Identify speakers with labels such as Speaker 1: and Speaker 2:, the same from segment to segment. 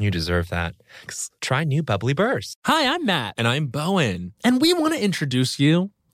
Speaker 1: You deserve that. Try new Bubbly Burst.
Speaker 2: Hi, I'm Matt,
Speaker 1: And I'm Bowen.
Speaker 2: and we want to introduce you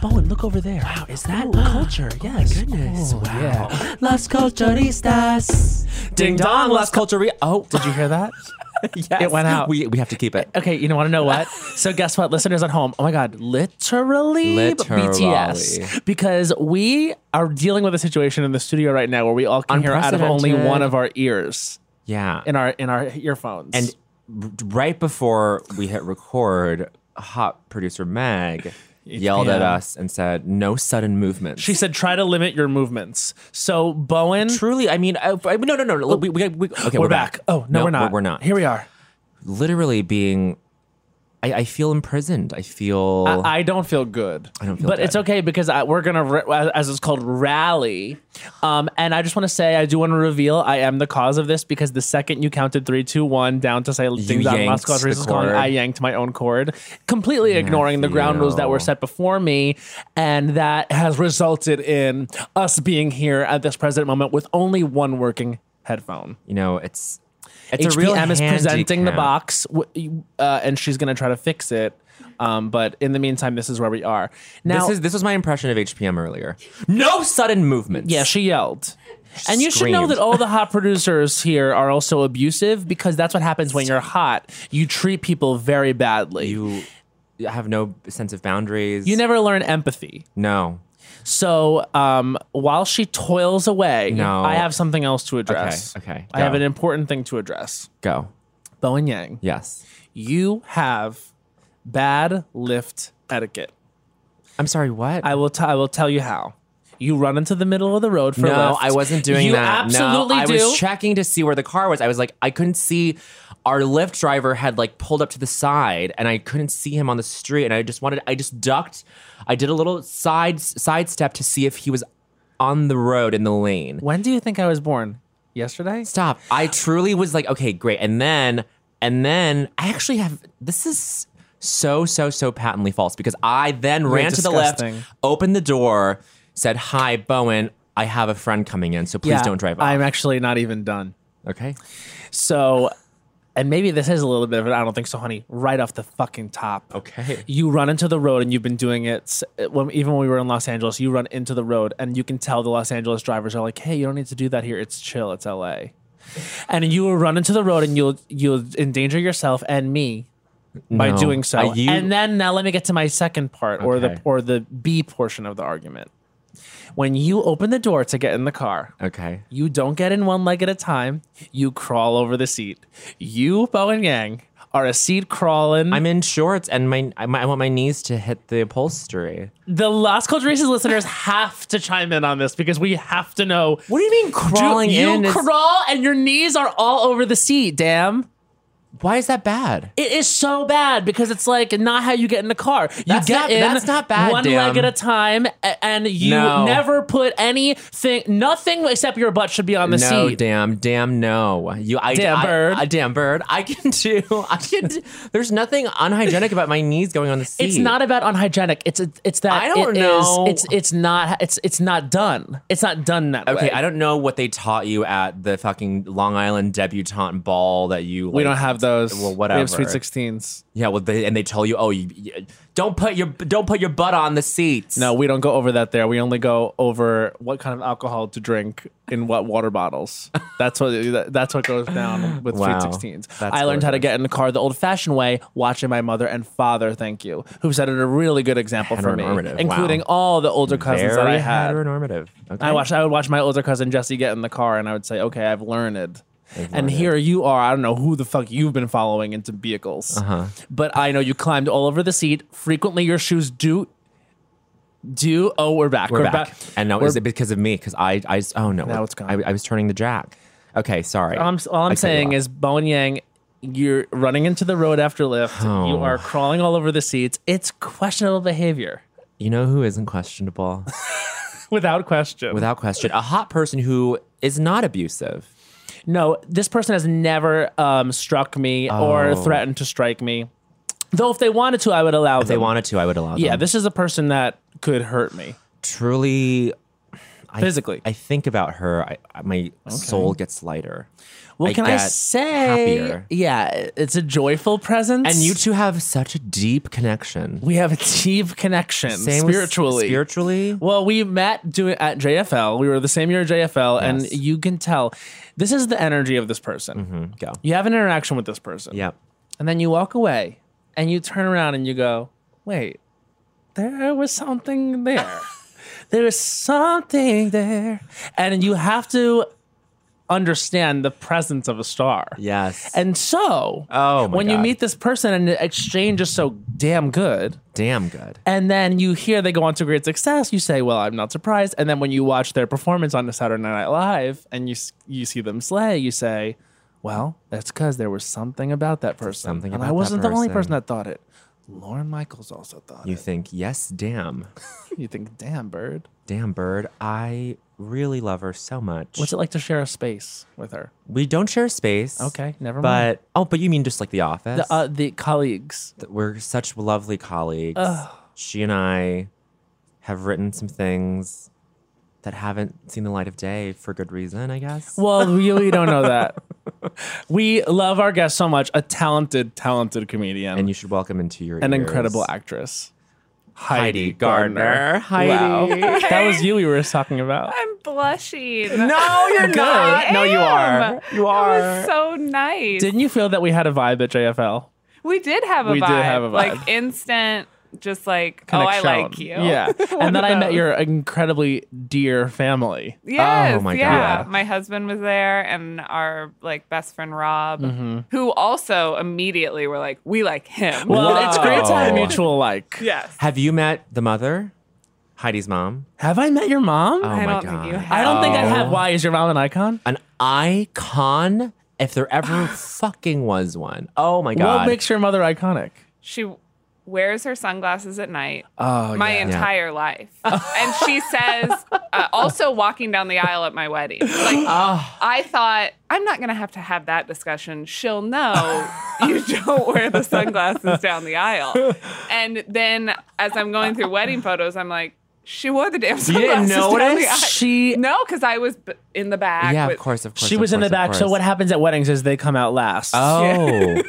Speaker 3: Bowen, look over there. Oh, Wow, is that culture? Yes. Oh, my goodness. wow. Las culturistas.
Speaker 2: Ding dong, Las
Speaker 3: culturistas. Oh,
Speaker 2: Did you hear that?
Speaker 3: yes.
Speaker 2: It went out.
Speaker 1: We, we have to keep it.
Speaker 3: Okay, you know, want to know what? So guess what, listeners at home? Oh my God, literally, BTS,
Speaker 1: Literally.
Speaker 3: because we are dealing with a situation in the studio right now where we all can hear out of only
Speaker 1: Unprecedented.
Speaker 3: one of our ears
Speaker 4: Yeah.
Speaker 3: in our in our earphones.
Speaker 4: And r- right before we hit record, hot producer Meg yelled at
Speaker 3: Yeah.
Speaker 4: us and said, "No sudden movements."
Speaker 3: she said, "Try to limit your movements." So Bowen,
Speaker 4: "Truly, I mean, I,
Speaker 3: uh,
Speaker 4: I- no, no, no, no. We, we, we, okay,
Speaker 3: we're, back. Oh no, we're not.
Speaker 4: We're not.
Speaker 3: Here we are.
Speaker 4: Literally being, I, I feel imprisoned. I feel.
Speaker 3: I, I don't feel good. I
Speaker 4: don't feel
Speaker 3: But
Speaker 4: good.
Speaker 3: it's okay because I, we're gonna, ra- as it's called, rally. Um, and I just want to say, I do want to reveal, I am the cause of this because the second you counted three, two, one, down to say ding dong,
Speaker 4: yanked
Speaker 3: Las Cosas
Speaker 4: the
Speaker 3: Risas calling,
Speaker 4: cord.
Speaker 3: I yanked my own cord, completely ignoring the ground rules that were
Speaker 4: Matthew.
Speaker 3: set before me, and that has resulted in us being here at this present moment with only one working headphone.
Speaker 4: you know, it's. It's
Speaker 3: HBM
Speaker 4: a real
Speaker 3: is presenting the
Speaker 4: handicap.
Speaker 3: box, w- uh, and she's gonna try to fix it. Um, but in the meantime, this is where we are now.
Speaker 4: this is this was my impression of HPM earlier. No sudden movements.
Speaker 3: yeah, she yelled, and you should know
Speaker 4: screamed.
Speaker 3: that all the hot producers here are also abusive because that's what happens when you're hot. You treat people very badly. You,
Speaker 4: you have no sense of boundaries.
Speaker 3: never learn empathy.
Speaker 4: no.
Speaker 3: So um, while she toils away,
Speaker 4: No.
Speaker 3: I have something else to address.
Speaker 4: okay,
Speaker 3: I have
Speaker 4: go.
Speaker 3: an important thing to address.
Speaker 4: Go.
Speaker 3: Bowen Yang,
Speaker 4: Yes.
Speaker 3: you have bad lift etiquette.
Speaker 4: I'm sorry. What?
Speaker 3: I will. T- I will tell you how. You run into the middle of the road for
Speaker 4: no,
Speaker 3: Lyft.
Speaker 4: I wasn't doing
Speaker 3: you
Speaker 4: that.
Speaker 3: Absolutely
Speaker 4: no,
Speaker 3: do.
Speaker 4: I was checking to see where the car was. I was like, I couldn't see. Our Lyft driver had like pulled up to the side, and I couldn't see him on the street. And I just wanted, I just ducked. I did a little side sidestep to see if he was on the road in the lane.
Speaker 3: when do you think I was born? Yesterday.
Speaker 4: Stop. I truly was like, okay, great. And then, and then I actually have this is so, so, so patently false because I then ran to the left,
Speaker 3: disgusting.
Speaker 4: opened the door, said, Hi, Bowen, I have a friend coming in, so please
Speaker 3: Yeah,
Speaker 4: don't drive off.
Speaker 3: I'm actually not even done.
Speaker 4: okay.
Speaker 3: So
Speaker 5: and maybe this is a little bit of it. I don't think so, honey. Right off the fucking top.
Speaker 4: Okay.
Speaker 5: You run into the road, and you've been doing it s- uh, when, even when we were in Los Angeles. You run into the road, and you can tell the Los Angeles drivers are like, "Hey, you don't need to do that here. It's chill. It's L.A." And you will run into the road, and you'll you'll endanger yourself and me by
Speaker 4: No.
Speaker 5: doing so.
Speaker 4: Are you-
Speaker 5: and then now let me get to my second part, or the
Speaker 4: Okay.
Speaker 5: or the B portion of the argument. When you open the door to get in the car,
Speaker 4: Okay.
Speaker 5: you don't get in one leg at a time. You crawl over the seat. You, Bo and Yang, are a seat crawling.
Speaker 4: I'm in shorts and my I, my- I want my knees to hit the upholstery.
Speaker 5: the Las Culturistas listeners have to chime in on this because we have to know.
Speaker 4: What do you mean crawling
Speaker 5: you
Speaker 4: in? is-
Speaker 5: crawl and your knees are all over the seat, damn.
Speaker 4: why is that bad?
Speaker 5: It is so bad because it's like not how you get in the car. You
Speaker 4: That's
Speaker 5: get
Speaker 4: not-
Speaker 5: in
Speaker 4: that's not bad,
Speaker 5: one
Speaker 4: damn.
Speaker 5: leg at a time, a- and you
Speaker 4: No.
Speaker 5: never put anything, nothing except your butt should be on the
Speaker 4: no,
Speaker 5: seat.
Speaker 4: damn, damn, no. You, I,
Speaker 5: Damn
Speaker 4: I-
Speaker 5: bird.
Speaker 4: I, damn bird. I can do. I can. Do, there's nothing unhygienic about my knees going on the seat.
Speaker 5: It's not about unhygienic. It's it's that
Speaker 4: I don't
Speaker 5: it is-
Speaker 4: know.
Speaker 5: it's it's not it's it's not done. It's not done that way.
Speaker 4: Okay, I don't know what they taught you at the fucking Long Island debutante ball that you. Like,
Speaker 5: We don't have those.
Speaker 4: Well, whatever.
Speaker 5: We have sweet sixteens.
Speaker 4: Yeah, well, they, and they tell you, oh, you, you- don't put your don't put your butt on the seats.
Speaker 5: No, we don't go over that there. We only go over what kind of alcohol to drink in what water bottles. That's what that- that's what goes down with
Speaker 4: Wow.
Speaker 5: sweet sixteens.
Speaker 4: That's
Speaker 5: I learned how to
Speaker 4: hilarious.
Speaker 5: get in the car the old-fashioned way, watching my mother and father. Thank you, who set it a really good example for me,
Speaker 4: Heteronormative, wow.
Speaker 5: including all the older cousins
Speaker 4: very
Speaker 5: that I had.
Speaker 4: heteronormative. Okay.
Speaker 5: I watched. I would watch my older cousin Jesse get in the car, and I would say, "Okay, I've learned." And here you are. I don't know who the fuck you've been following into vehicles,
Speaker 4: Uh-huh.
Speaker 5: but I know you climbed all over the seat. Frequently, your shoes do. Do oh, we're back.
Speaker 4: We're, back. And now
Speaker 5: we're-
Speaker 4: is it because of me? Because I, I, oh no,
Speaker 5: Now it's gone.
Speaker 4: I, I was turning the jack. Okay, sorry.
Speaker 5: All I'm, all
Speaker 4: I cut
Speaker 5: I'm
Speaker 4: you
Speaker 5: saying
Speaker 4: off.
Speaker 5: is, Bo and Yang, you're running into the road after lift. You
Speaker 4: Oh.
Speaker 5: are crawling all over the seats. It's questionable behavior,
Speaker 4: you know who isn't questionable
Speaker 5: without question.
Speaker 4: without question? A hot person who is not abusive.
Speaker 5: No, this person has never um, struck me
Speaker 4: Oh.
Speaker 5: or threatened to strike me. Though if they wanted to, I would allow
Speaker 4: If they
Speaker 5: them.
Speaker 4: wanted to, I would allow.
Speaker 5: yeah,
Speaker 4: them.
Speaker 5: this is a person that could hurt me.
Speaker 4: truly. I,
Speaker 5: Physically.
Speaker 4: I think about her. I, I- my soul gets lighter.
Speaker 5: Well, can I
Speaker 4: get
Speaker 5: say?
Speaker 4: happier.
Speaker 5: Yeah, it's a joyful presence,
Speaker 4: And you two have such a deep connection.
Speaker 5: we have a deep connection
Speaker 4: with-
Speaker 5: spiritually.
Speaker 4: Spiritually,
Speaker 5: Well, we met doing at JFL. We were the same year at JFL, and
Speaker 4: Yes.
Speaker 5: you can tell this is the energy of this person.
Speaker 4: go.
Speaker 5: You have an interaction with this person,
Speaker 4: Yep.
Speaker 5: and then you walk away, and you turn around and you go, "Wait, there was something there. there was something there," and you have to understand the presence of a star.
Speaker 4: Yes.
Speaker 5: And so,
Speaker 4: Oh my
Speaker 5: when you
Speaker 4: God.
Speaker 5: meet this person and the exchange is so damn good,
Speaker 4: Damn good.
Speaker 5: and then you hear they go on to great success, you say, "Well, I'm not surprised." And then when you watch their performance on the Saturday Night Live and you s- you see them slay, you say, "Well, that's because there was something about that person,
Speaker 4: Something
Speaker 5: and
Speaker 4: about
Speaker 5: I
Speaker 4: that
Speaker 5: wasn't the only
Speaker 4: person.
Speaker 5: person that thought it." Lauren Michaels also thought
Speaker 4: You
Speaker 5: it.
Speaker 4: think, yes, damn.
Speaker 5: You think, "Damn, bird,
Speaker 4: Damn, Bird, I really love her so much.
Speaker 5: what's it like to share a space with her?"
Speaker 4: we don't share space.
Speaker 5: Okay, never mind.
Speaker 4: But, oh, but you mean just like the office?
Speaker 5: The, uh, the colleagues.
Speaker 4: Th- We're such lovely colleagues. She and I have written some things that haven't seen the light of day for good reason, I guess.
Speaker 5: Well, we, we don't know that. We love our guest so much. A talented, talented comedian.
Speaker 4: and you should welcome into your
Speaker 5: an
Speaker 4: ears.
Speaker 5: incredible actress.
Speaker 4: Heidi Gardner.
Speaker 5: Heidi.
Speaker 4: Heidi.
Speaker 5: Wow. that was you we were talking about.
Speaker 6: I'm blushing.
Speaker 4: No, you're
Speaker 6: I
Speaker 4: not. No, you
Speaker 6: am.
Speaker 4: are. You are.
Speaker 6: That was so nice.
Speaker 5: Didn't you feel that we had a vibe at JFL?
Speaker 6: we did have a
Speaker 5: We
Speaker 6: vibe.
Speaker 5: did have a vibe.
Speaker 6: Like instant, just like,
Speaker 5: Connection.
Speaker 6: oh, I like you.
Speaker 5: Yeah.
Speaker 6: One
Speaker 5: and then
Speaker 6: of
Speaker 5: I met
Speaker 6: those.
Speaker 5: your incredibly dear family.
Speaker 6: Yes.
Speaker 4: Oh my
Speaker 6: yeah.
Speaker 4: God.
Speaker 6: My husband was there and our like best friend Rob,
Speaker 4: Mm-hmm.
Speaker 6: who also immediately were like, we like him.
Speaker 5: Well, it's great to have
Speaker 4: Whoa.
Speaker 5: mutual like.
Speaker 6: yes.
Speaker 4: Have you met the mother? Heidi's mom?
Speaker 5: Have I met your mom?
Speaker 4: Oh
Speaker 6: I
Speaker 4: my
Speaker 6: don't
Speaker 4: god.
Speaker 6: think you have.
Speaker 5: I don't think I have.
Speaker 4: Oh.
Speaker 5: Why is your mom an icon?
Speaker 4: An icon? If there ever fucking was one. Oh my god.
Speaker 5: What makes your mother iconic?
Speaker 6: She wears her sunglasses at night.
Speaker 5: Oh,
Speaker 6: my
Speaker 5: yeah.
Speaker 6: entire life. and she says, uh, also walking down the aisle at my wedding. Like, I thought, I'm not going to have to have that discussion. She'll know you don't wear the sunglasses down the aisle. And then as I'm going through wedding photos, I'm like, She wore the damn sunglasses.
Speaker 4: You didn't
Speaker 6: down the
Speaker 4: notice?
Speaker 6: aisle.
Speaker 5: She
Speaker 6: No, because I was b- in the back.
Speaker 4: Yeah, of
Speaker 6: with-
Speaker 4: course, of course.
Speaker 5: she
Speaker 4: of
Speaker 5: was in the
Speaker 4: course, of
Speaker 5: back. So
Speaker 4: course.
Speaker 5: what happens at weddings is they come out last.
Speaker 4: Oh.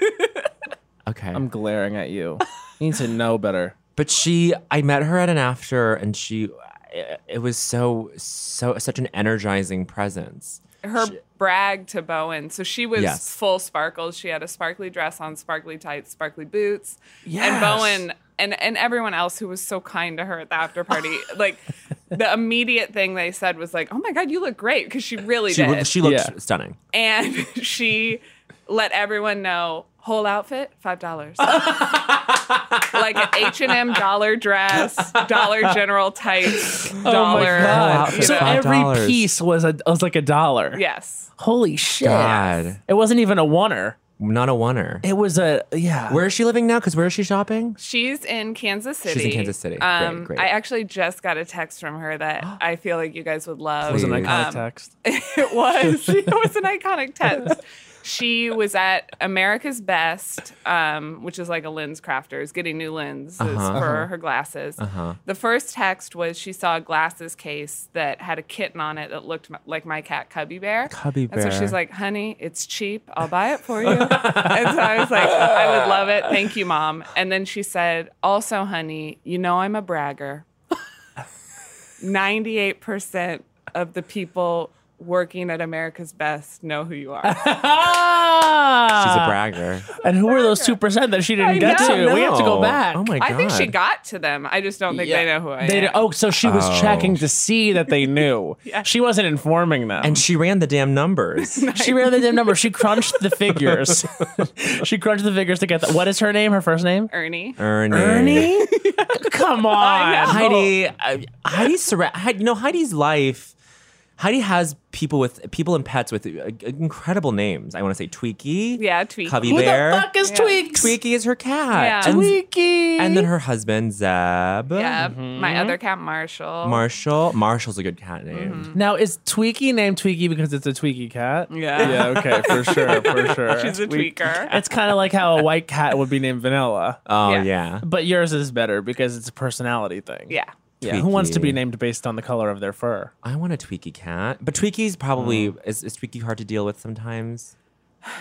Speaker 4: okay.
Speaker 5: I'm glaring at you. You need to know better.
Speaker 4: but she i met her at an after and she it- it was so so such an energizing presence
Speaker 6: Her brag to Bowen. So she was
Speaker 4: Yes.
Speaker 6: full sparkles. She had a sparkly dress on, sparkly tights, sparkly boots.
Speaker 5: Yes.
Speaker 6: And Bowen and, and everyone else who was so kind to her at the after party, like the immediate thing they said was like, "Oh my god, you look great," because she really
Speaker 4: she,
Speaker 6: did.
Speaker 4: lo- she looked
Speaker 5: Yeah.
Speaker 4: stunning
Speaker 6: and she let everyone know whole outfit five dollars like an h&m dollar dress dollar general tights dollar
Speaker 4: Oh God.
Speaker 6: you
Speaker 5: Oh So
Speaker 6: know.
Speaker 4: Five
Speaker 5: every
Speaker 4: dollars.
Speaker 5: piece was a was like a dollar.
Speaker 6: yes
Speaker 5: Holy shit.
Speaker 4: god
Speaker 5: It wasn't even a oneer.
Speaker 4: not a oneer
Speaker 5: It was a yeah.
Speaker 4: where is she living now because where is she shopping
Speaker 6: she's in kansas
Speaker 4: She's
Speaker 6: city
Speaker 4: in Kansas City. Great,
Speaker 6: um,
Speaker 4: great.
Speaker 6: i actually just got a text from her that i feel like you guys would love
Speaker 5: it was an
Speaker 4: Please.
Speaker 5: iconic
Speaker 6: Um,
Speaker 5: text.
Speaker 6: it was it was an iconic text she was at america's best um, which is like a lens crafters getting new lenses
Speaker 4: Uh-huh.
Speaker 6: for her glasses
Speaker 4: uh-huh
Speaker 6: The first text was she saw a glasses case that had a kitten on it that looked m- like my cat Cubby Bear.
Speaker 4: Cubby
Speaker 6: And so
Speaker 4: Bear.
Speaker 6: she's like, honey, it's cheap. I'll buy it for you. and so I was like, I would love it. Thank you, mom. And then she said, also, honey, you know I'm a bragger. 98% of the people working at America's Best know who you are.
Speaker 5: Oh
Speaker 4: she's a
Speaker 5: Ah!
Speaker 4: bragger
Speaker 5: And who were those two percent that she didn't
Speaker 6: Uh, I
Speaker 5: get
Speaker 6: know,
Speaker 5: to? We have to go
Speaker 4: No.
Speaker 5: back.
Speaker 4: oh my god
Speaker 6: I think she got to them. I just don't think they know who I
Speaker 5: They
Speaker 6: am.
Speaker 5: did- oh, so she was
Speaker 4: Oh.
Speaker 5: checking to see that they knew.
Speaker 6: Yeah.
Speaker 5: She wasn't informing them.
Speaker 4: and she ran the damn numbers
Speaker 5: she ran the damn number. She crunched the figures. she crunched the figures to get the, what is her name? Her first name?
Speaker 6: Ernie.
Speaker 4: Ernie.
Speaker 5: Ernie? Come on.
Speaker 4: Heidi, I, Heidi's surra- Heidi, no Heidi's life. Heidi has people with people and pets with uh, incredible names. I want to say Tweaky,
Speaker 6: Yeah, Tweaky.
Speaker 4: Cubby
Speaker 5: Who
Speaker 4: Bear.
Speaker 5: the fuck is
Speaker 6: Yeah.
Speaker 5: Tweaks?
Speaker 4: Tweaky is her cat,
Speaker 6: Yeah.
Speaker 4: and,
Speaker 5: Tweaky.
Speaker 4: and then her husband Zeb,
Speaker 6: Yeah,
Speaker 5: Mm-hmm.
Speaker 6: my other cat, Marshall.
Speaker 4: Marshall. Marshall's a good cat name.
Speaker 6: Mm-hmm.
Speaker 5: Now is Tweaky named Tweaky because it's a Tweaky cat?
Speaker 6: Yeah.
Speaker 5: okay, for sure, for sure.
Speaker 6: She's a tweaker.
Speaker 5: It's kind of like how a white cat would be named Vanilla,
Speaker 4: Oh
Speaker 6: Yeah.
Speaker 4: yeah.
Speaker 5: but yours is better because it's a personality thing.
Speaker 6: Yeah.
Speaker 5: yeah. Who wants to
Speaker 4: Tweaky.
Speaker 5: be named based on the color of their fur?
Speaker 4: I want a Tweaky cat, but Tweaky's
Speaker 5: Mm.
Speaker 4: probably is, is Tweaky hard to deal with sometimes.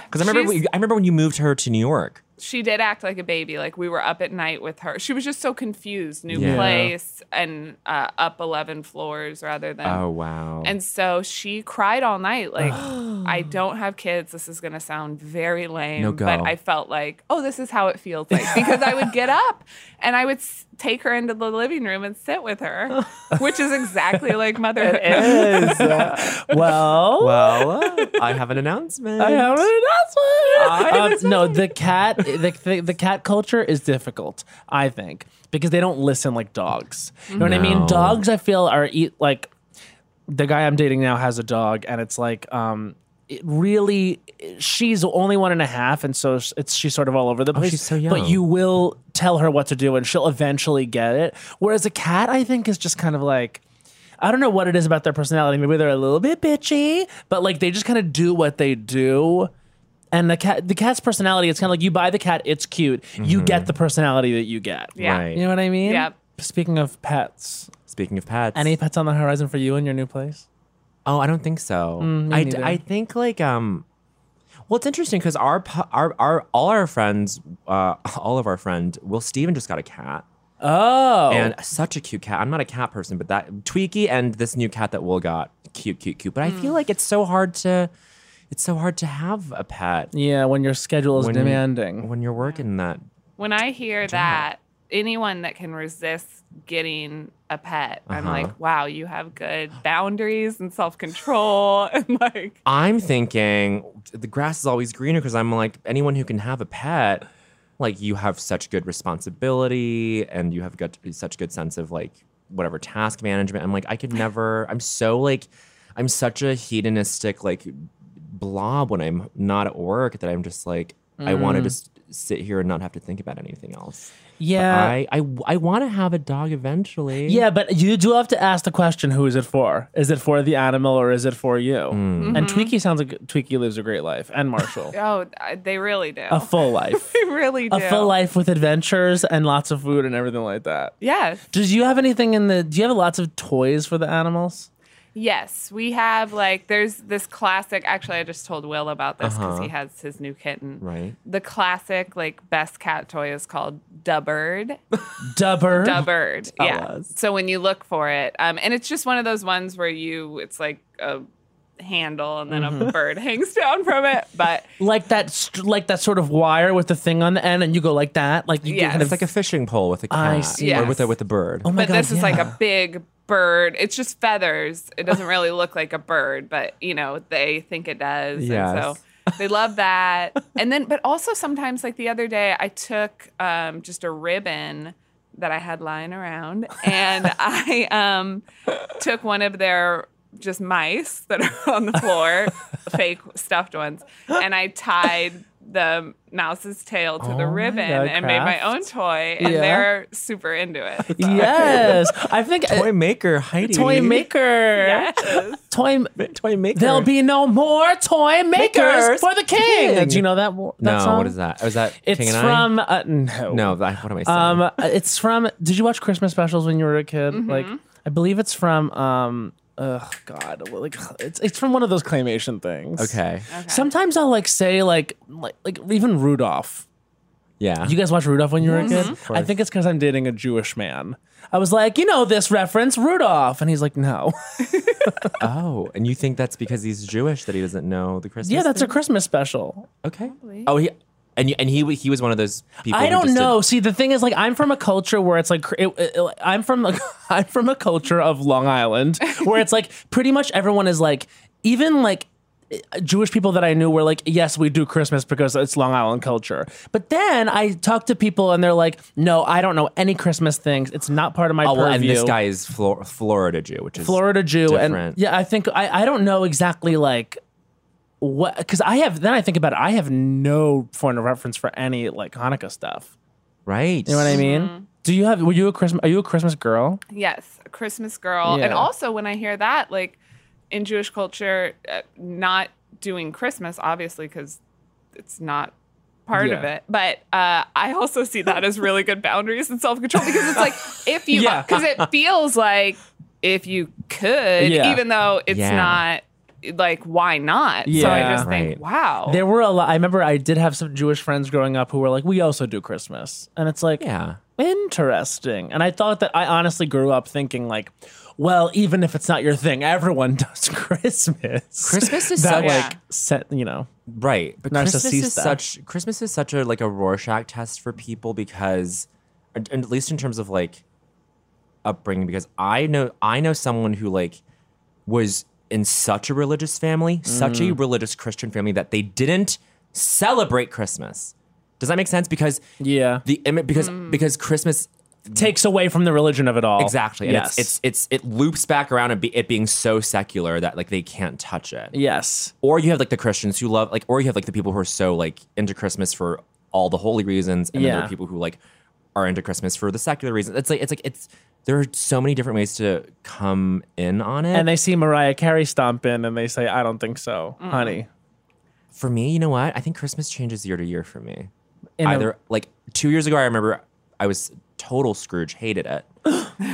Speaker 4: Because I remember
Speaker 6: She's-
Speaker 4: we, I remember when you moved her to New York.
Speaker 6: She did act like a baby. Like we were up at night with her. She was just so confused. New
Speaker 4: Yeah.
Speaker 6: place and uh, up 11 floors rather than.
Speaker 4: Oh wow.
Speaker 6: And so she cried all night. Like, I don't have kids. This is going to sound very lame.
Speaker 4: No
Speaker 6: but
Speaker 4: go.
Speaker 6: I felt like, oh, this is how it feels like. Because I would get up and I would s- take her into the living room and sit with her, which is exactly like motherhood.
Speaker 4: Yes.
Speaker 5: Well,
Speaker 4: well, I have an announcement.
Speaker 5: I have an
Speaker 4: I have
Speaker 5: announcement. Um, no, the cat, the, the the cat culture is difficult. I think because they don't listen like dogs. You know what I mean?
Speaker 4: No.
Speaker 5: Dogs, I feel, are eat like the guy I'm dating now has a dog, and it's like, um, it really, she's only one and a half, and so it's she's sort of all over the place.
Speaker 4: Oh, she's so young.
Speaker 5: But you will tell her what to do, and she'll eventually get it. Whereas a cat, I think, is just kind of like. I don't know what it is about their personality. Maybe they're a little bit bitchy, but like they just kind of do what they do. And the cat, the cat's personality, it's kind of like you buy the cat, it's cute. You
Speaker 4: Mm-hmm.
Speaker 5: get the personality that you get.
Speaker 6: Yeah.
Speaker 4: Right.
Speaker 5: You know what I mean?
Speaker 6: Yep.
Speaker 5: Speaking of pets,
Speaker 4: Speaking of pets,
Speaker 5: any pets on the horizon for you in your new place?
Speaker 4: Oh, I don't think so.
Speaker 5: Mm, me
Speaker 4: I,
Speaker 5: neither.
Speaker 4: I think like um, well, it's interesting because our pu- our our all our friends, uh, all of our friend Will Steven just got a cat
Speaker 5: Oh,
Speaker 4: and such a cute cat. I'm not a cat person, but that Tweaky and this new cat that Will got, cute, cute, cute. But I feel like it's so hard to, it's so hard to have a pet
Speaker 5: yeah. When your schedule is
Speaker 4: When-
Speaker 5: demanding,
Speaker 4: when you're working that.
Speaker 6: When I hear that, anyone that can resist getting a pet, I'm
Speaker 4: Uh-huh.
Speaker 6: like, wow, you have good boundaries and self control. And like,
Speaker 4: I'm thinking the grass is always greener because I'm like anyone who can have a pet, like you have such good responsibility and you have got such good sense of like whatever task management. I'm like I could never. I'm so like I'm such a hedonistic like blob when
Speaker 5: Mm.
Speaker 4: I'm not at work that I'm just like I want to just sit here and not have to think about anything else.
Speaker 5: Yeah.
Speaker 4: I I, I want to have a dog eventually.
Speaker 5: Uh, Yeah, but you do have to ask the question: Who is it for? Is it for the animal or is it for you?
Speaker 4: Hmm.
Speaker 6: Mm-hmm.
Speaker 5: And Tweaky sounds like Tweaky lives a great life, and Marshall,
Speaker 6: Oh, I- they really do.
Speaker 5: a full life,
Speaker 6: they really do.
Speaker 5: a full life with adventures and lots of food and everything like that.
Speaker 6: Yes.
Speaker 5: Does you have anything in the? Do you have lots of toys for the animals?
Speaker 6: Yes, we have like there's this classic. Actually, I just told Will about this because he has his new kitten.
Speaker 4: Uh-huh. Right.
Speaker 6: The classic like best cat toy is called Dubbird.
Speaker 5: Dubber.
Speaker 6: Dubbird. yeah. So when you look for it, um, and it's just one of those ones where you it's like a handle and then
Speaker 4: Mm-hmm.
Speaker 6: a bird hangs down from it. But
Speaker 5: Like that, st- like that sort of wire with the thing on the end, and you go like that, like you get
Speaker 6: Yes.
Speaker 5: kind
Speaker 4: It's
Speaker 5: of
Speaker 4: like a fishing pole with a cat,
Speaker 5: I see.
Speaker 4: or with a
Speaker 6: Yes.
Speaker 4: with a bird.
Speaker 5: Oh my
Speaker 6: but
Speaker 5: God,
Speaker 6: this is like
Speaker 5: yeah.
Speaker 6: a big bird. It's just feathers. It doesn't really look like a bird, but you know, they think it does. And so
Speaker 4: Yes.
Speaker 6: they love that. And then but also sometimes like the other day I took um just a ribbon that I had lying around and I um took one of their just mice that are on the floor, fake stuffed ones, and I tied the mouse's tail to
Speaker 5: Oh my
Speaker 6: the ribbon
Speaker 5: God,
Speaker 6: and made my
Speaker 5: Kraft.
Speaker 6: own toy and
Speaker 5: Yeah.
Speaker 6: they're super into it.
Speaker 5: yes. I think
Speaker 4: Toy
Speaker 5: toy,
Speaker 4: maker, Heidi.
Speaker 5: toy maker.
Speaker 6: Yes.
Speaker 5: Toy
Speaker 4: Toy maker.
Speaker 5: There'll be no more toy makers,
Speaker 4: Makers.
Speaker 5: for the king.
Speaker 4: King.
Speaker 5: Do you know that? wa-
Speaker 4: no,
Speaker 5: that song?
Speaker 4: what is that? Was that
Speaker 5: It's
Speaker 4: King and I?
Speaker 5: from uh, no,
Speaker 4: No, I- what am I saying?
Speaker 5: Um, it's from. Did you watch Christmas specials when you were a kid? Like, I believe it's from. Um, oh God, well, like it's it's from one of those claymation things.
Speaker 4: okay.
Speaker 5: Sometimes I'll like say like like like even Rudolph.
Speaker 4: Yeah.
Speaker 5: You guys watch Rudolph when you were a kid?
Speaker 4: course.
Speaker 5: I think it's because I'm dating a Jewish man. I was like, you know this reference, Rudolph, and he's like, no.
Speaker 4: oh, and you think that's because he's Jewish that he doesn't know the Christmas?
Speaker 5: yeah, that's a
Speaker 4: thing?
Speaker 5: Christmas special.
Speaker 4: okay. Oh, he and you, and he he was one of those people.
Speaker 5: I
Speaker 4: who
Speaker 5: don't
Speaker 4: just did-
Speaker 5: know. See, the thing is, like, I'm from a culture where it's like, cr- it, it- I'm from, a, I'm from a culture of Long Island where it's like pretty much everyone is like, even like. eh, Jewish people that I knew were like, yes, we do Christmas because it's Long Island culture. But then I talked to people and they're like, no, I don't know any Christmas things. It's not part of my
Speaker 4: oh, well,
Speaker 5: purview.
Speaker 4: and this guy is Flor- Florida Jew, which is
Speaker 5: Florida Jew, and
Speaker 4: different.
Speaker 5: yeah, I think I, I don't know exactly like what because I have then I think about it, I have no point of reference for any like Hanukkah stuff.
Speaker 4: right.
Speaker 5: You know what I mean? Do you have? Were you a Christmas? Are you a Christmas girl?
Speaker 6: Yes, a Christmas girl.
Speaker 5: Yeah.
Speaker 6: And also, when I hear that, like in Jewish culture, uh, not doing Christmas, obviously, because it's not part of
Speaker 5: Yeah.
Speaker 6: it. But uh, I also see that as really good boundaries and self control because it's like, if you,
Speaker 5: Yeah.
Speaker 6: because it feels like if you could,
Speaker 5: Yeah.
Speaker 6: even though it's
Speaker 4: Yeah.
Speaker 6: not like, why not? so I
Speaker 5: Yeah.
Speaker 6: just
Speaker 4: Right.
Speaker 6: think, wow.
Speaker 5: There were a lot. I remember I did have some Jewish friends growing up who were like, "We also do Christmas," and it's like,
Speaker 4: Yeah.
Speaker 5: interesting. And I thought that I honestly grew up thinking like, well, even if it's not your thing, everyone does Christmas.
Speaker 4: Christmas is
Speaker 5: that
Speaker 4: such-
Speaker 5: like set, you know.
Speaker 4: Right. But Christmas is
Speaker 5: Narcissista.
Speaker 4: such Christmas is such a like a Rorschach test for people because and- and at least in terms of like upbringing because I know I know someone who like was in such a religious family, such
Speaker 5: Mm.
Speaker 4: a religious Christian family that they didn't celebrate Christmas. Does that make sense? Because
Speaker 5: Yeah, Mm.
Speaker 4: the image because because Christmas
Speaker 5: takes away from the religion of it all.
Speaker 4: exactly and
Speaker 5: Oh, Yes.
Speaker 4: it's, it's it's it loops back around and be, it being so secular that like they can't touch it
Speaker 5: yes.
Speaker 4: or you have like the Christians who love like, or you have like the people who are so like into Christmas for all the holy reasons, and then there
Speaker 5: Yeah.
Speaker 4: are people who like are into Christmas for the secular reasons. It's like it's like it's there are so many different ways to come in on it.
Speaker 5: And they see Mariah Carey stomp in, and they say, "I don't think so, honey."
Speaker 4: for me, you know what? I think Christmas changes year to year for me.
Speaker 5: In a-
Speaker 4: Either like two years ago, I remember I was total Scrooge, hated it.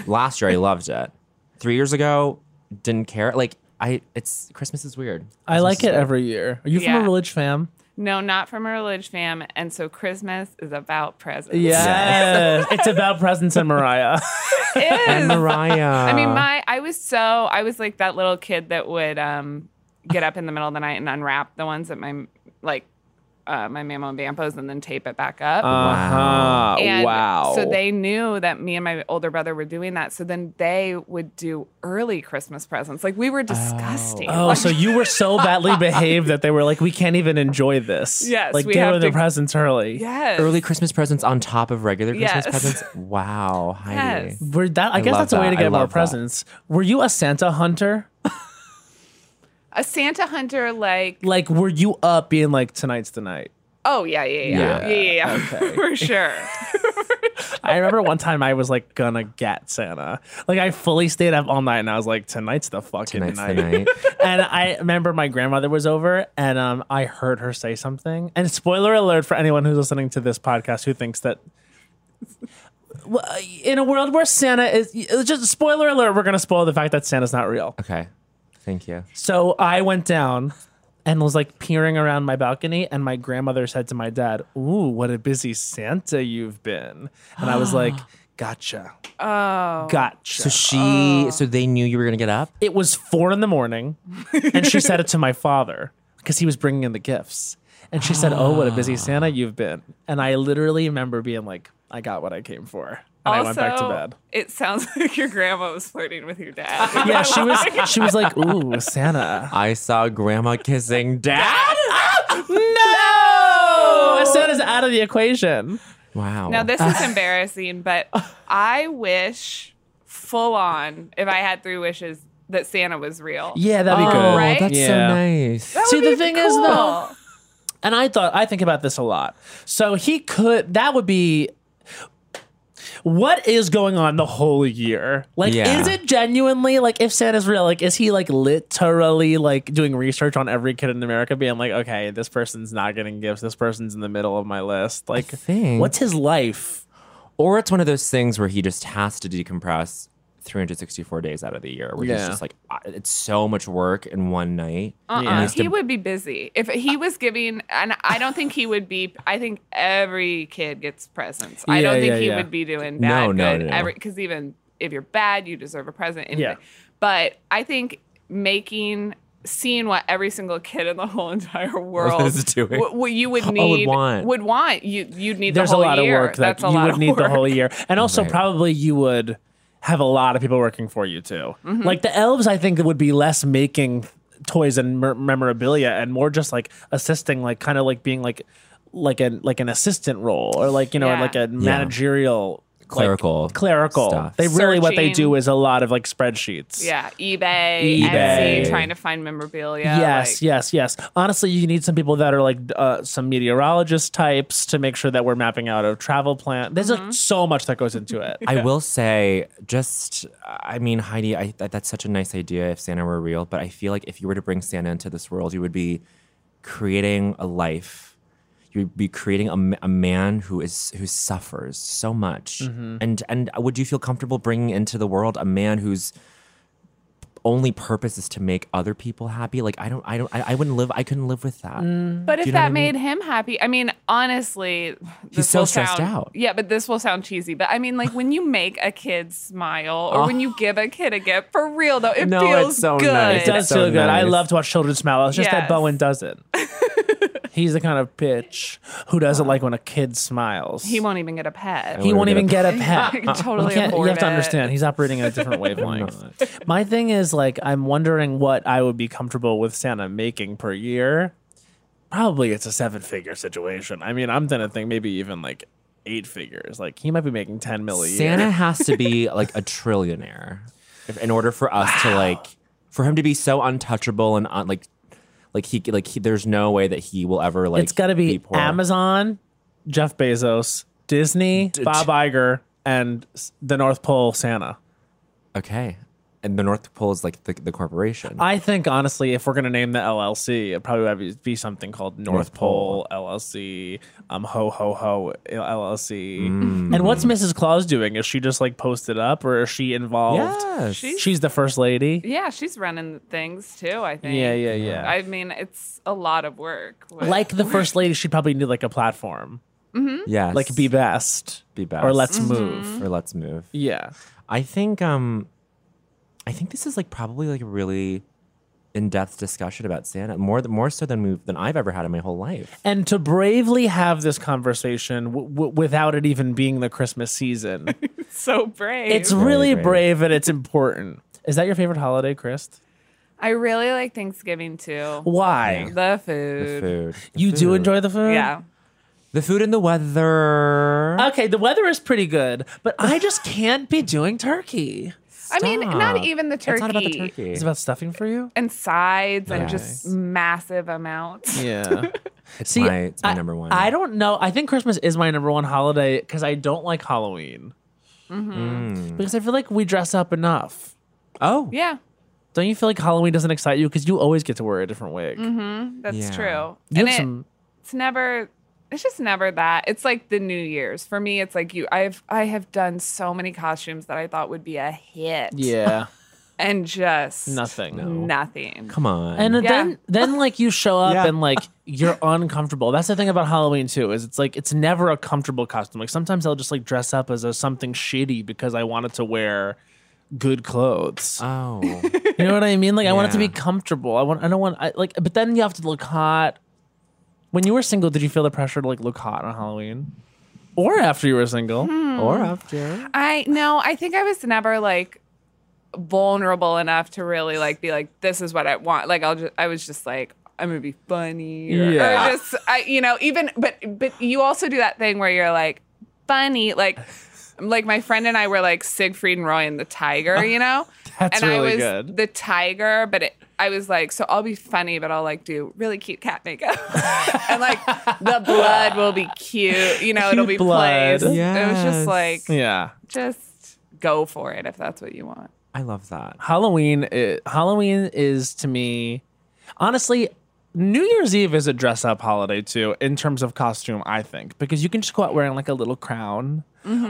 Speaker 4: Last year, I loved it. Three years ago, didn't care. Like I, it's Christmas is weird.
Speaker 5: I like
Speaker 4: Christmas
Speaker 5: it
Speaker 4: is weird.
Speaker 5: every year. Are you from
Speaker 6: Yeah.
Speaker 5: a religious fam?
Speaker 6: no, not from a religious fam. And so Christmas is about presents.
Speaker 5: Yes. it's about presents and Mariah.
Speaker 6: It is.
Speaker 4: Mariah.
Speaker 6: I mean,
Speaker 5: Uh.
Speaker 6: my I was so I was like that little kid that would um, get up in the middle of the night and unwrap the ones that my like uh, my mamma and bampos and then tape it back up.
Speaker 5: Uh, Uh-huh.
Speaker 6: and So they knew that me and my older brother were doing that. So then they would do early Christmas presents. Like we were disgusting.
Speaker 5: Oh, so you were so badly behaved that they were like, we can't even enjoy this.
Speaker 6: Yes,
Speaker 5: Like,
Speaker 6: we
Speaker 5: give
Speaker 6: have
Speaker 5: her the
Speaker 6: to-
Speaker 5: presents early.
Speaker 6: yes.
Speaker 4: early Christmas presents on top of regular Christmas
Speaker 6: Yes.
Speaker 4: presents. Wow, Heidi.
Speaker 6: Yes.
Speaker 5: Were that, I, guess
Speaker 4: love
Speaker 5: that's a way
Speaker 4: that.
Speaker 5: to
Speaker 4: I
Speaker 5: get more
Speaker 4: love that.
Speaker 5: presents. Were you a Santa hunter?
Speaker 6: A Santa hunter like
Speaker 5: Like, were you up being like, tonight's the night?
Speaker 6: oh yeah yeah yeah yeah yeah, yeah, yeah. for sure.
Speaker 5: I remember one time I was like gonna get Santa. Like I fully stayed up all night and I was like, tonight's the fucking
Speaker 4: Tonight's the
Speaker 5: night.
Speaker 4: night.
Speaker 5: and I remember my grandmother was over and um, I heard her say something. And spoiler alert for anyone who's listening to this podcast who thinks that. Well, uh, In a world where Santa is it's just spoiler alert, we're gonna spoil the fact that Santa's not real.
Speaker 4: Okay. Thank you.
Speaker 5: So I went down and was like peering around my balcony, and my grandmother said to my dad, "Ooh, what a busy Santa you've been," and I was like. Gotcha. Oh. Gotcha.
Speaker 4: So she,
Speaker 6: Oh.
Speaker 4: so they knew you were gonna get up.
Speaker 5: It was four in the morning, and she said it to my father because he was bringing in the gifts. And she said, "Oh, what a
Speaker 6: Ah.
Speaker 5: busy Santa you've been." And I literally remember being like, "I got what I came for," and I went back to
Speaker 6: Also,
Speaker 5: bed.
Speaker 6: It sounds like your grandma was flirting with your dad.
Speaker 5: Yeah, she was. She was like, "Ooh, Santa."
Speaker 4: I saw grandma kissing dad.
Speaker 5: Oh, Santa's out of the equation.
Speaker 4: Wow.
Speaker 6: Now this is embarrassing, but I wish full on if I had three wishes that Santa was real.
Speaker 5: Yeah, that'd be
Speaker 4: oh,
Speaker 5: good.
Speaker 6: Right?
Speaker 4: that's
Speaker 5: Yeah.
Speaker 4: so nice.
Speaker 6: That
Speaker 5: See,
Speaker 6: would
Speaker 5: the
Speaker 6: be
Speaker 5: thing is,
Speaker 6: cool.
Speaker 5: though- And I thought I think about this a lot. So he could that would be what is going on the whole year? Like
Speaker 4: Yeah.
Speaker 5: is it genuinely like if Santa's real, like is he like literally like doing research on every kid in America being like, okay, this person's not getting gifts, this person's in the middle of my list. Like
Speaker 4: think-
Speaker 5: what's his life?
Speaker 4: Or it's one of those things where he just has to decompress 364 days out of the year, where
Speaker 5: Yeah.
Speaker 4: he's just like, "I- it's so much work in one night.
Speaker 6: Uh-uh.
Speaker 5: Yeah.
Speaker 4: Needs
Speaker 6: He
Speaker 4: to-
Speaker 6: would be busy if he was giving, and I don't think he would be. I think every kid gets presents. I
Speaker 5: Yeah,
Speaker 6: don't think
Speaker 5: yeah,
Speaker 6: he
Speaker 5: yeah.
Speaker 6: would be doing
Speaker 4: No,
Speaker 6: bad.
Speaker 4: no,
Speaker 6: good
Speaker 4: no.
Speaker 6: Because even if you're bad, you deserve a present. Anyway.
Speaker 5: Yeah.
Speaker 6: But I think making, seeing what every single kid in the whole entire world
Speaker 4: is doing.
Speaker 6: w- what you would need,
Speaker 4: want.
Speaker 6: would want. You you'd need.
Speaker 5: There's
Speaker 6: the
Speaker 5: a
Speaker 6: whole
Speaker 5: lot
Speaker 6: year.
Speaker 5: of work that
Speaker 6: That's a
Speaker 5: you
Speaker 6: lot
Speaker 5: would
Speaker 6: of
Speaker 5: need the
Speaker 6: work.
Speaker 5: whole year. And also
Speaker 4: Right.
Speaker 5: probably you would have a lot of people working for you too.
Speaker 6: Mm-hmm.
Speaker 5: Like the elves I think would be less making toys and mer- memorabilia and more just like assisting like kind of like being like like an like an assistant role or like you know
Speaker 6: Yeah.
Speaker 5: like a managerial like,
Speaker 4: Clerical
Speaker 5: clerical
Speaker 4: stuff.
Speaker 5: they really what they
Speaker 6: Searching.
Speaker 5: do is a lot of like spreadsheets
Speaker 6: Yeah, eBay,
Speaker 5: eBay.
Speaker 6: Etsy, trying to find memorabilia.
Speaker 5: yes
Speaker 6: like-
Speaker 5: yes yes honestly you need some people that are like uh, some meteorologist types to make sure that we're mapping out a travel plan there's
Speaker 6: Mm-hmm.
Speaker 5: like, so much that goes into it
Speaker 4: I will say, just, I mean, Heidi, I, that, that's such a nice idea if Santa were real, but I feel like if you were to bring Santa into this world, you would be creating a life. You'd be creating a, m- a man who is who suffers so much, and and would you feel comfortable bringing into the world a man whose only purpose is to make other people happy? Like I don't, I don't, I, I wouldn't live. I couldn't live with that.
Speaker 6: But if
Speaker 4: you know what I mean?
Speaker 6: that made him happy, I mean, honestly, this
Speaker 4: so
Speaker 6: will
Speaker 4: stressed
Speaker 6: sound-
Speaker 4: out.
Speaker 6: Yeah, but this will sound cheesy. But I mean, like when you make a kid smile or when you give a kid a gift for real, though, it
Speaker 4: Oh. No,
Speaker 6: feels
Speaker 4: it's so
Speaker 6: good.
Speaker 4: nice.
Speaker 5: It does
Speaker 4: It's so
Speaker 5: feel good. I
Speaker 4: nice.
Speaker 5: love to watch children smile. It's just that
Speaker 6: Yes.
Speaker 5: Bowen doesn't. He's the kind of bitch who
Speaker 6: Uh-huh.
Speaker 5: doesn't like when a kid smiles.
Speaker 6: He won't even get a pet.
Speaker 5: He won't even get a
Speaker 6: I
Speaker 5: pet.
Speaker 6: can totally
Speaker 5: You can't- you
Speaker 6: afford
Speaker 5: have to
Speaker 6: it.
Speaker 5: understand he's operating at a different wavelength. My thing is like I'm wondering what I would be comfortable with Santa making per year. Probably it's a seven figure situation. I mean, I'm gonna think maybe even like eight figures. Like he might be making ten mil a year.
Speaker 4: Santa has to be like a trillionaire if- in order for us to like for him to be so untouchable and un, like like he like he, there's no way that he will ever like
Speaker 5: it's got to be,
Speaker 4: poor.
Speaker 5: Amazon, Jeff Bezos, Disney, Bob Iger, and s- the North Pole Santa.
Speaker 4: Okay. And the North Pole is like the, the corporation.
Speaker 5: I think honestly, if we're gonna name the LLC, it probably would be- be something called North, Pole, LLC, um, Ho Ho Ho LLC.
Speaker 4: Mm.
Speaker 5: And what's Mrs. Claus doing? Is she just like posted up, or is she involved?
Speaker 4: Yes.
Speaker 6: She's-
Speaker 5: She's the first lady.
Speaker 6: Yeah, she's running things too. I think.
Speaker 5: Yeah, yeah, yeah.
Speaker 6: I mean, it's a lot of work. but-
Speaker 5: like the first lady, she'd probably need like a platform,
Speaker 4: yes.
Speaker 5: like be best,
Speaker 4: Be
Speaker 5: or
Speaker 4: best.
Speaker 5: let's move.
Speaker 4: or let's move.
Speaker 5: Yeah.
Speaker 4: I think um I think this is like probably like a really in-depth discussion about Santa more th- more so than we than I've ever had in my whole life.
Speaker 5: and to bravely have this conversation w- w- without it even being the Christmas season.
Speaker 6: so brave.
Speaker 5: it's really
Speaker 4: brave.
Speaker 5: brave and it's important. Is that your favorite holiday, Chris?
Speaker 6: I really like Thanksgiving too.
Speaker 5: Why?
Speaker 6: The
Speaker 4: The
Speaker 6: food.
Speaker 4: food. The
Speaker 5: You do
Speaker 4: food.
Speaker 5: enjoy the food?
Speaker 6: Yeah.
Speaker 4: the food and the weather.
Speaker 5: Okay, the weather is pretty good, but I just can't be doing turkey.
Speaker 6: I mean,
Speaker 4: Stop.
Speaker 6: not even the turkey.
Speaker 4: It's not about the turkey.
Speaker 5: It's about stuffing for you.
Speaker 6: And sides and
Speaker 4: Nice.
Speaker 6: just massive amounts.
Speaker 5: Yeah.
Speaker 4: It's
Speaker 5: See,
Speaker 4: my, it's my
Speaker 5: I-
Speaker 4: number one.
Speaker 5: I don't know. I think Christmas is my number one holiday because I don't like Halloween
Speaker 4: Mm.
Speaker 5: because I feel like we dress up enough.
Speaker 4: Oh,
Speaker 6: Yeah,
Speaker 5: Don't you feel like Halloween doesn't excite you because you always get to wear a different wig?
Speaker 6: that's
Speaker 4: Yeah.
Speaker 6: true.
Speaker 5: You have
Speaker 6: and it,
Speaker 5: some.
Speaker 6: it's never it's just never that. It's like the New Year's. For me, it's like you I've I have done so many costumes that I thought would be a hit.
Speaker 5: Yeah.
Speaker 6: And just
Speaker 5: nothing.
Speaker 6: Nothing.
Speaker 4: come on.
Speaker 5: And
Speaker 6: Yeah.
Speaker 5: then then like you show up
Speaker 4: Yeah.
Speaker 5: and like you're uncomfortable. That's the thing about Halloween too, is it's like it's never a comfortable costume. Like sometimes I'll just like dress up as a something shitty because I wanted to wear good clothes.
Speaker 4: oh,
Speaker 5: You know what I mean? Like I want it to be
Speaker 4: Yeah.
Speaker 5: comfortable. I want I don't want I like but then you have to look hot. When you were single, did you feel the pressure to like look hot on Halloween? Or after you were single?
Speaker 4: or after.
Speaker 6: I no, I think I was never like vulnerable enough to really like be like, this is what I want. Like I'll just I was just like, I'm gonna be funny. Or,
Speaker 5: Yeah.
Speaker 6: or just I you know, even but but you also do that thing where you're like, funny, like like my friend and I were like Siegfried and Roy and the tiger, you know?
Speaker 5: That's
Speaker 6: and
Speaker 5: really
Speaker 6: I was
Speaker 5: good.
Speaker 6: the tiger, but it, I was like, so I'll be funny, but I'll like do really cute cat makeup, and like the blood will be cute, you know, it'll be
Speaker 5: blood.
Speaker 6: placed. It was
Speaker 4: Yes.
Speaker 6: just like,
Speaker 5: Yeah.
Speaker 6: just go for it if that's what you want.
Speaker 4: I love that.
Speaker 5: Halloween i Halloween is to me honestly New Year's Eve is a dress up holiday too in terms of costume I think because you can just go out wearing like a little crown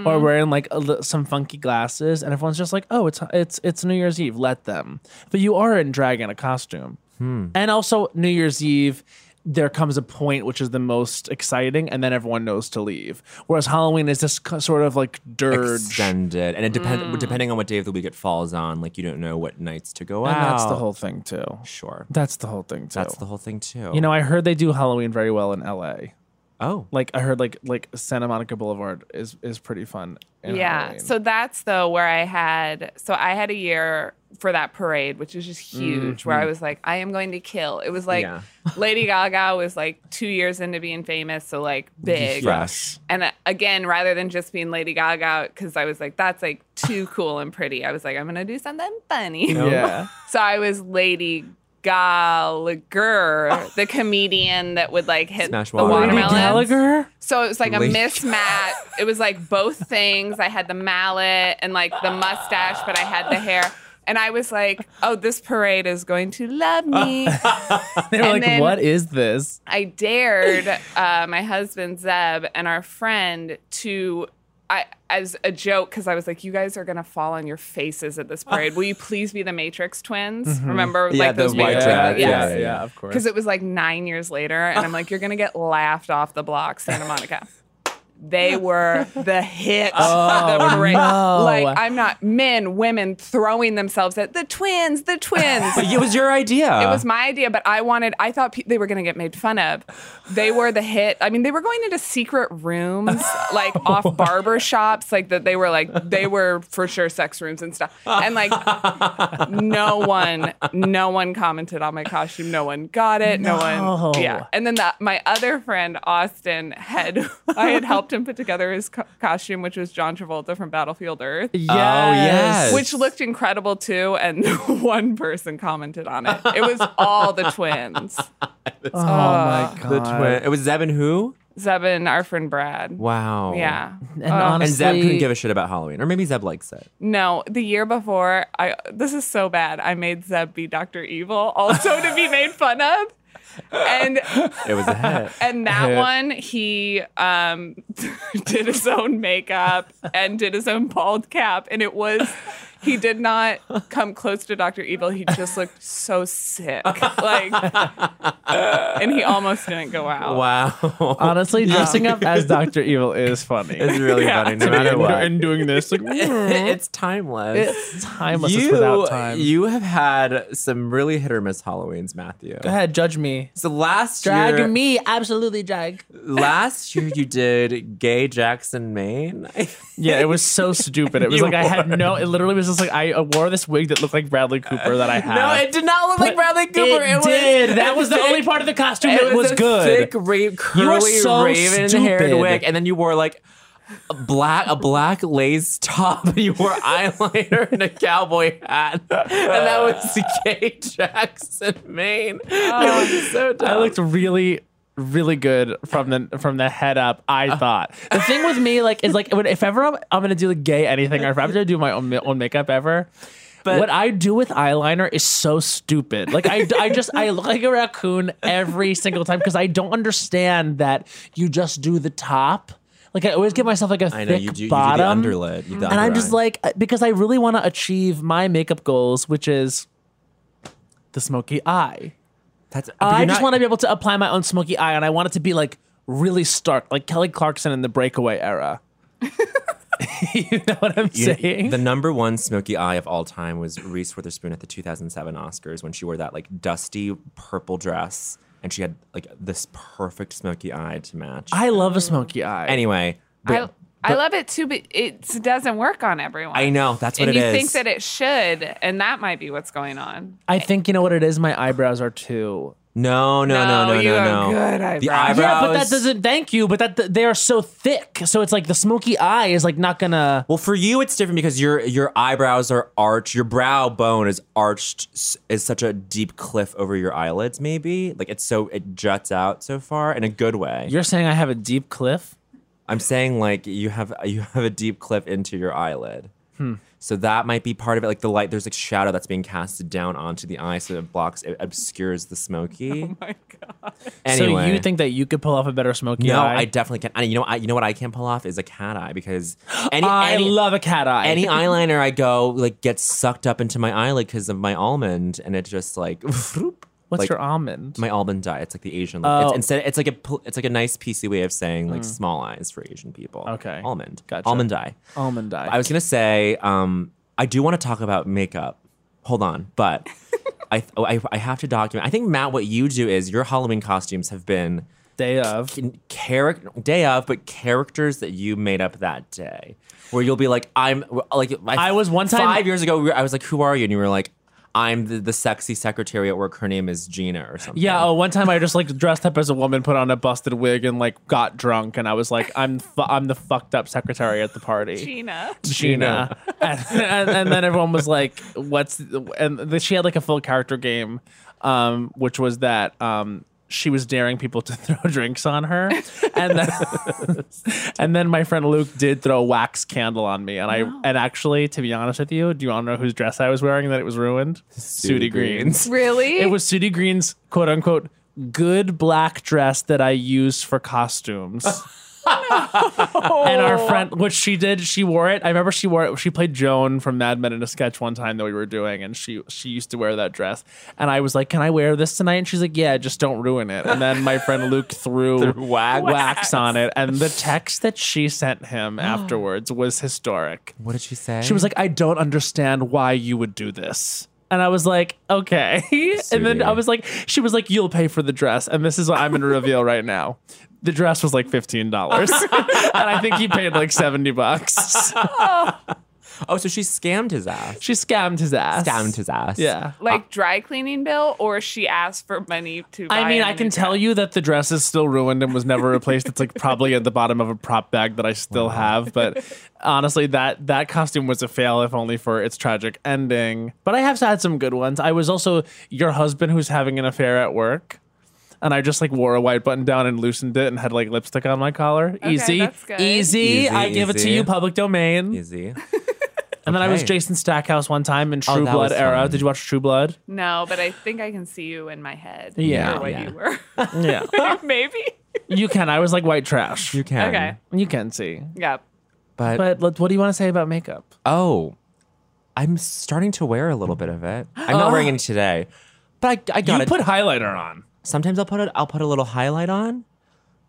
Speaker 5: or wearing like a, li- some funky glasses and everyone's just like oh it's it's it's New Year's Eve let them but you are in drag in a costume
Speaker 4: Hmm.
Speaker 5: and also New Year's Eve there comes a point which is the most exciting and then everyone knows to leave whereas Halloween is this co- sort of like dirge
Speaker 4: Extended, and it depend
Speaker 5: Mm.
Speaker 4: depending on what day of the week it falls on. Like you don't know what nights to go
Speaker 5: and
Speaker 4: out.
Speaker 5: that's the whole thing too
Speaker 4: Sure,
Speaker 5: that's the whole thing too
Speaker 4: that's the whole thing too.
Speaker 5: You know, I heard they do Halloween very well in LA.
Speaker 4: Oh,
Speaker 5: Like I heard like like Santa Monica Boulevard is is pretty fun. in
Speaker 6: yeah.
Speaker 5: Halloween.
Speaker 6: So that's though where I had so I had a year for that parade, which was just huge, where I was like, I am going to kill. It was like
Speaker 4: Mm-hmm. Yeah.
Speaker 6: Lady Gaga was like two years into being famous, so like big.
Speaker 4: Yes.
Speaker 6: And uh, again, rather than just being Lady Gaga, because I was like, that's like too cool and pretty. I was like, I'm gonna do something funny.
Speaker 5: yeah.
Speaker 6: So I was Lady Gallagher, the comedian that would like hit
Speaker 4: Smash
Speaker 6: the
Speaker 4: watermelons.
Speaker 6: watermelon.
Speaker 5: Lady Gallagher.
Speaker 6: So it was like a
Speaker 4: Lady-
Speaker 6: mismatch. It was like both things. I had the mallet and like the mustache, but I had the hair. And I was like, oh, this parade is going to love me.
Speaker 5: They were
Speaker 6: And
Speaker 5: like,
Speaker 6: then-
Speaker 5: what is this?
Speaker 6: I dared uh, my husband Zeb and our friend to. I, as a joke, because I was like, "You guys are gonna fall on your faces at this parade. Will you please be the Matrix twins? Remember,
Speaker 4: Yeah,
Speaker 6: like
Speaker 4: the
Speaker 6: those
Speaker 4: white
Speaker 6: Matrix-
Speaker 4: dress,
Speaker 6: yes.
Speaker 4: yeah, yeah,
Speaker 5: of
Speaker 6: because it was like nine years later, and I'm like, you're gonna get laughed off the block, Santa Monica. They were the hit. of the parade.
Speaker 5: no.
Speaker 6: Like I'm not men, women throwing themselves at the twins, the twins.
Speaker 4: But it was your idea.
Speaker 6: It was my idea, but I wanted. I thought pe- they were going to get made fun of. They were the hit. I mean, they were going into secret rooms, like off barber shops, like that. They were like they were for sure sex rooms and stuff. And like, no one, no one commented on my costume. No one got it. No,
Speaker 5: No.
Speaker 6: one. Yeah. And then the, my other friend Austin had I had helped him put together his co- costume, which was John Travolta from Battlefield Earth.
Speaker 5: Yes.
Speaker 4: yes.
Speaker 6: Which looked incredible too, and one person commented on it. It was all the twins.
Speaker 5: Oh my god.
Speaker 4: the twin. It was Zeb and who?
Speaker 6: Zebin, our friend Brad.
Speaker 4: Wow.
Speaker 6: Yeah.
Speaker 5: And
Speaker 6: Uh,
Speaker 4: And
Speaker 5: honestly,
Speaker 4: Zeb couldn't give a shit about Halloween, or maybe Zeb likes it.
Speaker 6: no, the year before, I this is so bad. I made Zeb be Dr. Evil, also to be made fun of. And
Speaker 4: It was a hit.
Speaker 6: and that one he um did his own makeup and did his own bald cap and it was he did not come close to Dr. Evil. He just looked so sick. Like and he almost didn't go out.
Speaker 4: Wow.
Speaker 5: honestly, dressing up as Doctor Evil is funny.
Speaker 4: It's really funny, no matter
Speaker 5: and,
Speaker 4: what.
Speaker 5: and doing this like
Speaker 4: it's timeless.
Speaker 5: it's timeless. it's without time.
Speaker 4: You have had some really hit or miss Halloweens, Matthew.
Speaker 5: go ahead, judge me.
Speaker 4: So last
Speaker 5: Drag
Speaker 4: year,
Speaker 5: me, absolutely drag.
Speaker 4: last year you did Gay Jackson, Maine.
Speaker 5: Yeah, it was so stupid. It was
Speaker 4: You
Speaker 5: like I had no. It literally was just like I wore this wig that looked like Bradley Cooper that I had.
Speaker 4: Uh, no, it did not look like Bradley Cooper.
Speaker 5: It, did. That was the only part of the costume
Speaker 4: It
Speaker 5: that was
Speaker 4: a
Speaker 5: good.
Speaker 4: Thick, ra-
Speaker 5: You are
Speaker 4: curly,
Speaker 5: so
Speaker 4: raven-haired
Speaker 5: stupid.
Speaker 4: wig, and then you wore like
Speaker 7: a black a black lace top. You wore eyeliner and a cowboy hat, and that was Kay Jackson, Maine.
Speaker 4: Oh.
Speaker 7: It was so dumb.
Speaker 5: I looked really really good from the from the head up i thought the thing with me like is like when, if ever I'm, I'm gonna do like gay anything or if i'm gonna do my own, ma- own makeup ever but what i do with eyeliner is so stupid like i, I just i look like a raccoon every single time because i don't understand that you just do the top like i always give myself like a
Speaker 4: I
Speaker 5: thick
Speaker 4: know you do.
Speaker 5: bottom
Speaker 4: you do the underlid, you do the
Speaker 5: and i'm just
Speaker 4: under eye.
Speaker 5: like uh, because i really want to achieve my makeup goals which is the smoky eye
Speaker 4: that's. but
Speaker 5: I
Speaker 4: you're
Speaker 5: just
Speaker 4: not-
Speaker 5: want to be able to apply my own smoky eye, and I want it to be like really stark, like Kelly Clarkson in the Breakaway era. you know what I'm
Speaker 4: you-
Speaker 5: saying?
Speaker 4: The number one smoky eye of all time was Reese Witherspoon at the 2007 Oscars when she wore that like dusty purple dress and she had like this perfect smoky eye to match.
Speaker 5: I love a smoky eye.
Speaker 4: anyway,
Speaker 6: I,
Speaker 4: but-
Speaker 6: I love it too, but it doesn't work on everyone.
Speaker 4: I know that's what
Speaker 6: and
Speaker 4: it
Speaker 6: you
Speaker 4: is.
Speaker 6: think that it should, and that might be what's going on.
Speaker 5: I think you know what it is. My eyebrows are too.
Speaker 4: no, no, no, no,
Speaker 6: you
Speaker 4: no,
Speaker 6: are
Speaker 4: no.
Speaker 6: good
Speaker 4: The
Speaker 6: eyebrows.
Speaker 5: Yeah, but that
Speaker 4: eyebrows-
Speaker 5: doesn't. Thank you, but that they are so thick. So it's like the smoky eye is like not gonna.
Speaker 4: Well, for you, it's different because your your eyebrows are arched. Your brow bone is arched. s- Is such a deep cliff over your eyelids. Maybe like it's so it juts out so far in a good way.
Speaker 5: You're saying I have a deep cliff.
Speaker 4: I'm saying like you have you have a deep cliff into your eyelid. So that might be part of it. Like the light, there's like shadow that's being casted down onto the eye, so it blocks, it obscures the smoky. Oh my god! Anyway,
Speaker 5: So you think that you could pull off a better smoky
Speaker 4: No,
Speaker 5: eye?
Speaker 4: I definitely can. And you know, what I, you know what I can pull off is a cat eye because any
Speaker 5: I
Speaker 4: any,
Speaker 5: love a cat eye.
Speaker 4: any eyeliner I go like gets sucked up into my eyelid because of my almond, and it just like vroop.
Speaker 5: What's
Speaker 4: like,
Speaker 5: your almond?
Speaker 4: my almond dye? It's like the Asian.
Speaker 5: Oh.
Speaker 4: It's, instead, it's like a pl- it's like a nice PC way of saying like small eyes for Asian people.
Speaker 5: Okay.
Speaker 4: almond,
Speaker 5: Gotcha.
Speaker 4: almond dye.
Speaker 5: almond eye.
Speaker 4: I was gonna say, um, I do want to talk about makeup. Hold on, but I, oh, I I have to document. I think Matt, what you do is your Halloween costumes have been
Speaker 5: Day of.
Speaker 4: character day of, but characters that you made up that day, where you'll be like, I'm like
Speaker 5: I was one time-
Speaker 4: five years ago. we were- I was like, who are you? And you were like, I'm the, the sexy secretary at work. Her name is Gina or something.
Speaker 5: Yeah. Oh, one time I just like dressed up as a woman, put on a busted wig, and like got drunk, and I was like, "I'm fu- I'm the fucked up secretary at the party."
Speaker 6: Gina.
Speaker 5: Gina, and, and, and then everyone was like, "What's?" And the, she had like a full character game, um, which was that um, she was daring people to throw drinks on her, and then and then my friend Luke did throw a wax candle on me, and I and actually, to be honest with you, do you want to know whose dress I was wearing that it was ruined? Sudie Green's.
Speaker 6: Really?
Speaker 4: uh,
Speaker 5: It was Sudie Green's quote unquote good black dress that I used for costumes. and our friend, which she did, she wore it. I remember she wore it. She played Joan from Mad Men in a sketch one time that we were doing, and she she used to wear that dress. And I was like, "Can I wear this tonight?" And she's like, "Yeah, just don't ruin it." And then my friend Luke threw wax. on it, and the text that she sent him afterwards was historic.
Speaker 4: What did she say?
Speaker 5: She was like, I don't understand why you would do this. And I was like, okay. and then I was like, she was like, you'll pay for the dress. And this is what I'm going to reveal right now. The dress was like $15. and I think he paid like 70 bucks.
Speaker 4: oh, so she scammed his ass.
Speaker 5: She scammed his ass.
Speaker 4: Scammed his ass.
Speaker 5: Yeah.
Speaker 6: like dry cleaning bill, or she asked for money to. Buy
Speaker 5: I mean,
Speaker 6: him
Speaker 5: I
Speaker 6: a
Speaker 5: can
Speaker 6: new
Speaker 5: tell
Speaker 6: dress.
Speaker 5: you that the dress is still ruined and was never replaced. It's like probably at the bottom of a prop bag that I still have. But honestly, that that costume was a fail, if only for its tragic ending. But I have had some good ones. I was also your husband who's having an affair at work. And I just like wore a white button down and loosened it and had like lipstick on my collar. easy,
Speaker 6: that's good.
Speaker 5: easy.
Speaker 4: Easy,
Speaker 5: I give it to
Speaker 4: easy.
Speaker 5: you, public domain.
Speaker 4: Easy.
Speaker 5: And then I was
Speaker 4: Okay. Oh,
Speaker 5: Jason Stackhouse one time in True
Speaker 4: that
Speaker 5: Blood
Speaker 4: was
Speaker 5: era.
Speaker 4: fun.
Speaker 5: Did you watch True Blood?
Speaker 6: No, but I think I can see you in my head.
Speaker 5: Yeah,
Speaker 6: or what
Speaker 4: yeah.
Speaker 6: you were.
Speaker 5: Yeah,
Speaker 6: Maybe.
Speaker 5: you can. I was like white trash.
Speaker 4: You can.
Speaker 6: Okay.
Speaker 5: You can see.
Speaker 6: Yeah.
Speaker 4: But,
Speaker 5: But let, what do you want to say about makeup?
Speaker 4: oh, I'm starting to wear a little bit of it. I'm not wearing it today, but I, I got
Speaker 5: you
Speaker 4: it.
Speaker 5: put highlighter on.
Speaker 4: Sometimes I'll put a, I'll put a little highlight on,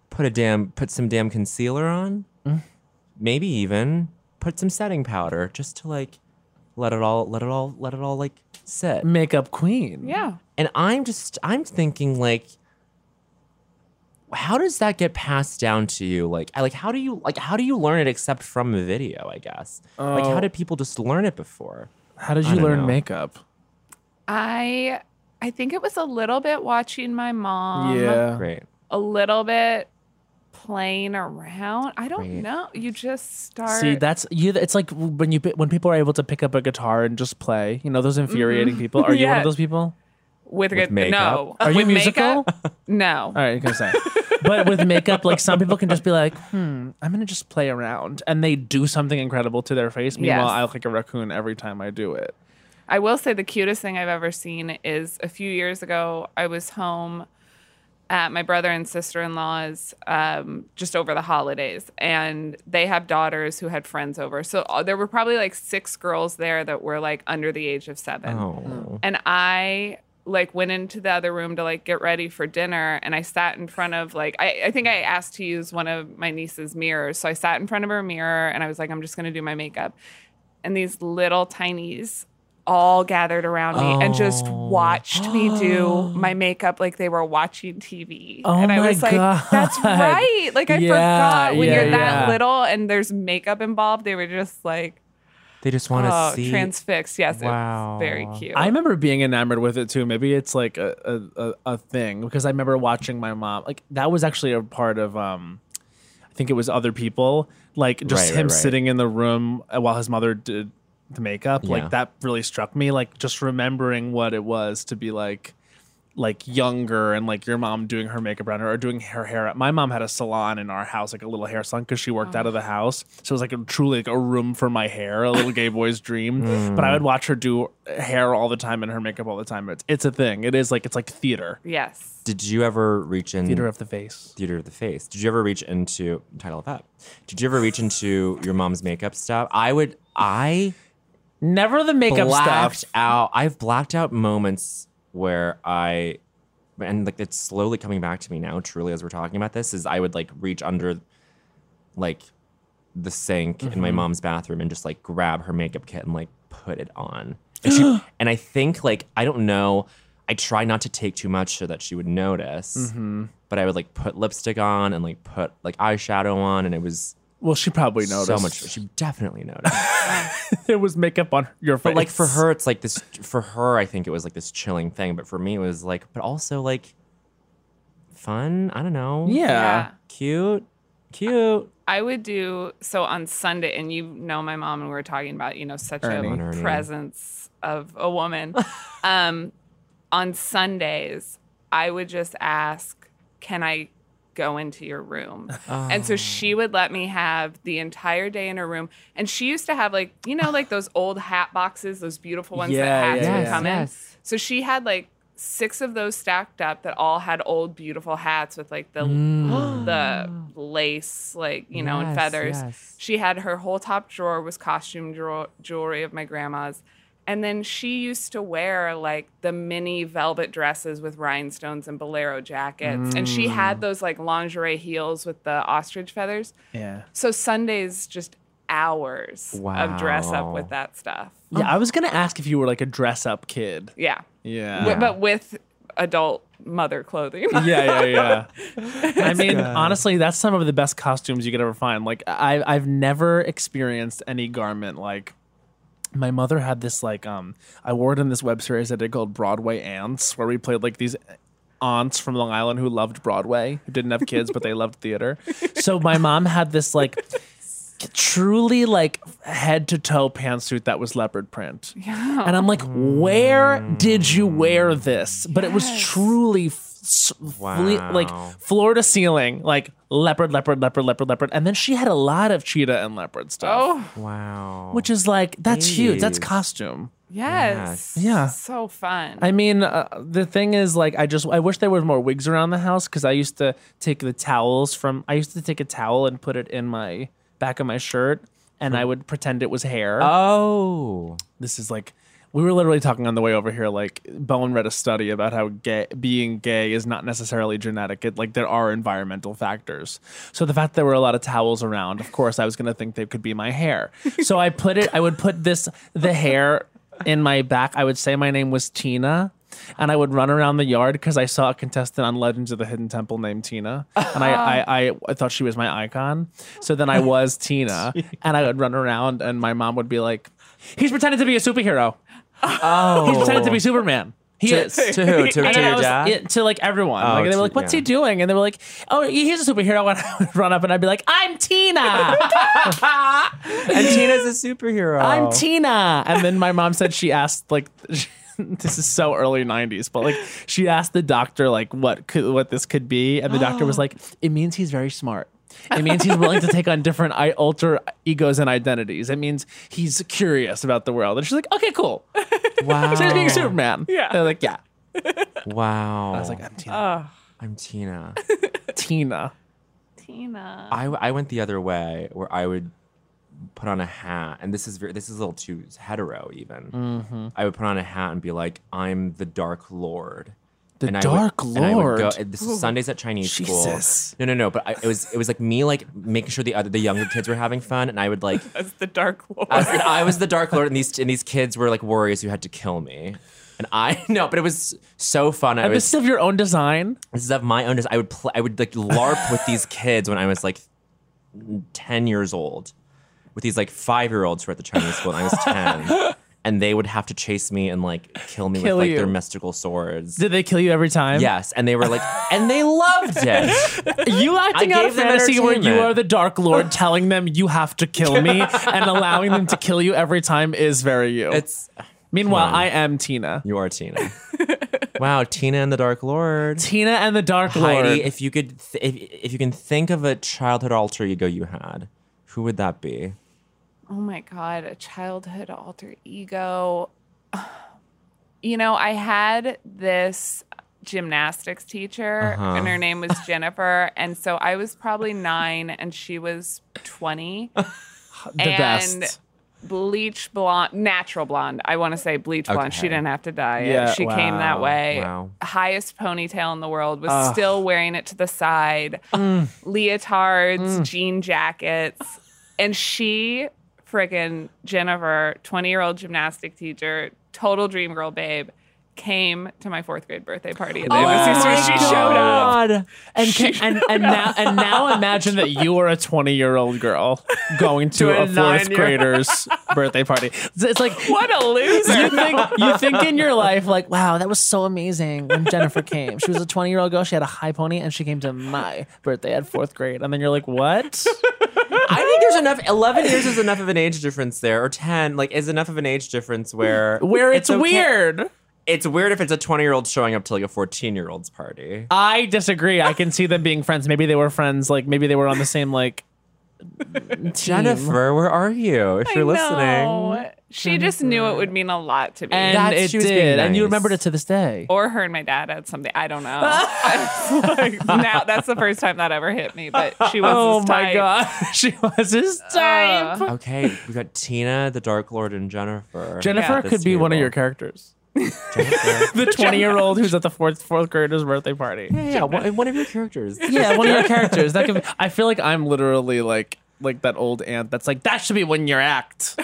Speaker 4: put a damn put some damn concealer on, maybe even put some setting powder just to like let it all let it all let it all like sit.
Speaker 5: Makeup queen.
Speaker 6: Yeah.
Speaker 4: And I'm just I'm thinking like how does that get passed down to you? Like I- like how do you like how do you learn it except from a video, I guess? Like how did people just learn it before?
Speaker 5: How did
Speaker 4: I
Speaker 5: you
Speaker 4: don't
Speaker 5: learn
Speaker 4: know.
Speaker 5: makeup?
Speaker 6: I Um, I think it was a little bit watching my mom.
Speaker 4: Great.
Speaker 6: A little bit playing around. I don't know. You just start.
Speaker 5: See, that's you. It's like when you when people are able to pick up a guitar and just play. You know, those infuriating people. Are you one
Speaker 6: Yeah.
Speaker 5: of those people?
Speaker 6: with, with
Speaker 4: makeup?
Speaker 6: No.
Speaker 5: Are you
Speaker 6: With
Speaker 5: musical?
Speaker 6: makeup? No.
Speaker 5: All right, you can say. but with makeup, like some people can just be like, "Hmm, I'm gonna just play around," and they do something incredible to their face. Meanwhile,
Speaker 6: Yes.
Speaker 5: I look like a raccoon every time I do it.
Speaker 6: I will say the cutest thing I've ever seen is a few years ago, I was home at my brother and sister in law's um, just over the holidays, and they have daughters who had friends over. So uh, there were probably like six girls there that were like under the age of seven.
Speaker 4: Oh.
Speaker 6: And I like went into the other room to like get ready for dinner and I sat in front of like I, I think I asked to use one of my niece's mirrors. So I sat in front of her mirror and I was like, I'm just gonna do my makeup. And these little tinies all gathered around me and just
Speaker 5: Oh.
Speaker 6: watched me do my makeup like they were watching TV.
Speaker 5: Oh
Speaker 6: and I
Speaker 5: my
Speaker 6: was like,
Speaker 5: God.
Speaker 6: that's right. Like I
Speaker 5: Yeah,
Speaker 6: forgot when
Speaker 5: yeah,
Speaker 6: you're that
Speaker 5: yeah.
Speaker 6: little and there's makeup involved, they were just like
Speaker 4: They just want to
Speaker 6: oh,
Speaker 4: see.
Speaker 6: transfixed. Yes,
Speaker 4: Wow.
Speaker 6: it's very cute.
Speaker 5: I remember being enamored with it too. Maybe it's like a, a, a, a thing because I remember watching my mom. Like that was actually a part of um, I think it was other people. Like just
Speaker 4: Right, right,
Speaker 5: him
Speaker 4: right.
Speaker 5: sitting in the room uh, while his mother did the makeup.
Speaker 4: Yeah.
Speaker 5: Like that really struck me. Like just remembering what it was to be like like younger and like your mom doing her makeup around her or doing her hair up. My mom had a salon in our house, like a little hair salon, because she worked out of the house. So it was like a, truly like a room for my hair, a little gay boy's dream.
Speaker 4: Mm.
Speaker 5: But I would watch her do hair all the time and her makeup all the time. It's it's a thing. It is like it's like theater.
Speaker 6: yes.
Speaker 4: Did you ever reach in
Speaker 5: Theater of the face.
Speaker 4: theater of the face. Did you ever reach into title of that? Did you ever reach into your mom's makeup stuff? I would. I
Speaker 5: Never the makeup
Speaker 4: blacked
Speaker 5: stuff.
Speaker 4: out. I've blacked out moments where I, and like it's slowly coming back to me now. Truly, as we're talking about this, is I would like reach under, like, the sink in
Speaker 5: Mm-hmm.
Speaker 4: my mom's bathroom and just like grab her makeup kit and like put it on. And, she, and I think like I don't know. I try not to take too much so that she would notice.
Speaker 5: Mm-hmm.
Speaker 4: But I would like put lipstick on and like put like eyeshadow on, and it was
Speaker 5: Well, she probably noticed.
Speaker 4: so much. She definitely noticed.
Speaker 5: There was makeup on your face.
Speaker 4: But like for her, it's like this. For her, I think it was like this chilling thing. But for me, it was like, but also like fun. I don't know.
Speaker 5: Yeah.
Speaker 6: Yeah.
Speaker 4: Cute. Cute.
Speaker 6: I would do so on Sunday, and you know my mom, and we were talking about you know such
Speaker 5: Ernie.
Speaker 6: a
Speaker 4: Ernie.
Speaker 6: presence of a woman. um, on Sundays, I would just ask, "Can I go into your room?" And
Speaker 5: Oh.
Speaker 6: so she would let me have the entire day in her room. And she used to have like you know like those old hat boxes, those beautiful ones
Speaker 5: Yeah,
Speaker 6: that hats
Speaker 5: yeah,
Speaker 6: would
Speaker 5: yeah.
Speaker 6: come in. So she had like six of those stacked up that all had old beautiful hats with like the the lace like you know and
Speaker 4: Mm. Yes,
Speaker 6: feathers.
Speaker 4: yes.
Speaker 6: She had her whole top drawer was costume drawer, jewelry of my grandma's. And then she used to wear like the mini velvet dresses with rhinestones and bolero jackets. And
Speaker 4: Mm.
Speaker 6: she had those like lingerie heels with the ostrich feathers.
Speaker 5: yeah.
Speaker 6: So Sundays just hours of dress up with
Speaker 4: Wow.
Speaker 6: that stuff.
Speaker 5: Yeah, I was gonna ask if you were like a dress up kid.
Speaker 6: Yeah.
Speaker 5: Yeah.
Speaker 6: W- But with adult mother clothing.
Speaker 5: yeah, yeah, yeah. I mean, honestly, that's some of the best costumes you could ever find. Like, I, I've never experienced any garment like. My mother had this like um I wore it in this web series I did called Broadway Aunts, where we played like these aunts from Long Island who loved Broadway, who didn't have kids but they loved theater. So my mom had this like truly like head to toe pantsuit that was leopard print. Yeah. And I'm like, where did you wear this? But it was truly f- s- fle- like
Speaker 4: Wow.
Speaker 5: floor to ceiling, like leopard, leopard, leopard, leopard, leopard. And then she had a lot of cheetah and leopard stuff,
Speaker 6: Oh,
Speaker 4: Wow.
Speaker 5: which is like, that's huge. That's
Speaker 4: Jeez.
Speaker 5: costume.
Speaker 6: yes.
Speaker 5: Yeah.
Speaker 6: So fun.
Speaker 5: I mean, uh, the thing is, like, I just I wish there was more wigs around the house because I used to take the towels from. I used to take a towel and put it in my back of my shirt, and I would pretend it was hair.
Speaker 4: oh.
Speaker 5: this is like we were literally talking on the way over here like bowen read a study about how gay, being gay is not necessarily genetic it, like there are environmental factors so the fact there were a lot of towels around of course i was going to think they could be my hair so i put it i would put this the hair in my back i would say my name was tina and I would run around the yard because I saw a contestant on Legends of the Hidden Temple named Tina, and I, I, I, I thought she was my icon. So then I was Tina, and I would run around, and my mom would be like, "He's pretending to be a superhero.
Speaker 4: Oh.
Speaker 5: He's pretending to be Superman. He
Speaker 4: to,
Speaker 5: is.
Speaker 4: to who? To,
Speaker 5: And
Speaker 4: to
Speaker 5: then I
Speaker 4: your
Speaker 5: was-
Speaker 4: dad?
Speaker 5: it- to like everyone.
Speaker 4: Oh,
Speaker 5: like, and they
Speaker 4: to-
Speaker 5: were like, "What's
Speaker 4: yeah.
Speaker 5: he doing?" And they were like, "Oh, he's a superhero." And I would run up and I'd be like, "I'm Tina.
Speaker 4: and Tina's a superhero.
Speaker 5: I'm Tina." And then my mom said she asked like. This is so early '90s, but like she asked the doctor like what could what this could be, and the doctor was like, "It means he's very smart. It means he's willing to take on different i- alter egos and identities. It means he's curious about the world." And she's like, "Okay, cool.
Speaker 4: Wow.
Speaker 5: So he's being Superman."
Speaker 6: Oh. Yeah.
Speaker 5: they're like, "Yeah."
Speaker 4: Wow.
Speaker 5: I was like, uh, "I'm Tina."
Speaker 6: Oh,
Speaker 4: I'm Tina.
Speaker 5: Tina.
Speaker 6: Tina.
Speaker 4: I, I went the other way where I would put on a hat, and this is very, this is a little too hetero even.
Speaker 5: Mm-hmm.
Speaker 4: I would put on a hat and be like, I'm the Dark Lord.
Speaker 5: The
Speaker 4: and
Speaker 5: Dark
Speaker 4: I would, And I would go,
Speaker 5: Lord?
Speaker 4: and this is Sundays at Chinese
Speaker 5: Jesus.
Speaker 4: school. No, no, no. But I, it was it was like me like making sure the other the younger kids were having fun, and I would like.
Speaker 6: That's the Dark Lord.
Speaker 4: I was, I was the Dark Lord, and these and these kids were like warriors who had to kill me. And I no, but it was so fun. I
Speaker 5: And
Speaker 4: was
Speaker 5: this is of your own design.
Speaker 4: this is of my own. I would play. I would like LARP with these kids when I was like ten years old, with these like five year olds who were at the Chinese school, and I was ten, and they would have to chase me and like kill me
Speaker 5: Kill
Speaker 4: with like
Speaker 5: you.
Speaker 4: their mystical swords.
Speaker 5: Did they kill you every time?
Speaker 4: Yes, and they were like, and they loved it.
Speaker 5: You acting
Speaker 4: I
Speaker 5: out a
Speaker 4: gave them
Speaker 5: fantasy where you
Speaker 4: entertainment.
Speaker 5: are the Dark Lord telling them you have to kill me and allowing them to kill you every time is very you.
Speaker 4: It's
Speaker 5: Meanwhile,
Speaker 4: come on.
Speaker 5: I am Tina.
Speaker 4: you are Tina. Wow, Tina and the Dark Lord.
Speaker 5: Tina and the Dark Lord.
Speaker 4: Heidi, if you could, th- if, if you can think of a childhood alter ego you had, who would that be?
Speaker 6: oh my God, a childhood alter ego. You know, I had this gymnastics teacher,
Speaker 5: Uh-huh.
Speaker 6: and her name was Jennifer. And so I was probably nine, and she was 20.
Speaker 5: the
Speaker 6: and
Speaker 5: best.
Speaker 6: bleach blonde, natural blonde. I want to say bleach blonde. She
Speaker 4: Okay.
Speaker 6: didn't have to dye it.
Speaker 5: Yeah,
Speaker 6: she came that
Speaker 5: wow,
Speaker 6: way.
Speaker 4: wow.
Speaker 6: Highest ponytail in the world. Was still wearing it to the side.
Speaker 5: Mm.
Speaker 6: Leotards, jean jackets, and she friggin' Jennifer, twenty-year-old gymnastic teacher, total dream girl, babe. Came to my fourth grade birthday party.
Speaker 5: Oh
Speaker 6: And it was just when she showed up.
Speaker 5: And, ca- and, and, now, and now imagine that you are a 20 year old girl going to,
Speaker 6: To a
Speaker 5: a fourth
Speaker 6: nine-year-old.
Speaker 5: grader's birthday party. It's- It's like,
Speaker 6: What a
Speaker 5: you
Speaker 6: loser!
Speaker 5: think you think in your life like, wow, that was so amazing when Jennifer came. She was a 20 year old girl. She had a high pony, and she came to my birthday at fourth grade. And then you're like, what?
Speaker 4: I think there's enough. Eleven years is enough of an age difference there, or ten, like, is enough of an age difference where
Speaker 5: Where it's,
Speaker 4: okay-
Speaker 5: weird.
Speaker 4: It's weird if it's a twenty year old showing up to like a fourteen year old's party.
Speaker 5: I disagree. I can see them being friends. Maybe they were friends. Like maybe they were on the same like. team.
Speaker 4: Jennifer, where are you? If you're
Speaker 6: I
Speaker 4: listening,
Speaker 6: know. She just knew it would mean a lot to me.
Speaker 5: and
Speaker 4: That's-
Speaker 5: it
Speaker 4: she was being
Speaker 5: did, and you
Speaker 4: nice.
Speaker 5: remembered it to this day.
Speaker 6: or her and my dad had something. I don't know. I was like, now that's the first time that ever hit me. But she was.
Speaker 5: Oh
Speaker 6: his
Speaker 5: my
Speaker 6: type.
Speaker 5: god, she was his type.
Speaker 6: Uh,
Speaker 4: okay, we got Tina, the Dark Lord, and Jennifer.
Speaker 5: Jennifer
Speaker 4: at this
Speaker 5: could be one of
Speaker 4: table.
Speaker 5: your characters.
Speaker 4: Jennifer.
Speaker 5: The 20 year old who's at the fourth fourth grader's birthday party.
Speaker 4: yeah, yeah, one, one of your characters.
Speaker 5: Yeah, one of your characters. That could. Be, I feel like I'm literally like like that old aunt that's like that should be when you act.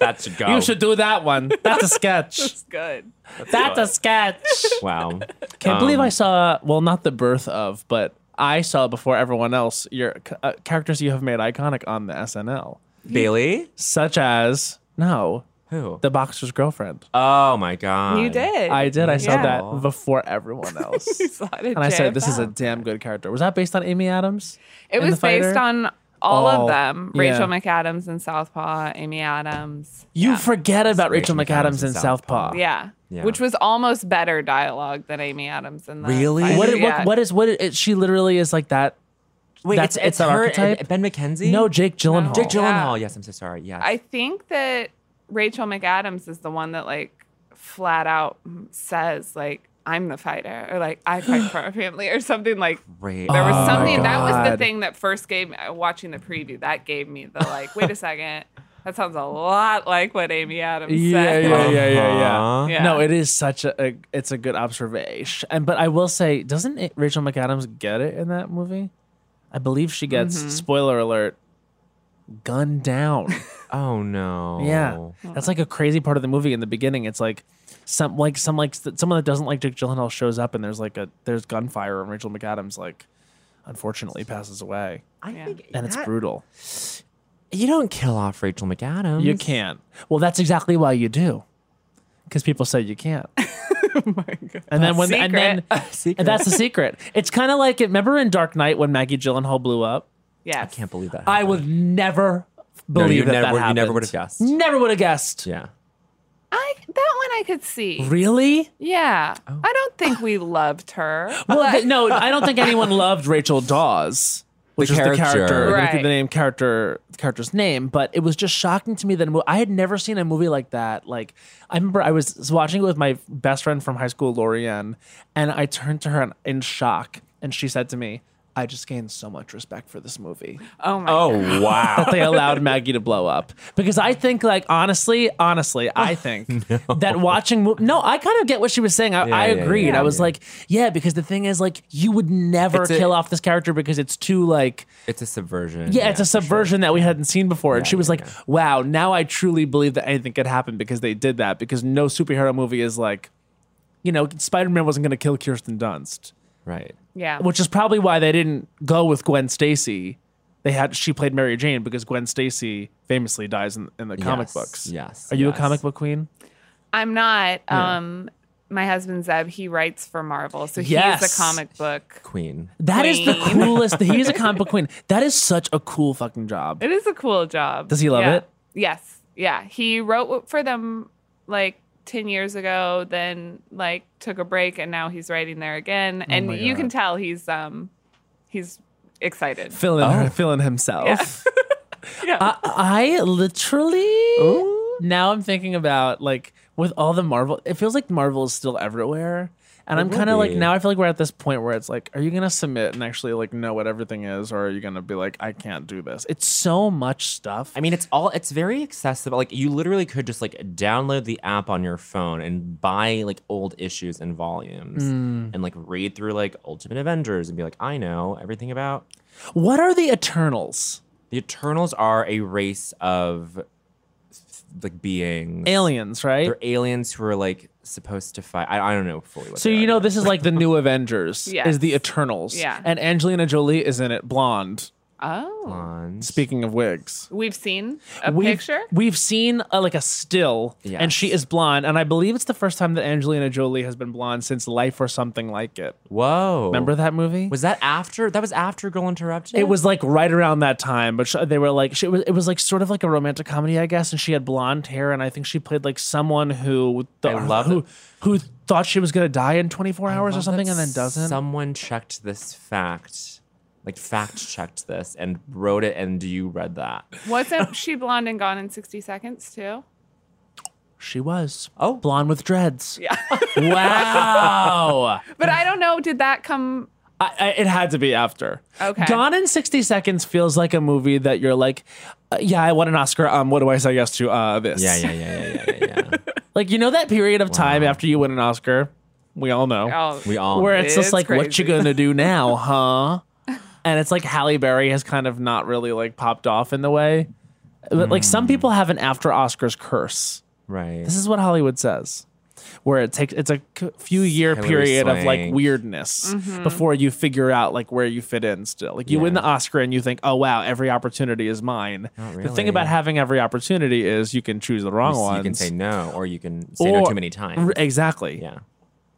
Speaker 4: That should go.
Speaker 5: You should do that one. That's a sketch.
Speaker 6: it's good.
Speaker 5: Oh. that's Um, a sketch.
Speaker 4: Wow.
Speaker 5: Can't believe I saw. Well, not the birth of, but I saw before everyone else your uh, characters you have made iconic on the SNL,
Speaker 4: Bailey.
Speaker 5: such as no
Speaker 4: Who?
Speaker 5: the boxer's girlfriend.
Speaker 4: oh my god.
Speaker 6: You did.
Speaker 5: I did. I saw
Speaker 6: Yeah.
Speaker 5: that before everyone else.
Speaker 6: You saw it at
Speaker 5: And I said, "This is a
Speaker 6: JFL.
Speaker 5: damn good character." Was that based on Amy Adams?
Speaker 6: It
Speaker 5: in The
Speaker 6: was based
Speaker 5: Fighter?
Speaker 6: on all
Speaker 5: All-
Speaker 6: of them:
Speaker 5: yeah.
Speaker 6: Rachel McAdams and Southpaw, Amy Adams.
Speaker 5: You forget about Rachel
Speaker 4: Rachel
Speaker 5: McAdams,
Speaker 4: McAdams
Speaker 5: in
Speaker 4: in
Speaker 5: Southpaw.
Speaker 6: Yeah.
Speaker 4: Yeah.
Speaker 6: Which was almost better dialogue than Amy Adams in the
Speaker 4: Really?
Speaker 6: Fighter.
Speaker 5: What, it-
Speaker 6: Yeah.
Speaker 5: what, what is what it, it- she literally is like that?
Speaker 4: Wait,
Speaker 5: That's-
Speaker 4: it's,
Speaker 5: it's that
Speaker 4: her and
Speaker 5: archetype?
Speaker 4: Ben McKenzie.
Speaker 5: No, Jake Gyllenhaal.
Speaker 4: Jake
Speaker 6: Yeah.
Speaker 4: Gyllenhaal. Yes, I'm so sorry. Yes.
Speaker 6: Oh. I think that Rachel McAdams is the one that like flat out says like I'm the fighter or like I fight for our family or something like
Speaker 4: Great.
Speaker 6: there was
Speaker 5: Oh my
Speaker 6: something that was the
Speaker 5: God.
Speaker 6: thing that first gave me watching the preview that gave me the like wait a second that sounds a lot like what Amy Adams
Speaker 5: yeah,
Speaker 6: said
Speaker 5: yeah, yeah, yeah, yeah,
Speaker 4: Uh-huh.
Speaker 6: Yeah.
Speaker 5: No, it is such a, a it's a good observation. And but I will say, doesn't it, Rachel McAdams get it in that movie? I believe she gets.
Speaker 6: Mm-hmm.
Speaker 5: Spoiler alert. Gunned down.
Speaker 4: Oh no.
Speaker 5: Yeah,
Speaker 4: Oh.
Speaker 5: that's like a crazy part of the movie. In the beginning, it's like some like some like s- someone that doesn't like Jake Gyllenhaal shows up, and there's like a there's gunfire, and Rachel McAdams like unfortunately passes away,
Speaker 4: I
Speaker 6: Yeah.
Speaker 4: think
Speaker 5: and it's
Speaker 4: that-
Speaker 5: brutal.
Speaker 4: You don't kill off Rachel McAdams.
Speaker 5: You can't. Well, that's exactly why you do, because people say you can't. And then when and then
Speaker 4: Secret.
Speaker 5: and that's the secret. It's kind of like it. Remember in Dark Knight when Maggie Gyllenhaal blew up?
Speaker 6: Yes.
Speaker 4: I can't believe that.
Speaker 5: I would never believe
Speaker 4: you
Speaker 5: that, that
Speaker 4: never- you never
Speaker 5: happened.
Speaker 4: would've guessed.
Speaker 5: Never would have guessed.
Speaker 4: Yeah.
Speaker 6: I that one I could see.
Speaker 5: Really?
Speaker 6: Yeah. I don't think we loved her.
Speaker 5: oh. Well, th- no, I don't think anyone loved Rachel Dawes, which is the
Speaker 4: character.
Speaker 5: character, the-
Speaker 6: Right.
Speaker 5: the name character, the character's name. But it was just shocking to me that a mo- I had never seen a movie like that. Like I remember I was watching it with my best friend from high school, Lorianne, and I turned to her in, in shock, and she said to me. I just gained so much respect for this movie
Speaker 6: oh my
Speaker 4: Oh wow.
Speaker 5: that they allowed Maggie to blow up because I think, like, honestly, honestly, I think that watching mo- no, I kind of get what she was saying. I, I
Speaker 4: yeah, yeah,
Speaker 5: agreed.
Speaker 4: yeah,
Speaker 5: I was
Speaker 4: yeah.
Speaker 5: like, yeah, because the thing is, like, you would never
Speaker 4: It's a-
Speaker 5: kill off this character because it's too like,
Speaker 4: it's a subversion.
Speaker 5: yeah, it's a subversion that we hadn't seen before. and she was
Speaker 4: yeah,
Speaker 5: like, wow, now I truly believe that anything could happen because they did that because no superhero movie is like, you know, Spider Man wasn't going to kill Kirsten Dunst
Speaker 4: right.
Speaker 6: Yeah.
Speaker 5: which is probably why they didn't go with Gwen Stacy. They had she played Mary Jane because Gwen Stacy famously dies in, in the comic
Speaker 4: Yes,
Speaker 5: books.
Speaker 4: yes,
Speaker 5: Are you
Speaker 4: yes.
Speaker 5: a comic book queen?
Speaker 6: I'm not. Um my husband Zeb, he writes for Marvel, so he's
Speaker 5: Yes.
Speaker 6: a comic book.
Speaker 4: Queen.
Speaker 5: That is the
Speaker 6: Queen.
Speaker 5: coolest. He's a comic book queen. That is such a cool fucking job.
Speaker 6: It is a cool job.
Speaker 5: Does he love
Speaker 6: Yeah.
Speaker 5: it?
Speaker 6: Yes. Yeah. He wrote for them like 10 years ago, then like took a break and now he's writing there again.
Speaker 5: Oh
Speaker 6: And you can tell he's um he's excited.
Speaker 4: Oh.
Speaker 5: Feeling her, feeling himself.
Speaker 6: Yeah.
Speaker 5: I, I literally now I'm thinking about like with all the Marvel, it feels like Marvel is still everywhere. And I'm
Speaker 4: will
Speaker 5: kind of like
Speaker 4: be.
Speaker 5: now I feel like we're at this point where it's like, are you gonna submit and actually like know what everything is, or are you gonna be like, I can't do this? It's so much stuff.
Speaker 4: I mean, it's all it's very accessible. Like you literally could just like download the app on your phone and buy like old issues and volumes
Speaker 5: Hmm.
Speaker 4: and like read through like Ultimate Avengers and be like, I know everything about
Speaker 5: what are the Eternals?
Speaker 4: the Eternals are a race of like beings.
Speaker 5: Aliens, right?
Speaker 4: They're aliens who are like supposed to fight. I, I don't know fully what
Speaker 5: So
Speaker 4: they
Speaker 5: you
Speaker 4: are
Speaker 5: know
Speaker 4: yet.
Speaker 5: this is like the new Avengers
Speaker 6: Yes.
Speaker 5: is the Eternals.
Speaker 6: Yeah.
Speaker 5: And Angelina Jolie is in it, blonde.
Speaker 6: oh.
Speaker 4: Blondes.
Speaker 5: Speaking of wigs.
Speaker 6: We've seen a
Speaker 5: we've,
Speaker 6: picture.
Speaker 5: We've seen uh like a still, and
Speaker 4: Yes.
Speaker 5: she is blonde, and I believe it's the first time that Angelina Jolie has been blonde since Life or something like it.
Speaker 4: Whoa.
Speaker 5: Remember that movie?
Speaker 4: Was that after? That was after Girl Interrupted.
Speaker 5: it was like right around that time, but sh- they were like, she, it, was, it was like sort of like a romantic comedy, I guess. And she had blonde hair, and I think she played like someone who
Speaker 4: I love
Speaker 5: who,
Speaker 4: it.
Speaker 5: who thought she was gonna die in 24
Speaker 4: I
Speaker 5: hours or
Speaker 4: love
Speaker 5: something,
Speaker 4: that
Speaker 5: and then doesn't.
Speaker 4: Oh, Someone checked this fact, like fact checked this and wrote it, and you read that.
Speaker 6: Wasn't she blonde and gone in 60 seconds too?
Speaker 5: she was
Speaker 4: Oh.
Speaker 5: blonde with dreads. Yeah. wow.
Speaker 6: But I don't know. Did that come?
Speaker 5: I, I, it had to be after.
Speaker 6: Okay.
Speaker 5: Gone in 60 Seconds feels like a movie that you're like, uh, yeah, I won an Oscar. Um, what do I say yes to? Uh, this.
Speaker 4: Yeah, yeah, yeah, yeah, yeah, yeah. yeah.
Speaker 5: Like, you know that period of time after you win an Oscar? We all know.
Speaker 6: Oh,
Speaker 4: We all.
Speaker 5: Where it's, just
Speaker 6: It's
Speaker 5: like, what you
Speaker 6: crazy.
Speaker 5: gonna do now, huh? And it's like Halle Berry has kind of not really like popped off in the way. But like
Speaker 4: Hmm.
Speaker 5: some people have an after Oscars curse.
Speaker 4: right.
Speaker 5: This is what Hollywood says, where it takes it's a c- few year
Speaker 4: Hillary
Speaker 5: period of like
Speaker 4: Swank.
Speaker 5: weirdness before you figure out like where you fit in. Still, like you win the Oscar and you think, oh wow, every opportunity is mine. The thing
Speaker 4: really.
Speaker 5: about having every opportunity is you can choose the wrong
Speaker 4: So
Speaker 5: one.
Speaker 4: you can say no, or you can say no too many times.
Speaker 5: Exactly.
Speaker 4: yeah.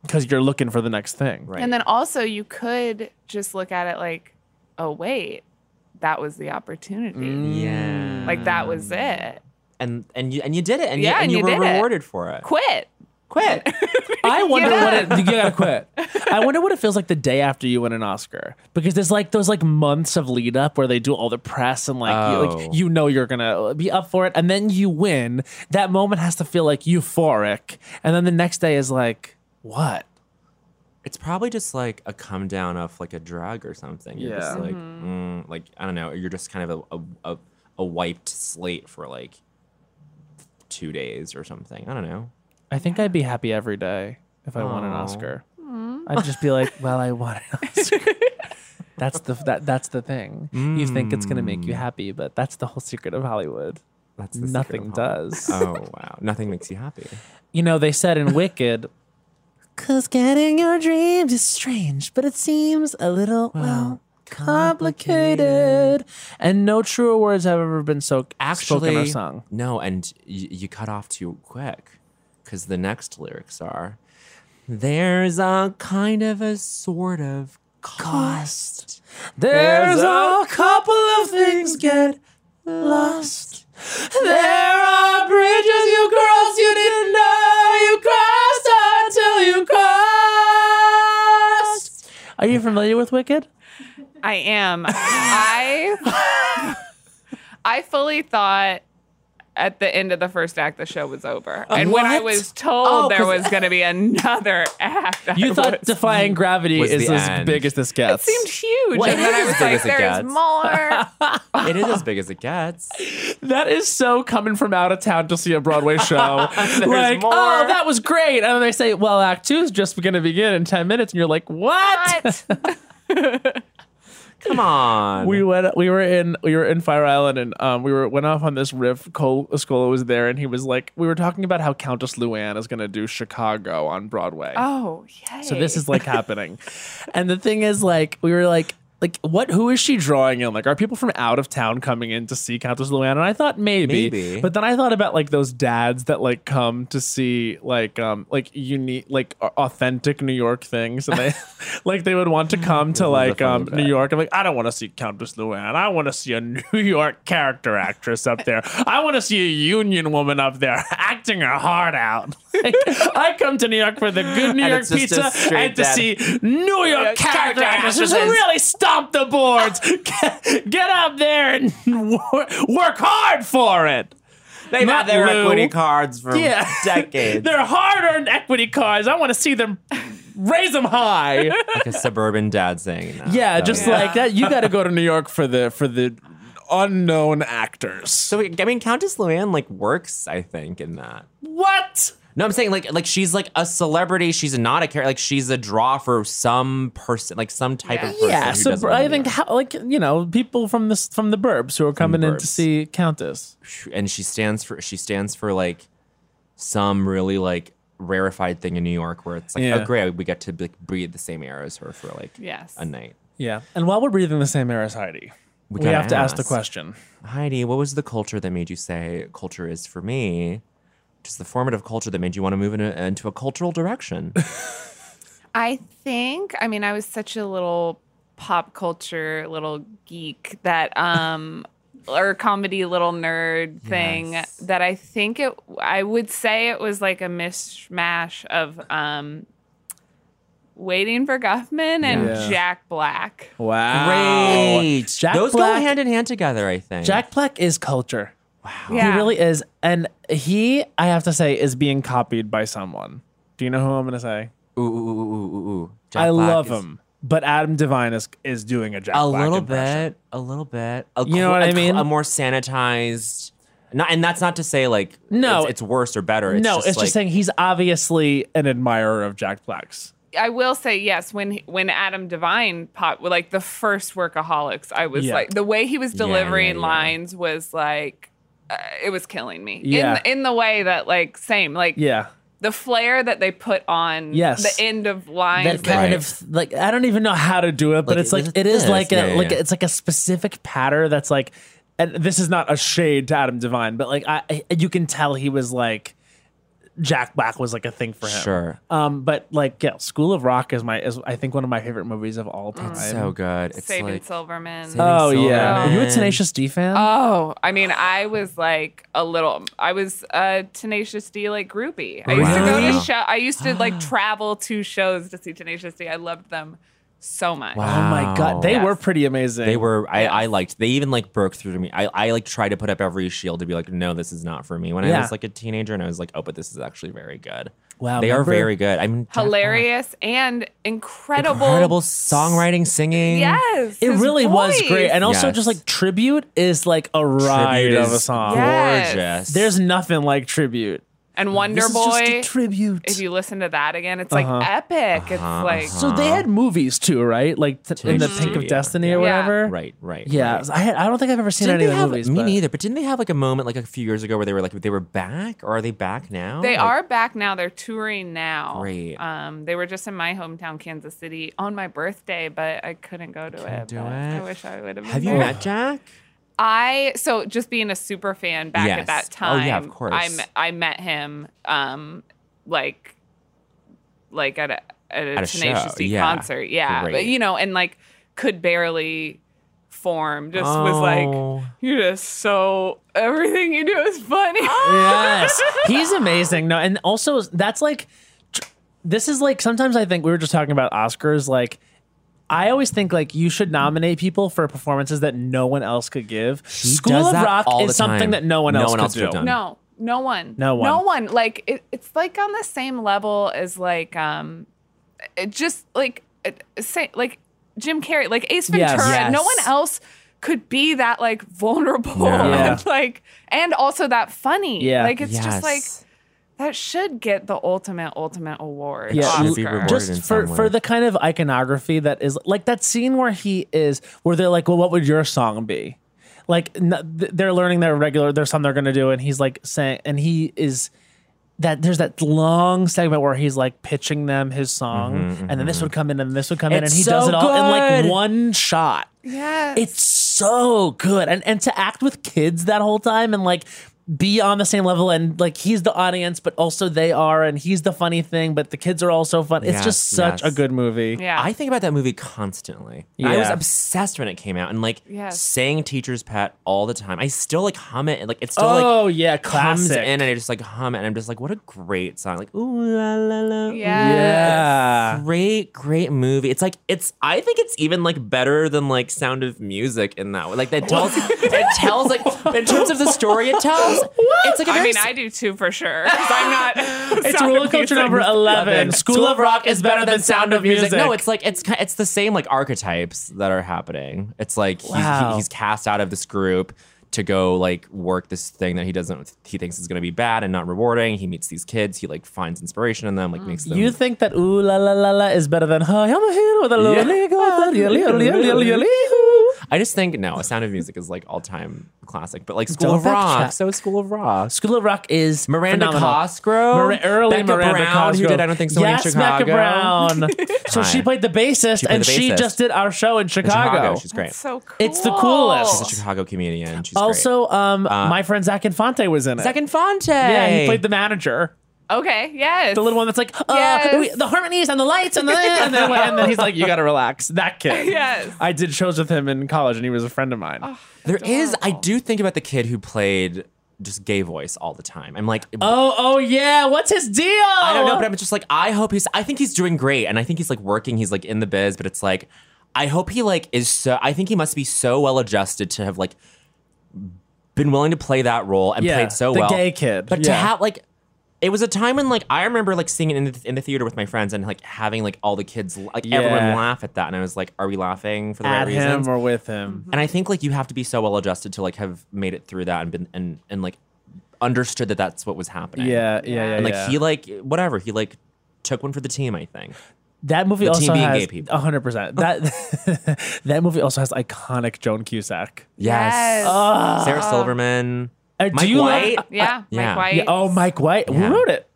Speaker 5: Because you're looking for the next thing.
Speaker 4: Right.
Speaker 6: And then also, you could just look at it like, oh wait, that was the opportunity.
Speaker 5: Mm.
Speaker 4: yeah.
Speaker 6: Like that was it.
Speaker 4: and and you and you did it, and
Speaker 6: Yeah,
Speaker 4: you, and
Speaker 6: and
Speaker 4: you,
Speaker 6: you did
Speaker 4: were
Speaker 6: it.
Speaker 4: rewarded for it.
Speaker 6: Quit.
Speaker 4: Quit.
Speaker 5: I wonder
Speaker 6: Yeah.
Speaker 5: what it, you gotta quit. I wonder what it feels like the day after you win an Oscar because there's like those like months of lead up where they do all the press and like, you,
Speaker 4: Oh.
Speaker 5: like you know you're gonna be up for it and then you win. That moment has to feel like euphoric, and then the next day is like what?
Speaker 4: it's probably just like a come down of like a drug or something. You're just
Speaker 5: Yeah.
Speaker 4: like, mm, like I don't know. You're just kind of a, a, a, a wiped slate for like two days or something. I don't know.
Speaker 5: I think I'd be happy every day if I won an
Speaker 4: Aw.
Speaker 5: Oscar. I'd just be like, well, I won an Oscar. That's the that that's the thing. You think it's gonna make you
Speaker 4: Mm.
Speaker 5: happy, but that's the whole secret of Hollywood.
Speaker 4: That's the secret
Speaker 5: Nothing
Speaker 4: of Hollywood.
Speaker 5: does.
Speaker 4: Oh wow, nothing makes you happy.
Speaker 5: you know, they said in Wicked, because getting your dreams is strange, but it seems a little, well, complicated. And no truer words have ever been so
Speaker 4: Actually,
Speaker 5: spoken or sung.
Speaker 4: no, and you, you cut off too quick because the next lyrics are. There's a kind of a sort of cost.
Speaker 5: There's a couple of things get lost. There are bridges you cross you didn't know you crossed until you crossed. Are you familiar with Wicked?
Speaker 6: I am. I I fully thought at the end of the first act the show was over. And when I
Speaker 5: what?
Speaker 6: was told
Speaker 5: Oh,
Speaker 6: there
Speaker 5: 'cause-
Speaker 6: was going to be another act, I
Speaker 5: You thought
Speaker 6: was-
Speaker 5: Defying Gravity
Speaker 4: was
Speaker 5: is
Speaker 4: the
Speaker 5: as
Speaker 4: end.
Speaker 5: big as this gets.
Speaker 6: seemed huge.
Speaker 4: Well,
Speaker 6: and
Speaker 4: it
Speaker 6: then I
Speaker 4: is
Speaker 6: was
Speaker 4: as big
Speaker 6: like,
Speaker 4: as it
Speaker 6: there's
Speaker 4: gets."
Speaker 6: more.
Speaker 4: It is as big as it gets.
Speaker 5: that is so coming from out of town to see a Broadway show. like,
Speaker 4: more.
Speaker 5: oh, that was great. And then they say, well, Act Two is just going to begin in 10 minutes. And you're like, what?
Speaker 6: What?
Speaker 4: Come on.
Speaker 5: we went we were in we were in Fire Island and um we were went off on this riff. Cole Escola was there and he was like we were talking about how Countess Luann is gonna do Chicago on Broadway.
Speaker 6: oh, yay.
Speaker 5: So this is like happening. And the thing is like we were like like what who is she drawing in? Like are people from out of town coming in to see Countess Luann? And I thought maybe.
Speaker 4: Maybe.
Speaker 5: But then I thought about like those dads that like come to see like um like unique like a- authentic New York things and they like they would want to come to like um New York. I'm like, I don't want to see Countess Luann. I want to see a New York character actress up there. I want to see a union woman up there acting her heart out. Like, I come to New York for the good New
Speaker 4: And
Speaker 5: York
Speaker 4: it's just
Speaker 5: pizza
Speaker 4: a straight
Speaker 5: and to
Speaker 4: dad.
Speaker 5: see New York character actresses who really stomp the boards. Get, get up there and wor- work hard for it.
Speaker 4: They've
Speaker 5: Not
Speaker 4: had their
Speaker 5: Lou.
Speaker 4: equity cards for
Speaker 5: Yeah.
Speaker 4: decades.
Speaker 5: They're hard-earned equity cards. I want to see them raise them high.
Speaker 4: like a suburban dad saying that.
Speaker 5: Yeah,
Speaker 4: That
Speaker 5: just
Speaker 4: was-
Speaker 5: like that. You got to go to New York for the for the unknown actors.
Speaker 4: So I mean, Countess Luann like works, I think, in that.
Speaker 5: What?
Speaker 4: No, I'm saying like like she's like a celebrity. She's not a character. Like she's a draw for some person, like some type of person.
Speaker 5: Yeah,
Speaker 4: who
Speaker 5: so
Speaker 4: doesn't
Speaker 5: br- I
Speaker 4: really
Speaker 5: think
Speaker 4: know.
Speaker 5: how, like you know people from this from the burbs who are coming in to
Speaker 4: burbs.
Speaker 5: see Countess.
Speaker 4: and she stands for she stands for like some really like rarefied thing in New York where it's like
Speaker 5: Yeah.
Speaker 4: oh great we get to like breathe the same air as her for like
Speaker 6: Yes.
Speaker 4: a night.
Speaker 5: Yeah, and while we're breathing the same air as Heidi, we,
Speaker 4: gotta
Speaker 5: have to ask. the
Speaker 4: ask.
Speaker 5: question.
Speaker 4: Heidi, what was the culture that made you say culture is for me? Just the formative culture that made you want to move in a, into a cultural direction.
Speaker 6: I think, I mean, I was such a little pop culture little geek that, um, or comedy little nerd thing
Speaker 4: Yes.
Speaker 6: that I think it, I would say it was like a mishmash of, um, Waiting for Guffman and
Speaker 5: Yeah.
Speaker 6: Jack Black.
Speaker 5: Wow,
Speaker 4: Great.
Speaker 5: Jack
Speaker 4: Those
Speaker 5: Black-
Speaker 4: go hand in hand together, I think.
Speaker 5: Jack Black is culture.
Speaker 6: Yeah.
Speaker 5: He really is, and he I have to say is being copied by someone. Do you know who I'm gonna say?
Speaker 4: Ooh, ooh, ooh, ooh, ooh, ooh. Jack
Speaker 5: I
Speaker 4: Black
Speaker 5: love
Speaker 4: is-
Speaker 5: him, but Adam Devine is is doing a Jack
Speaker 4: A
Speaker 5: Black
Speaker 4: little
Speaker 5: impression.
Speaker 4: bit, a little bit. A
Speaker 5: You know what
Speaker 4: I
Speaker 5: I mean?
Speaker 4: A more sanitized. Not, and that's not to say like
Speaker 5: No.
Speaker 4: it's, it's worse or better. It's
Speaker 5: no,
Speaker 4: just
Speaker 5: it's
Speaker 4: like,
Speaker 5: just saying he's obviously an admirer of Jack Black's.
Speaker 6: I will say yes. When when Adam Devine popped, like the first workaholics, I was
Speaker 5: Yeah.
Speaker 6: like the way he was
Speaker 4: Yeah, yeah,
Speaker 6: delivering
Speaker 4: yeah.
Speaker 6: lines was like uh, it was killing me.
Speaker 5: Yeah.
Speaker 6: In in the way that like same like
Speaker 5: Yeah.
Speaker 6: the flair that they put on
Speaker 5: Yes.
Speaker 6: the end of lines.
Speaker 5: that
Speaker 4: Right.
Speaker 5: kind of like I don't even know how to do it, but
Speaker 4: Like,
Speaker 5: it's like
Speaker 4: it's
Speaker 5: it is
Speaker 4: this.
Speaker 5: like a
Speaker 4: Yeah, yeah,
Speaker 5: like
Speaker 4: yeah.
Speaker 5: it's like a specific pattern that's like, and this is not a shade to Adam Devine, but like I, I you can tell he was like Jack Black was like a thing for him.
Speaker 4: Sure.
Speaker 5: Um, but like yeah, School of Rock is my is I think one of my favorite movies of
Speaker 6: Mm.
Speaker 5: all time.
Speaker 4: so good. It's
Speaker 6: Saving
Speaker 4: like,
Speaker 6: Silverman.
Speaker 4: Saving
Speaker 5: oh yeah,
Speaker 4: Silverman.
Speaker 5: are you a Tenacious D fan?
Speaker 6: Oh, I mean, I was like a little. I was a Tenacious D like groupie. I used to go to
Speaker 4: Really?
Speaker 6: show. I used to like travel to shows to see Tenacious D. I loved them so much.
Speaker 4: Wow.
Speaker 5: oh my god, they
Speaker 6: Yes.
Speaker 5: were pretty amazing.
Speaker 4: They were. I, I liked. They even like broke through to me. I, I like tried to put up every shield to be like, no, this is not for me. When
Speaker 5: Yeah.
Speaker 4: I was like a teenager, and I was like, oh, but this is actually very good.
Speaker 5: Wow,
Speaker 4: they
Speaker 5: remember-
Speaker 4: are very good. I mean, Jack Black,
Speaker 6: hilarious and incredible.
Speaker 4: incredible songwriting, singing.
Speaker 6: Yes,
Speaker 5: It
Speaker 6: his
Speaker 5: really was
Speaker 6: voice.
Speaker 5: great, and also just
Speaker 4: Yes.
Speaker 5: like tribute is like a ride
Speaker 4: Tribute
Speaker 5: of a
Speaker 4: is
Speaker 5: song.
Speaker 6: Yes.
Speaker 4: Gorgeous.
Speaker 5: There's nothing like tribute.
Speaker 6: and Wonder Boy.
Speaker 5: tribute.
Speaker 6: If you listen to that again, it's like epic. It's like
Speaker 5: so they had movies too, right? Like t- in the
Speaker 4: Tenacious
Speaker 5: Pink
Speaker 4: D,
Speaker 5: of
Speaker 4: yeah.
Speaker 5: Destiny
Speaker 6: Yeah.
Speaker 5: or whatever.
Speaker 4: right, right.
Speaker 5: Yeah,
Speaker 4: right.
Speaker 5: I, had, I don't think I've ever seen
Speaker 4: Didn't
Speaker 5: any
Speaker 4: they
Speaker 5: of the
Speaker 4: have
Speaker 5: movies.
Speaker 4: me
Speaker 5: but-
Speaker 4: neither? But didn't they have like a moment like a few years ago where they were like they were back or are they back now?
Speaker 6: they
Speaker 4: Like,
Speaker 6: are back now. They're touring now.
Speaker 4: Great.
Speaker 6: Um, they were just in my hometown, Kansas City, on my birthday, but I couldn't go to it.
Speaker 4: do
Speaker 6: but
Speaker 4: it.
Speaker 6: I wish I would have.
Speaker 4: Have
Speaker 6: been
Speaker 4: you
Speaker 6: there.
Speaker 4: met Jack?
Speaker 6: I so just being a super fan back at
Speaker 4: Yes.
Speaker 6: that
Speaker 4: Oh,
Speaker 6: time.
Speaker 4: yeah, of course.
Speaker 6: I met, I met him um like like at a at a
Speaker 4: At a show,
Speaker 6: Tenacious D
Speaker 4: yeah.
Speaker 6: concert. Yeah, but
Speaker 4: Great.
Speaker 6: you know, and like could barely form. Just was like,
Speaker 4: Oh.
Speaker 6: you're just so everything you do is funny.
Speaker 5: yes, he's amazing. No, and also that's like, tr- this is like sometimes I think we were just talking about Oscars. Like, I always think like you should nominate people for performances that no one else could give. School
Speaker 4: does
Speaker 5: of
Speaker 4: that
Speaker 5: Rock
Speaker 4: all the
Speaker 5: is something
Speaker 4: time.
Speaker 5: that no one
Speaker 4: No
Speaker 5: else
Speaker 4: one
Speaker 5: could
Speaker 4: else
Speaker 5: do.
Speaker 4: would've done.
Speaker 6: No, no one.
Speaker 5: No one.
Speaker 6: No one. Like it, it's like on the same level as like um, it just like it, say like Jim Carrey, like Ace
Speaker 5: Yes.
Speaker 6: Ventura. No
Speaker 4: Yes.
Speaker 6: one else could be that like vulnerable
Speaker 4: No.
Speaker 5: Yeah.
Speaker 6: and like and also that funny.
Speaker 5: Yeah.
Speaker 6: Like it's just
Speaker 4: Yes.
Speaker 6: like that should get the ultimate ultimate award.
Speaker 5: Yeah.
Speaker 6: Oscar.
Speaker 5: Should
Speaker 4: be rewarded. in
Speaker 5: just for
Speaker 4: some
Speaker 5: for
Speaker 4: way.
Speaker 5: the kind of iconography that is like that scene where he is where they're like well what would your song be like n- th- they're learning their regular their song they're gonna do and he's like saying and he is that there's that long segment where he's like pitching them his song
Speaker 4: Mm-hmm,
Speaker 5: and then this would come in and this would come in and
Speaker 4: It's
Speaker 5: he does
Speaker 4: so
Speaker 5: it all in
Speaker 4: good.
Speaker 5: like one shot
Speaker 6: Yes.
Speaker 5: it's so good and and to act with kids that whole time and like be on the same level and like he's the audience but also they are and he's the funny thing but the kids are also fun it's
Speaker 4: Yes,
Speaker 5: just such
Speaker 4: yes.
Speaker 5: a good movie
Speaker 6: yeah.
Speaker 4: I think about that movie constantly. I was
Speaker 5: Yeah.
Speaker 4: obsessed when it came out and like
Speaker 6: Yes.
Speaker 4: saying teacher's pet all the time. I still like hum it and like it's still like
Speaker 5: oh yeah
Speaker 4: comes
Speaker 5: classic
Speaker 4: in and I just like hum it and I'm just like, what a great song. Like, ooh la la la. ooh,
Speaker 5: yeah
Speaker 4: Great, great movie. It's like it's. I think it's even like better than like Sound of Music in that way. Like that tells. it tells like in terms of the story it tells. It's like a
Speaker 6: I
Speaker 4: very
Speaker 6: mean, I do too for sure. 'cause I'm not.
Speaker 5: it's
Speaker 6: Sound of
Speaker 5: roller coaster
Speaker 6: Music.
Speaker 5: number 11 school of rock is better than sound of music
Speaker 4: No, it's like it's ki- it's the same like archetypes that are happening. It's like he's, he-
Speaker 5: Wow.
Speaker 4: he's cast out of this group to go like work this thing that he doesn't he thinks is going to be bad and not rewarding. He meets these kids, he like finds inspiration in them, like makes them
Speaker 5: you think that ooh la la la la is better than huh I'm a hero with a little
Speaker 4: Yeah.
Speaker 5: nigga, yally, yally, yally, yally, hoo.
Speaker 4: I just think no, A Sound of Music is like all time classic, but like School
Speaker 5: Don't
Speaker 4: of
Speaker 5: fact
Speaker 4: Rock,
Speaker 5: check.
Speaker 4: so is School of Rock.
Speaker 5: School of Rock is
Speaker 4: Miranda
Speaker 5: phenomenal.
Speaker 4: Cosgrove,
Speaker 5: Mira- early
Speaker 4: Becca
Speaker 5: Miranda
Speaker 4: Brown,
Speaker 5: Cosgrove.
Speaker 4: who did I don't think so
Speaker 5: yes,
Speaker 4: in Chicago.
Speaker 5: Becca Brown. so she
Speaker 4: Hi.
Speaker 5: played the bassist,
Speaker 4: played
Speaker 5: and
Speaker 4: the
Speaker 5: she
Speaker 4: bassist.
Speaker 5: just did our show in
Speaker 4: In
Speaker 5: Chicago.
Speaker 4: Chicago. she's great.
Speaker 6: It's so cool.
Speaker 5: It's the coolest.
Speaker 4: She's a Chicago comedian. She's great. Uh,
Speaker 5: also, um, my friend Zach Infante was in it.
Speaker 4: Second Fonte.
Speaker 5: yeah, he played the manager,
Speaker 6: Okay. Yes.
Speaker 5: the little one that's like, uh,
Speaker 6: Yes.
Speaker 5: we- the harmonies and the lights and the, and then, and then he's like, you got to relax. That kid.
Speaker 6: Yes.
Speaker 5: I did shows with him in college, and he was a friend of mine.
Speaker 4: There is. I do think about the kid who played just gay voice all the time. I'm like,
Speaker 5: Oh, oh yeah. What's his deal?
Speaker 4: I don't
Speaker 5: Oh.
Speaker 4: know, but I'm just like, I hope he's. I think he's doing great, and I think he's like working. He's like in the biz, but it's like, I hope he like is so. I think he must be so well adjusted to have like been willing to play that role and
Speaker 5: Yeah,
Speaker 4: played so
Speaker 5: the
Speaker 4: well.
Speaker 5: gay kid,
Speaker 4: but to
Speaker 5: yeah.
Speaker 4: have like. It was a time when, like, I remember, like, seeing it in the, in the theater with my friends and, like, having, like, all the kids, like,
Speaker 5: Yeah.
Speaker 4: everyone laugh at that. And I was like, are we laughing for the
Speaker 5: At
Speaker 4: right reasons?
Speaker 5: him or with him.
Speaker 4: and I think like you have to be so well adjusted to like have made it through that and been and and like understood that that's what was happening.
Speaker 5: Yeah, yeah, yeah.
Speaker 4: and like
Speaker 5: yeah.
Speaker 4: he like whatever he like took one for the team. I think
Speaker 5: That movie
Speaker 4: The team
Speaker 5: also
Speaker 4: being
Speaker 5: has
Speaker 4: gay people.
Speaker 5: hundred percent. That that movie also has iconic Joan Cusack.
Speaker 6: Yes.
Speaker 4: Oh, Sarah Silverman,
Speaker 5: Uh, do
Speaker 4: Ah, Mike
Speaker 5: you like-
Speaker 4: White,
Speaker 6: yeah.
Speaker 4: Yeah.
Speaker 6: Mike White.
Speaker 5: Yeah, oh, Mike White.
Speaker 4: Yeah.
Speaker 5: Who wrote it?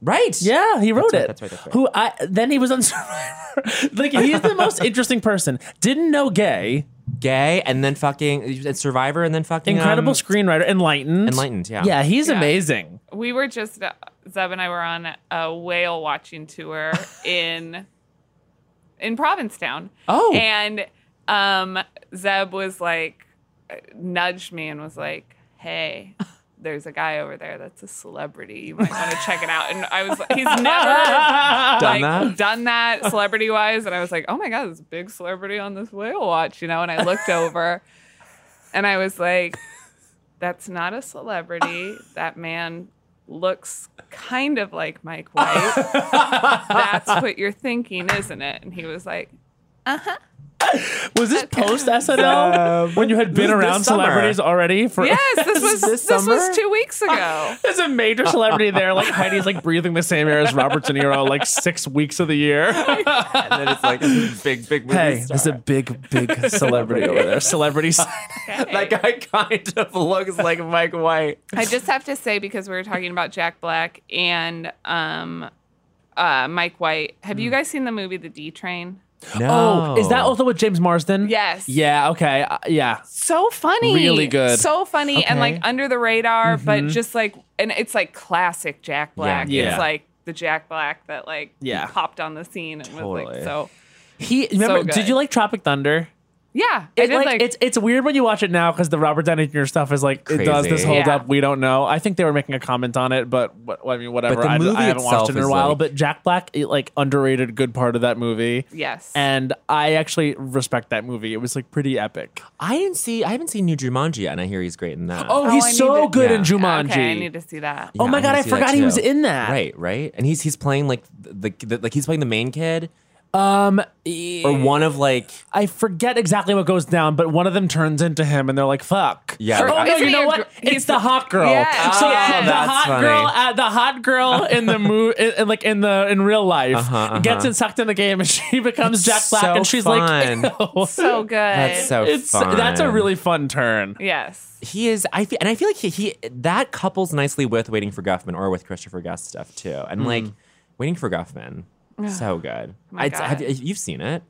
Speaker 4: right?
Speaker 5: Yeah, he wrote
Speaker 4: right,
Speaker 5: it.
Speaker 4: that's right, that's right.
Speaker 5: Who I then he was on Survivor. like he's the most interesting person. Didn't know gay.
Speaker 4: gay and then fucking and Survivor and then fucking
Speaker 5: Incredible
Speaker 4: um,
Speaker 5: screenwriter. Enlightened.
Speaker 4: Enlightened, yeah.
Speaker 5: Yeah, he's
Speaker 6: Yeah.
Speaker 5: amazing.
Speaker 6: We were just uh, Zeb and I were on a whale watching tour in in Provincetown.
Speaker 4: Oh.
Speaker 6: and um, Zeb was like uh, nudged me and was like, "Hey." There's a guy over there that's a celebrity. You might want to check it out. And I was like, he's never done
Speaker 4: that?
Speaker 6: done that celebrity wise. And I was like, oh my God, there's a big celebrity on this whale watch, you know? And I looked over and I was like, that's not a celebrity. That man looks kind of like Mike White. That's what you're thinking, isn't it? And he was like,
Speaker 5: Was this post SNL when you had been
Speaker 4: this
Speaker 5: around
Speaker 4: summer.
Speaker 5: celebrities already for
Speaker 6: yes, this was
Speaker 4: This
Speaker 6: this, was
Speaker 4: summer?
Speaker 6: two weeks ago.
Speaker 5: There's a major celebrity there, like Heidi's like breathing the same air as Robert De Niro, like six weeks of the year.
Speaker 4: and then it's like this big big movie
Speaker 5: Hey,
Speaker 4: star.
Speaker 5: there's a big, big celebrity over there. Celebrity. sign.
Speaker 4: that guy kind of looks like Mike White.
Speaker 6: I just have to say because we were talking about Jack Black and um, uh, Mike White. Have you guys seen the movie The D Train?
Speaker 5: Oh, is that also with James Marsden?
Speaker 6: Yes.
Speaker 5: Yeah. Okay. Uh, yeah.
Speaker 6: so funny
Speaker 5: Really good.
Speaker 6: so funny and
Speaker 4: Okay. Mm-hmm.
Speaker 6: like under the radar but just like and it's like classic jack black
Speaker 4: Yeah.
Speaker 6: it's like the Jack Black that like
Speaker 5: Yeah.
Speaker 6: popped on the scene and was
Speaker 4: Totally.
Speaker 6: like so
Speaker 5: He remember?
Speaker 6: good.
Speaker 5: did you like Tropic Thunder?
Speaker 6: yeah. I
Speaker 5: It,
Speaker 6: did
Speaker 5: like,
Speaker 6: like,
Speaker 5: it's it's weird when you watch it now because the Robert Downey Jr. stuff is like it does
Speaker 4: Crazy.
Speaker 5: this hold
Speaker 6: Yeah.
Speaker 5: up. We don't know. I think they were making a comment on it, but what, I mean, whatever.
Speaker 4: the
Speaker 5: I,
Speaker 4: movie
Speaker 5: I haven't watched it in a
Speaker 4: itself is,
Speaker 5: while.
Speaker 4: like-
Speaker 5: but Jack Black, it, like underrated, good part of that movie.
Speaker 6: yes.
Speaker 5: And I actually respect that movie. It was like pretty epic.
Speaker 4: I didn't see. I haven't seen New Jumanji yet, and I hear he's great in that.
Speaker 5: Oh,
Speaker 6: I
Speaker 5: he's
Speaker 6: need
Speaker 5: so
Speaker 6: to-
Speaker 5: good
Speaker 4: Yeah.
Speaker 5: in Jumanji.
Speaker 6: Okay, I need to see that.
Speaker 5: Oh my
Speaker 4: I
Speaker 5: God,
Speaker 4: wanna
Speaker 5: I
Speaker 4: see that
Speaker 5: forgot he was
Speaker 4: too.
Speaker 5: in that.
Speaker 4: Right, right. And he's he's playing like the, the, like he's playing the main kid
Speaker 5: Um,
Speaker 4: or one of like
Speaker 5: I forget exactly what goes down, but one of them turns into him, and they're like, "Fuck."
Speaker 4: Yeah. Ah,
Speaker 5: Oh no,
Speaker 6: Isn't
Speaker 5: you
Speaker 6: he
Speaker 5: know
Speaker 6: a
Speaker 5: what?
Speaker 6: gr-
Speaker 5: it's
Speaker 6: he's-
Speaker 5: the hot girl.
Speaker 6: Yes,
Speaker 5: So
Speaker 6: yes.
Speaker 5: the
Speaker 4: That's
Speaker 5: hot
Speaker 4: funny.
Speaker 5: girl, uh, the hot girl in the movie, like in the in real life,
Speaker 4: uh-huh.
Speaker 5: gets it sucked in the game, and she becomes Jack Black,
Speaker 4: so
Speaker 5: and she's
Speaker 4: fun.
Speaker 5: like, "Ew."
Speaker 6: So good.
Speaker 4: that's so
Speaker 5: It's
Speaker 4: fun.
Speaker 5: that's a really fun turn.
Speaker 6: yes.
Speaker 4: he is I feel and I feel like he, he that couples nicely with Waiting for Guffman or with Christopher Guest stuff too. And like Waiting for Guffman, so good.
Speaker 6: Oh my
Speaker 4: It's- have
Speaker 6: God.
Speaker 4: you- you've seen it?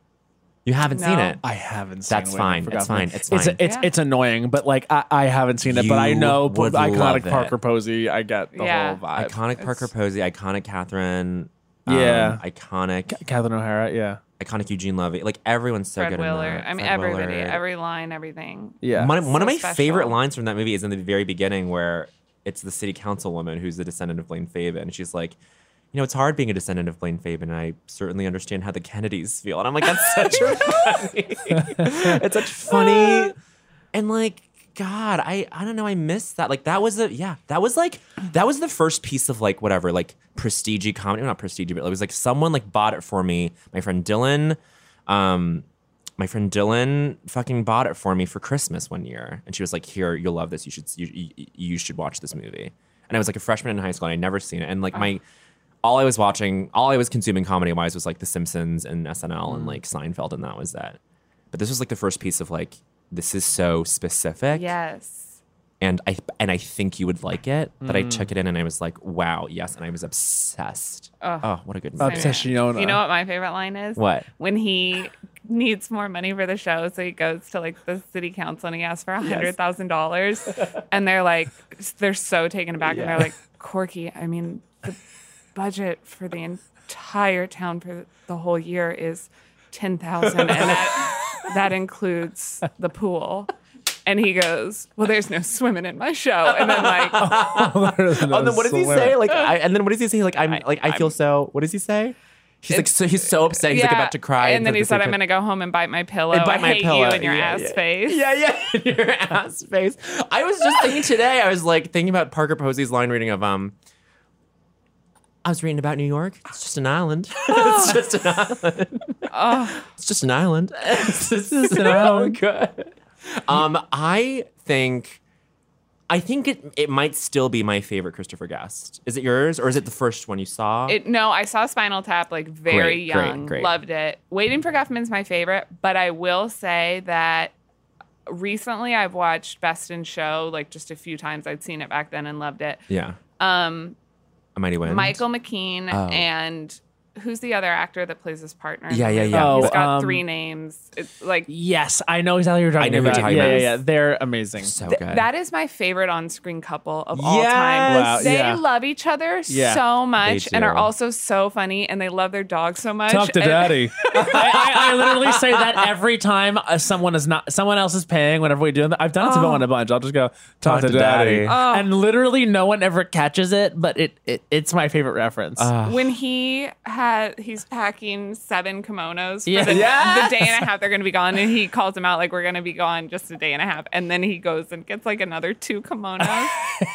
Speaker 4: You haven't seen
Speaker 6: No.
Speaker 4: it.
Speaker 5: I haven't. Seen
Speaker 4: That's
Speaker 5: Waiting
Speaker 4: fine.
Speaker 5: for
Speaker 4: It's
Speaker 5: Guffman.
Speaker 4: fine. It's
Speaker 5: It's
Speaker 4: fine.
Speaker 5: it's,
Speaker 6: Yeah.
Speaker 5: it's annoying, but like I, I haven't seen it, but I
Speaker 4: You
Speaker 5: know
Speaker 4: would love
Speaker 5: iconic
Speaker 4: it.
Speaker 5: Parker Posey. I get the whole
Speaker 6: Yeah.
Speaker 5: vibe.
Speaker 4: iconic Parker Posey, iconic Catherine. um,
Speaker 5: Yeah.
Speaker 4: iconic,
Speaker 5: Catherine O'Hara. Yeah.
Speaker 4: iconic Eugene Levy. Like everyone's so
Speaker 6: Fred
Speaker 4: good in
Speaker 6: Willard.
Speaker 4: that.
Speaker 6: I mean
Speaker 4: Fred
Speaker 6: everybody,
Speaker 4: Willard.
Speaker 6: every line, everything.
Speaker 5: Yeah.
Speaker 4: One, one of
Speaker 6: so
Speaker 4: my
Speaker 6: special.
Speaker 4: favorite lines from that movie is in the very beginning where it's the city councilwoman who's the descendant of Blaine Fabian. She's like, you know, it's hard being a descendant of Blaine Fabian, and I certainly understand how the Kennedys feel. And I'm like, that's such a funny. it's such funny. And like, God, I, I don't know, I miss that. Like that was the yeah, that was like that was the first piece of like whatever, like prestige comedy. Not prestige, but it was like someone like bought it for me. My friend Dylan, um, my friend Dylan fucking bought it for me for Christmas one year, and she was like, "Here, you'll love this. You should you, you, you should watch this movie." And I was like a freshman in high school, and I'd never seen it. And like my all I was watching, all I was consuming comedy wise was like The Simpsons and SNL and like Seinfeld, and that was that. But this was like the first piece of like this is so specific,
Speaker 6: Yes.
Speaker 4: and I and I think you would like it. That I took it in and I was like, wow, yes, and I was obsessed. oh, what a good movie.
Speaker 6: Obsession.
Speaker 5: Obsessionona.
Speaker 6: You know what my favorite line is?
Speaker 4: uh, What?
Speaker 6: When he needs more money for the show, so he goes to like the city council and he asks for a hundred thousand dollars, and they're like, they're so taken aback, and they're like, Corky, I mean, the budget for the entire town for the whole year is ten thousand, and that that includes the pool. And he goes, well, there's no swimming in my show, and then like,
Speaker 4: Oh, then what does he say? Like, I, and then what does he say? Like, I'm like, I feel so. What does he say? He's like, so he's so upset. He's like
Speaker 6: yeah.
Speaker 4: about to cry.
Speaker 6: And then he said, "I'm
Speaker 4: gonna
Speaker 6: gonna go home and bite my pillow.
Speaker 4: bite
Speaker 6: I
Speaker 4: my
Speaker 6: hate
Speaker 4: pillow."
Speaker 6: you and your
Speaker 4: Yeah,
Speaker 6: ass
Speaker 4: yeah.
Speaker 6: face."
Speaker 4: Yeah, yeah, in your ass face. I was just thinking today. I was like thinking about Parker Posey's line reading of um. I was reading about New York. It's just an island. it's
Speaker 6: Oh.
Speaker 4: just an island. It's just an island. it's just an island. Good. Um, I think. I think it it might still be my favorite Christopher Guest. Is it yours or is it the first one you saw?
Speaker 6: It, no, I saw Spinal Tap like very
Speaker 4: Great, great,
Speaker 6: young.
Speaker 4: great.
Speaker 6: Loved it. Waiting for Guffman's my favorite, but I will say that recently I've watched Best in Show like just a few times. I'd seen it back then and loved it.
Speaker 4: yeah.
Speaker 6: Um,
Speaker 4: A Mighty Wind.
Speaker 6: Michael McKean
Speaker 4: Oh.
Speaker 6: and who's the other actor that plays his partner?
Speaker 4: Yeah, yeah, yeah.
Speaker 5: Oh,
Speaker 6: He's got
Speaker 5: um,
Speaker 6: three names. It's like
Speaker 5: Yes, I know exactly what you're talking
Speaker 4: know who you're
Speaker 5: about.
Speaker 4: talking
Speaker 5: yeah,
Speaker 4: about.
Speaker 5: yeah, yeah. They're amazing.
Speaker 4: so
Speaker 6: Th-
Speaker 4: good.
Speaker 6: That is my favorite on-screen couple of all time.
Speaker 4: Yes! Wow,
Speaker 6: they
Speaker 5: yeah.
Speaker 6: love each other
Speaker 5: Yeah,
Speaker 6: so much and
Speaker 4: do.
Speaker 6: are also so funny, and they love their dog so much. And-
Speaker 5: I, I, I literally say that every time uh, someone is not someone else is paying. Whenever we do that, I've done it to Bowen a bunch. I'll just go talk, to,
Speaker 4: to
Speaker 5: daddy,
Speaker 4: daddy."
Speaker 5: and literally no one ever catches it. But it, it it's my favorite reference.
Speaker 6: when he had he's packing seven kimonos for
Speaker 5: Yeah.
Speaker 6: the,
Speaker 5: Yes.
Speaker 6: the day and a half they're gonna be gone and he calls him out like we're gonna be gone just a day and a half and then he goes and gets like another two kimonos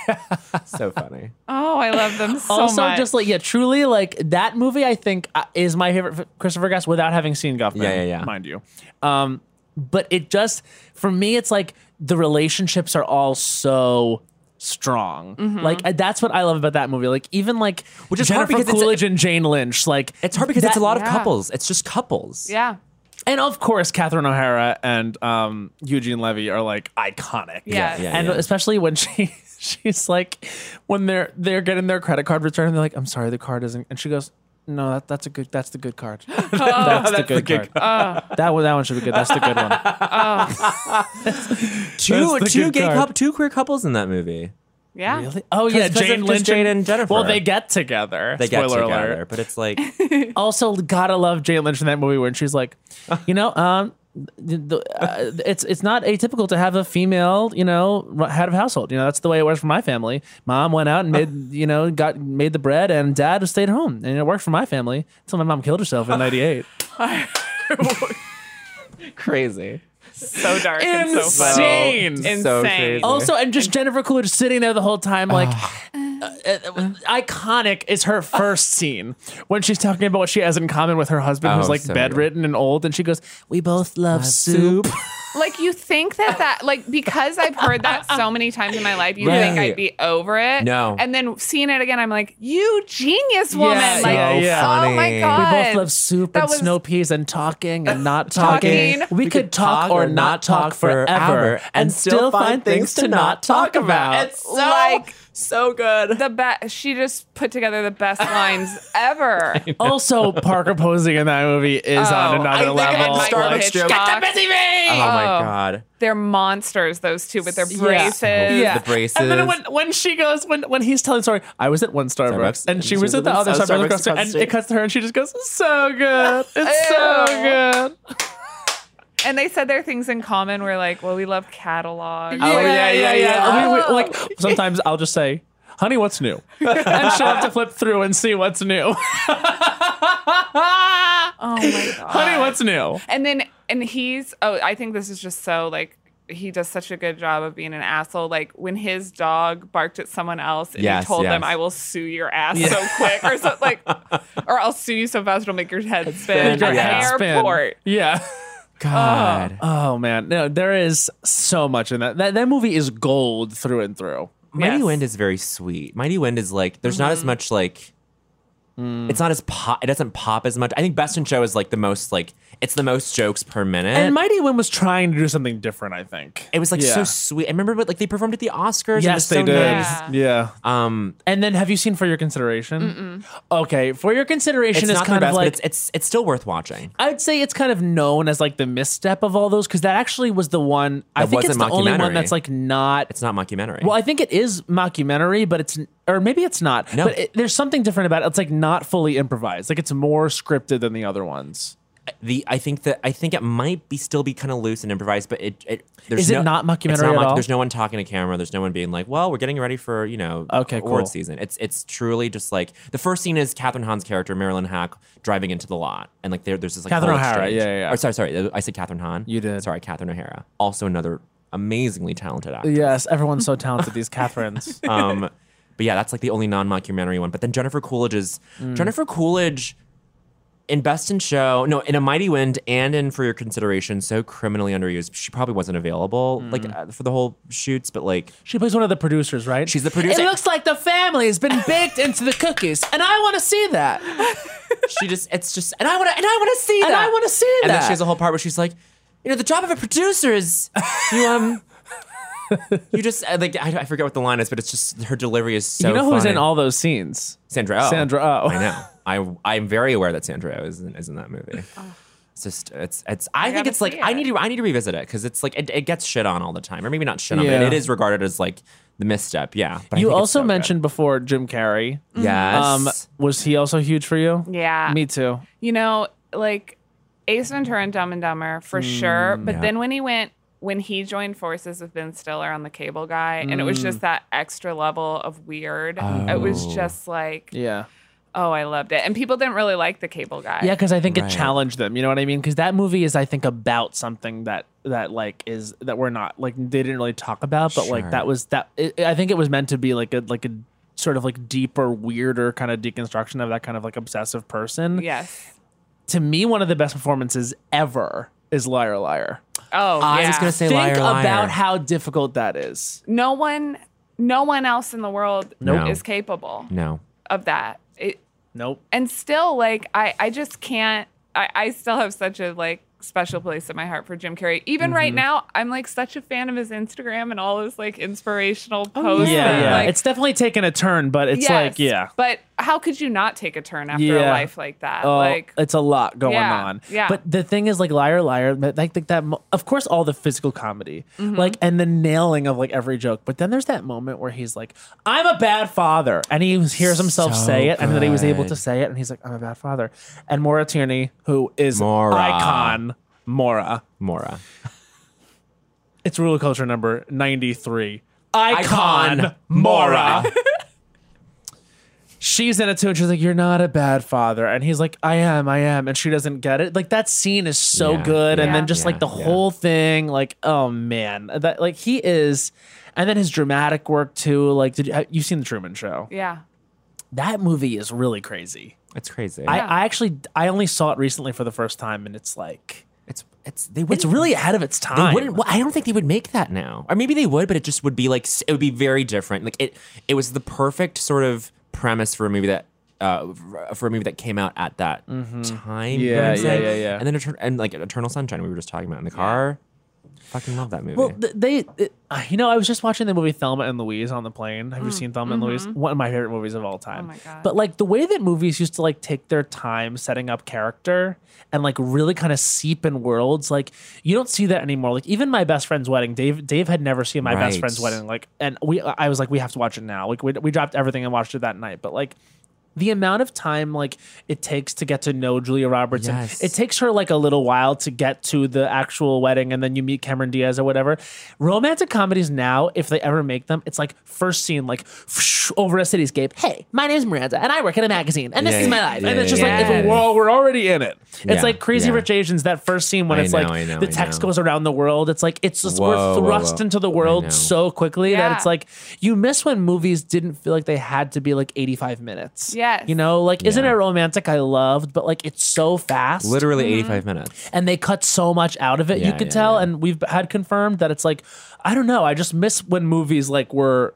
Speaker 4: so funny.
Speaker 6: oh i love them so
Speaker 5: also,
Speaker 6: much
Speaker 5: just like yeah, truly like that movie. I think uh, is my favorite f- Christopher Guest without having seen Guffman.
Speaker 4: Yeah, yeah, yeah.
Speaker 5: Mind you, um, but it just for me, it's like the relationships are all so strong. Like uh, that's what I love about that movie. Like even like which
Speaker 4: Mm-hmm. is hard
Speaker 5: Jennifer
Speaker 4: because it's-
Speaker 5: Coolidge and Jane Lynch. Like
Speaker 4: It's hard because it's a lot of
Speaker 6: yeah.
Speaker 4: couples. It's just couples.
Speaker 6: yeah
Speaker 5: and of course Catherine O'Hara and um, Eugene Levy are like iconic.
Speaker 6: Yes.
Speaker 4: yeah,
Speaker 5: and
Speaker 4: yeah.
Speaker 5: especially when she she's like when they're they're getting their credit card returned they're like i'm sorry the card isn't and she goes no that, that's a good that's the good card
Speaker 4: Oh,
Speaker 5: that's, the good card, that one that one should be good that's the good one
Speaker 4: Two
Speaker 5: the
Speaker 4: two
Speaker 5: good
Speaker 4: gay
Speaker 5: card.
Speaker 4: couple, two queer couples in that movie.
Speaker 6: Yeah.
Speaker 5: Really? Oh yeah,
Speaker 4: 'cause
Speaker 5: Jane
Speaker 4: of just
Speaker 5: Lynch
Speaker 4: Jane and Jennifer.
Speaker 5: Well, they get together.
Speaker 4: They get
Speaker 5: Spoiler
Speaker 4: together,
Speaker 5: alert.
Speaker 4: but it's like
Speaker 5: Also, gotta love Jane Lynch in that movie when she's like, you know, um, the, the- uh, it's it's not atypical to have a female, you know, ru- head of household. You know, that's the way it was for my family. Mom went out and made, you know, got made the bread, and Dad stayed home, and it worked for my family until my mom killed herself in '98.
Speaker 4: crazy.
Speaker 6: So dark and so funny.
Speaker 5: Insane.
Speaker 4: So
Speaker 6: Insane.
Speaker 4: crazy.
Speaker 5: Also, and just Jennifer Coolidge sitting there the whole time, like, uh, uh, iconic is her first scene when she's talking about what she has in common with her husband, who's
Speaker 4: Oh,
Speaker 5: like
Speaker 4: so good.
Speaker 5: bedridden and old, and she goes, "We both love soup."
Speaker 6: Like you think that that like because I've heard that so many times in my life, you think
Speaker 4: Right.
Speaker 6: I'd be over it.
Speaker 4: No.
Speaker 6: And then seeing it again, I'm like, you genius woman.
Speaker 5: Yeah,
Speaker 6: like,
Speaker 5: yeah,
Speaker 4: yeah.
Speaker 6: oh
Speaker 4: We
Speaker 6: my
Speaker 4: both
Speaker 5: We
Speaker 6: god.
Speaker 5: both love soup
Speaker 6: That
Speaker 5: and
Speaker 6: was-
Speaker 5: snow peas and talking and not talking.
Speaker 6: Talking.
Speaker 5: We, could talk or not talk forever and still find things to not talk about.
Speaker 4: It's so,
Speaker 6: Like-
Speaker 4: so good.
Speaker 6: the best. She just put together the best lines ever.
Speaker 5: Also, Parker posing in that movie is
Speaker 6: Oh,
Speaker 5: on
Speaker 6: I
Speaker 5: another
Speaker 6: think I had
Speaker 5: level.
Speaker 6: my
Speaker 5: like-
Speaker 6: Starbucks joke. Get the busy
Speaker 4: Oh my
Speaker 6: Oh.
Speaker 4: god.
Speaker 6: They're monsters, those two, with their
Speaker 5: Yeah.
Speaker 6: braces.
Speaker 4: Yeah. The
Speaker 5: And
Speaker 4: braces.
Speaker 5: then when, when she goes, when, when he's telling the story, I was at one Starbucks,
Speaker 4: Starbucks,
Speaker 5: and she was at the other Starbucks, across the-
Speaker 4: across
Speaker 5: and
Speaker 4: the
Speaker 5: it cuts to her, and she just goes, "So good, it's so
Speaker 6: Ew.
Speaker 5: good."
Speaker 6: And they said their things in common were like, well, we love catalogs. Oh,
Speaker 4: Oh, yeah, yeah, yeah.
Speaker 5: We- we- like sometimes I'll just say, "Honey, what's new?" and she'll have to flip through and see what's new.
Speaker 6: Oh my god.
Speaker 5: Honey, what's new?
Speaker 6: And then and he's oh, I think this is just so like he does such a good job of being an asshole. Like when his dog barked at someone else and
Speaker 4: Yes,
Speaker 6: he told them,
Speaker 4: yes.
Speaker 6: I will sue your ass so quick or so like or I'll sue you so fast it'll make your head spin.
Speaker 4: Your
Speaker 6: At
Speaker 4: head
Speaker 6: an
Speaker 5: Spin.
Speaker 6: airport.
Speaker 5: Yeah.
Speaker 4: God.
Speaker 5: Oh man, no, there is so much in that. That that movie is gold through and through.
Speaker 4: Mighty
Speaker 6: Yes.
Speaker 4: Wind is very sweet. Mighty Wind is like there's not
Speaker 5: Mm-hmm.
Speaker 4: as much like
Speaker 5: Mm.
Speaker 4: it's not as pop. It doesn't pop as much. I think Best in Show is like the most like it's the most jokes per minute.
Speaker 5: And Mighty Wind was trying to do something different, I think.
Speaker 4: it was like
Speaker 5: Yeah.
Speaker 4: so sweet. I remember but, like they performed at the Oscars. and it was
Speaker 5: Yes, they
Speaker 4: so
Speaker 5: did.
Speaker 4: nice.
Speaker 5: Yeah.
Speaker 6: Yeah.
Speaker 4: Um,
Speaker 5: And then have you seen For Your Consideration? Okay, For Your
Speaker 4: it's
Speaker 5: Consideration is
Speaker 4: not the
Speaker 5: kind
Speaker 4: best,
Speaker 5: of
Speaker 4: but
Speaker 5: like
Speaker 4: it's, it's it's still worth watching.
Speaker 5: I'd say it's kind of known as like the misstep of all those because that actually was the one I
Speaker 4: That
Speaker 5: think it's
Speaker 4: wasn't
Speaker 5: the only
Speaker 4: mockumentary.
Speaker 5: one that's like not
Speaker 4: It's not mockumentary.
Speaker 5: Well, I think it is mockumentary, but it's or maybe it's not.
Speaker 4: No.
Speaker 5: But it, there's something different about it. It's like not fully improvised. Like it's more scripted than the other ones.
Speaker 4: the I think that I think it might be still be kind of loose and improvised, but it, it there's
Speaker 5: Is it
Speaker 4: no,
Speaker 5: not mockumentary
Speaker 4: it's not
Speaker 5: at all?
Speaker 4: There's no one talking to camera. There's no one being like, "Well, we're getting ready for you know
Speaker 5: Okay,
Speaker 4: award
Speaker 5: cool.
Speaker 4: season." It's it's truly just like the first scene is Catherine Hahn's character Marilyn Hack driving into the lot, and like there there's this like
Speaker 5: Catherine
Speaker 4: whole
Speaker 5: O'Hara,
Speaker 4: exchange.
Speaker 5: yeah, yeah, yeah.
Speaker 4: Or sorry, sorry, I said Catherine Hahn.
Speaker 5: You did.
Speaker 4: Sorry, Catherine O'Hara, also another amazingly talented actor.
Speaker 5: Yes, everyone's so talented. These Catherines.
Speaker 4: Um, but yeah, that's like the only non mockumentary one. But then Jennifer Coolidge's
Speaker 5: Mm.
Speaker 4: Jennifer Coolidge in Best in Show, no, in A Mighty Wind and in For Your Consideration, so criminally underused. She probably wasn't available
Speaker 5: Mm.
Speaker 4: like uh, for the whole shoots, but like
Speaker 5: She plays one of the producers, right?
Speaker 4: She's the producer.
Speaker 5: It looks like the family has been baked into the cookies, and I want to see that.
Speaker 4: she just it's just and I want to and I want to see
Speaker 5: And
Speaker 4: that
Speaker 5: I wanna see
Speaker 4: And then
Speaker 5: that.
Speaker 4: she has a whole part where she's like, you know, the job of a producer is you um. You just I like I, I forget what the line is, but it's just her delivery is so.
Speaker 5: you know who's
Speaker 4: funny.
Speaker 5: in all those scenes?
Speaker 4: Sandra Oh.
Speaker 5: Sandra Oh.
Speaker 4: I know. I I'm very aware that Sandra Oh is in, is in that movie. It's just it's it's I, think
Speaker 6: Oh. gotta
Speaker 4: it's like
Speaker 6: see
Speaker 4: I
Speaker 6: it.
Speaker 4: need to I need to revisit it because it's like it, it gets shit on all the time or maybe not shit on
Speaker 5: Yeah.
Speaker 4: but it is regarded as like the misstep yeah. But I
Speaker 5: You
Speaker 4: think it's
Speaker 5: also
Speaker 4: so good.
Speaker 5: mentioned before Jim Carrey.
Speaker 4: yes
Speaker 5: Um, was he also huge for you?
Speaker 6: Yeah.
Speaker 5: Me too.
Speaker 6: you know, like Ace Ventura and Dumb and Dumber for sure. But
Speaker 4: yeah.
Speaker 6: then when he went, when he joined forces with Ben Stiller on The Cable Guy, and it was just that extra level of weird. It was
Speaker 4: Mm. Oh.
Speaker 6: just like,
Speaker 5: Yeah.
Speaker 6: oh, I loved it. And people didn't really like The Cable Guy.
Speaker 5: Yeah, because I think
Speaker 4: Right.
Speaker 5: it challenged them. You know what I mean? Because that movie is, I think, about something that that like is that we're not like they didn't really talk about, but
Speaker 4: Sure.
Speaker 5: like that was that. It, I think it was meant to be like a like a sort of like deeper, weirder kind of deconstruction of that kind of like obsessive person.
Speaker 6: Yes.
Speaker 5: To me, one of the best performances ever is Liar Liar.
Speaker 6: Oh,
Speaker 4: I
Speaker 6: yeah.
Speaker 4: was gonna say
Speaker 5: think
Speaker 4: liar
Speaker 5: about
Speaker 4: liar.
Speaker 5: how difficult that is.
Speaker 6: no one, no one else in the world
Speaker 4: Nope.
Speaker 6: is capable
Speaker 4: no
Speaker 6: of that. It,
Speaker 5: Nope.
Speaker 6: and still like I I just can't I I still have such a like special place in my heart for Jim Carrey. Even
Speaker 5: Mm-hmm.
Speaker 6: right now, I'm like such a fan of his Instagram and all his like inspirational posts.
Speaker 5: yeah,
Speaker 6: and,
Speaker 5: Oh, yeah.
Speaker 6: like-
Speaker 5: it's definitely taken a turn, but it's
Speaker 6: Yes,
Speaker 5: like yeah.
Speaker 6: But how could you not take a turn after
Speaker 5: Yeah.
Speaker 6: a life like that?
Speaker 5: Oh,
Speaker 6: like
Speaker 5: it's a lot going
Speaker 6: Yeah,
Speaker 5: on.
Speaker 6: yeah.
Speaker 5: But the thing is, like liar, liar. Like like, that. mo- Of course, all the physical comedy,
Speaker 6: Mm-hmm.
Speaker 5: like and the nailing of like every joke. But then there's that moment where he's like, "I'm a bad father," and he hears himself
Speaker 4: So
Speaker 5: say it, and then he was able to
Speaker 4: good.
Speaker 5: say it, and he's like, "I'm a bad father." And Maura Tierney, who is
Speaker 4: Maura.
Speaker 5: icon Mora,
Speaker 4: Mora.
Speaker 5: it's ruler culture number ninety three.
Speaker 4: Icon
Speaker 5: Icon Mora. she's in it too, and she's like, "You're not a bad father," and he's like, "I am, I am," and she doesn't get it. Like that scene is so
Speaker 4: Yeah,
Speaker 5: good, and
Speaker 6: yeah,
Speaker 5: then just like the
Speaker 4: yeah, yeah.
Speaker 5: whole thing, like, oh man, that like he is, and then his dramatic work too. Like, did you, you've seen the Truman Show?
Speaker 6: yeah.
Speaker 5: That movie is really crazy.
Speaker 4: It's crazy.
Speaker 5: I, I actually, I only saw it recently for the first time, and it's like,
Speaker 4: it's it's they
Speaker 5: it's
Speaker 4: wouldn't-
Speaker 5: really ahead of its
Speaker 4: They
Speaker 5: time.
Speaker 4: wouldn't. well, I don't think they would make that now, or maybe they would, but it just would be like s- it would be very different. Like it, it was the perfect sort of premise for a movie that. Uh, for a movie that came out at that time, you know what
Speaker 5: Mm-hmm. Yeah,
Speaker 4: I'm
Speaker 5: yeah,
Speaker 4: saying?
Speaker 5: yeah, yeah.
Speaker 4: and then Eter- and like Eternal Sunshine, we were just talking about in the car. Fucking love that movie.
Speaker 5: Well, th- they, it, uh, you know, I was just watching the movie Thelma and Louise on the plane. Have you seen Thelma and Louise? One of my favorite movies of all time.
Speaker 6: Mm, mm-hmm. Oh my God.
Speaker 5: But like the way that movies used to like take their time setting up character and like really kind of seep in worlds, like you don't see that anymore. Like even my best friend's wedding, Dave, Dave had never seen my best
Speaker 4: Right.
Speaker 5: friend's wedding. Like, and we, I was like, we have to watch it now. Like we, we dropped everything and watched it that night. But like. The amount of time like it takes to get to know Julia Roberts, and
Speaker 4: Yes.
Speaker 5: it takes her like a little while to get to the actual wedding and then you meet Cameron Diaz or whatever. Romantic comedies now, if they ever make them, it's like first scene, like over a cityscape. Hey, my name's Miranda and I work at a magazine and this
Speaker 4: Yeah,
Speaker 5: is my
Speaker 4: yeah,
Speaker 5: life.
Speaker 4: yeah,
Speaker 5: and it's
Speaker 4: yeah,
Speaker 5: just
Speaker 4: yeah,
Speaker 5: like,
Speaker 4: yeah,
Speaker 5: if,
Speaker 4: yeah.
Speaker 5: whoa, we're already in it.
Speaker 4: Yeah,
Speaker 5: it's like Crazy
Speaker 4: yeah.
Speaker 5: Rich Asians, that first scene when
Speaker 4: I
Speaker 5: it's
Speaker 4: know,
Speaker 5: like
Speaker 4: I know,
Speaker 5: the
Speaker 4: I
Speaker 5: text
Speaker 4: know.
Speaker 5: goes around the world. It's like, it's just,
Speaker 4: Whoa,
Speaker 5: we're
Speaker 4: whoa,
Speaker 5: thrust
Speaker 4: whoa.
Speaker 5: into the
Speaker 4: I
Speaker 5: world
Speaker 4: know.
Speaker 5: so quickly that
Speaker 6: Yeah.
Speaker 5: it's like, you miss when movies didn't feel like they had to be like 85 minutes.
Speaker 6: Yes.
Speaker 5: You know, like, isn't it
Speaker 4: Yeah.
Speaker 5: romantic? I loved, but like, it's so fast
Speaker 4: Literally 85 minutes.
Speaker 5: and they cut so much out of it you
Speaker 4: Yeah,
Speaker 5: could
Speaker 4: yeah,
Speaker 5: tell
Speaker 4: yeah.
Speaker 5: and we've had confirmed that it's like i don't know i just miss when movies like were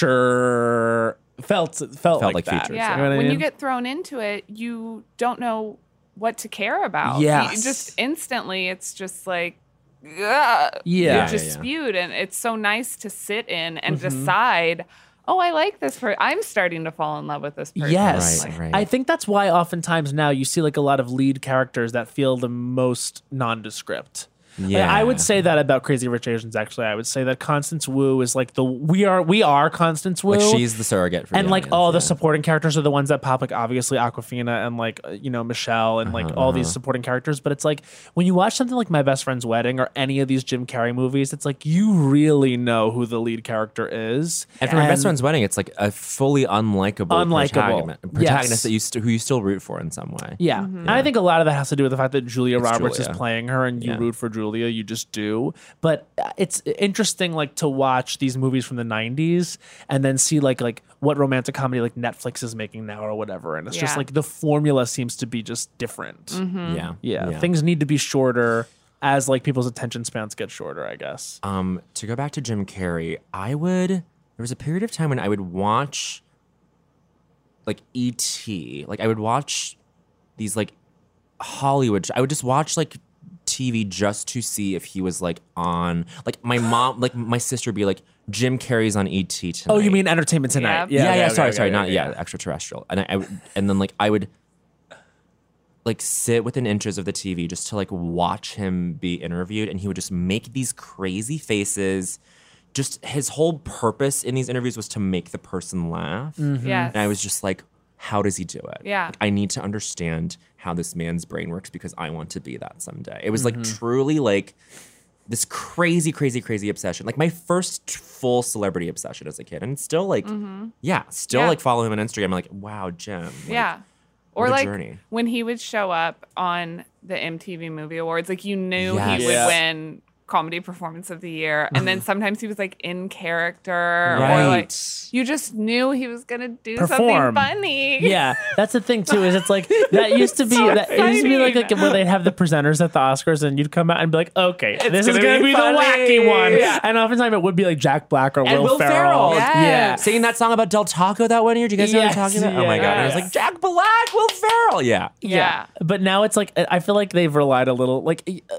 Speaker 5: feature felt felt, like,
Speaker 4: like
Speaker 5: that.
Speaker 4: features,
Speaker 6: Yeah.
Speaker 5: You know what I
Speaker 6: when you
Speaker 5: mean?
Speaker 6: get thrown into it, you don't know what to care about.
Speaker 5: Yes.
Speaker 6: You just instantly, it's just like, ugh,
Speaker 5: Yeah. Mm-hmm.
Speaker 6: You're just
Speaker 4: Yeah, yeah.
Speaker 6: spewed. And it's so nice to sit in and decide, oh, I like this person. I'm starting to fall in love with this person.
Speaker 5: Yes.
Speaker 4: Right, right.
Speaker 5: I think that's why oftentimes now you see like a lot of lead characters that feel the most nondescript. Like,
Speaker 4: Yeah.
Speaker 5: I would say that about Crazy Rich Asians actually. I would say that Constance Wu is like the we are we are Constance Wu.
Speaker 4: Like she's the surrogate for
Speaker 5: and
Speaker 4: the
Speaker 5: like
Speaker 4: audience,
Speaker 5: all
Speaker 4: yeah.
Speaker 5: the supporting characters are the ones that pop like obviously aquafina and like uh, you know michelle and like all
Speaker 4: Uh-huh.
Speaker 5: these supporting characters but it's like when you watch something like my best friend's wedding or any of these jim carrey movies it's like you really know who the lead character is
Speaker 4: And for my best friend's wedding, it's like a fully unlikable,
Speaker 5: Unlikable.
Speaker 4: protagonist, protagonist
Speaker 5: Yes.
Speaker 4: that you st- who you still root for in some way.
Speaker 5: yeah. And I think a lot of that has to do with the fact that Julia
Speaker 4: Mm-hmm. It's
Speaker 5: Roberts is
Speaker 4: Julia.
Speaker 5: playing her and you
Speaker 4: Yeah.
Speaker 5: root for Julia, you just do. But uh, it's interesting like to watch these movies from the 90s and then see like like what romantic comedy like Netflix is making now or whatever and it's just
Speaker 6: Yeah.
Speaker 5: like the formula seems to be just different.
Speaker 4: Yeah,
Speaker 5: Mm-hmm. yeah, things need to be shorter as like people's attention spans get shorter i guess
Speaker 4: Um, to go back to Jim Carrey, I would. There was a period of time when I would watch, like ET, like I would watch these like Hollywood. I would just watch like TV just to see if he was like on. Like my mom, like my sister, would be like Jim Carrey's on ET tonight.
Speaker 5: oh you mean entertainment
Speaker 6: Yeah.
Speaker 5: tonight
Speaker 4: yeah, yeah.
Speaker 5: okay, okay,
Speaker 4: sorry,
Speaker 5: okay,
Speaker 4: sorry,
Speaker 5: okay,
Speaker 4: not
Speaker 5: okay.
Speaker 4: yeah, extraterrestrial. And I, I would- and then like I would like sit within inches of the TV just to like watch him be interviewed, and he would just make these crazy faces. Just his whole purpose in these interviews was to make the person laugh,
Speaker 5: Mm-hmm.
Speaker 6: Yes.
Speaker 4: and I was just like, how does he do it?
Speaker 6: Yeah.
Speaker 4: Like, I need to understand how this man's brain works because I want to be that someday. It was like
Speaker 5: Mm-hmm.
Speaker 4: truly like this crazy, crazy, crazy obsession. Like my first t- full celebrity obsession as a kid, and still like, yeah, still
Speaker 6: Mm-hmm. Yeah.
Speaker 4: like follow him on Instagram. I'm like, wow, Jim. Like,
Speaker 6: yeah. Or
Speaker 4: a
Speaker 6: like
Speaker 4: journey.
Speaker 6: when he would show up on the MTV Movie Awards, like you knew
Speaker 4: Yes.
Speaker 6: he
Speaker 5: Yeah.
Speaker 6: would win comedy performance of the year, and
Speaker 5: Mm-hmm.
Speaker 6: then sometimes he was like in character, or like
Speaker 4: Right.
Speaker 6: you just knew he was gonna do
Speaker 5: Perform.
Speaker 6: something funny.
Speaker 5: yeah that's the thing too is it's like that used to be
Speaker 6: So
Speaker 5: that it used to be like, like
Speaker 6: exciting.
Speaker 5: where they'd have the presenters at the oscars and you'd come out and be like okay this is
Speaker 4: gonna
Speaker 5: gonna
Speaker 4: be
Speaker 5: be, the
Speaker 4: funny.
Speaker 5: wacky one
Speaker 4: Yeah.
Speaker 5: and oftentimes it would be like jack black or
Speaker 4: And Will Ferrell.
Speaker 5: yeah
Speaker 6: Yes.
Speaker 4: Singing that song about Del Taco that one year. Do you guys know what I'm
Speaker 5: Yes,
Speaker 4: talking about? Oh my
Speaker 5: yeah,
Speaker 4: God. And I was
Speaker 5: yes.
Speaker 4: like, Jack Black, Will Ferrell. Yeah.
Speaker 6: Yeah.
Speaker 5: But now it's like I feel like they've relied a little like uh,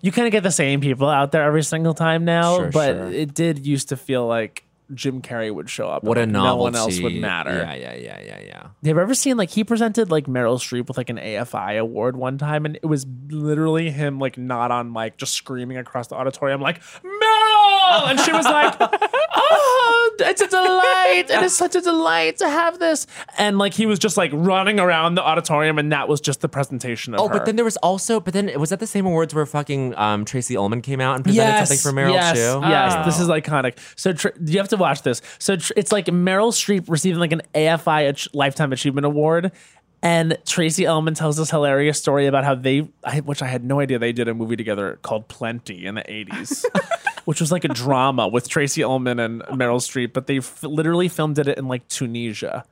Speaker 5: you kind of get the same people out there every single time now,
Speaker 4: Sure,
Speaker 5: but
Speaker 4: sure.
Speaker 5: it did used to feel like Jim Carrey would show up. and,
Speaker 4: What a
Speaker 5: like,
Speaker 4: novelty.
Speaker 5: No one else would matter.
Speaker 4: Yeah, yeah, yeah, yeah, yeah.
Speaker 5: Have you ever seen like he presented like Meryl Streep with like an AFI award one time, and it was literally him like not on mic, just screaming across the auditorium like Meryl, and she was like, "Oh, it's a delight! It is such a delight to have this." And like he was just like running around the auditorium, and that was just the presentation of
Speaker 4: Oh,
Speaker 5: her.
Speaker 4: but then there was also, but then was that the same awards where fucking um, Tracy Ullman came out and presented something for Meryl
Speaker 5: yes, Uh,
Speaker 4: too?
Speaker 5: Yes, this is iconic. So tr- you have to watch this. So tr- it's like Meryl Streep receiving like an AFI Ach- Lifetime Achievement Award. And Tracy Ullman tells this hilarious story about how they, I, which I had no idea they did a movie together called Plenty in the 80s, which was like a drama with Tracy Ullman and Meryl Streep, but they f- literally filmed it in like Tunisia.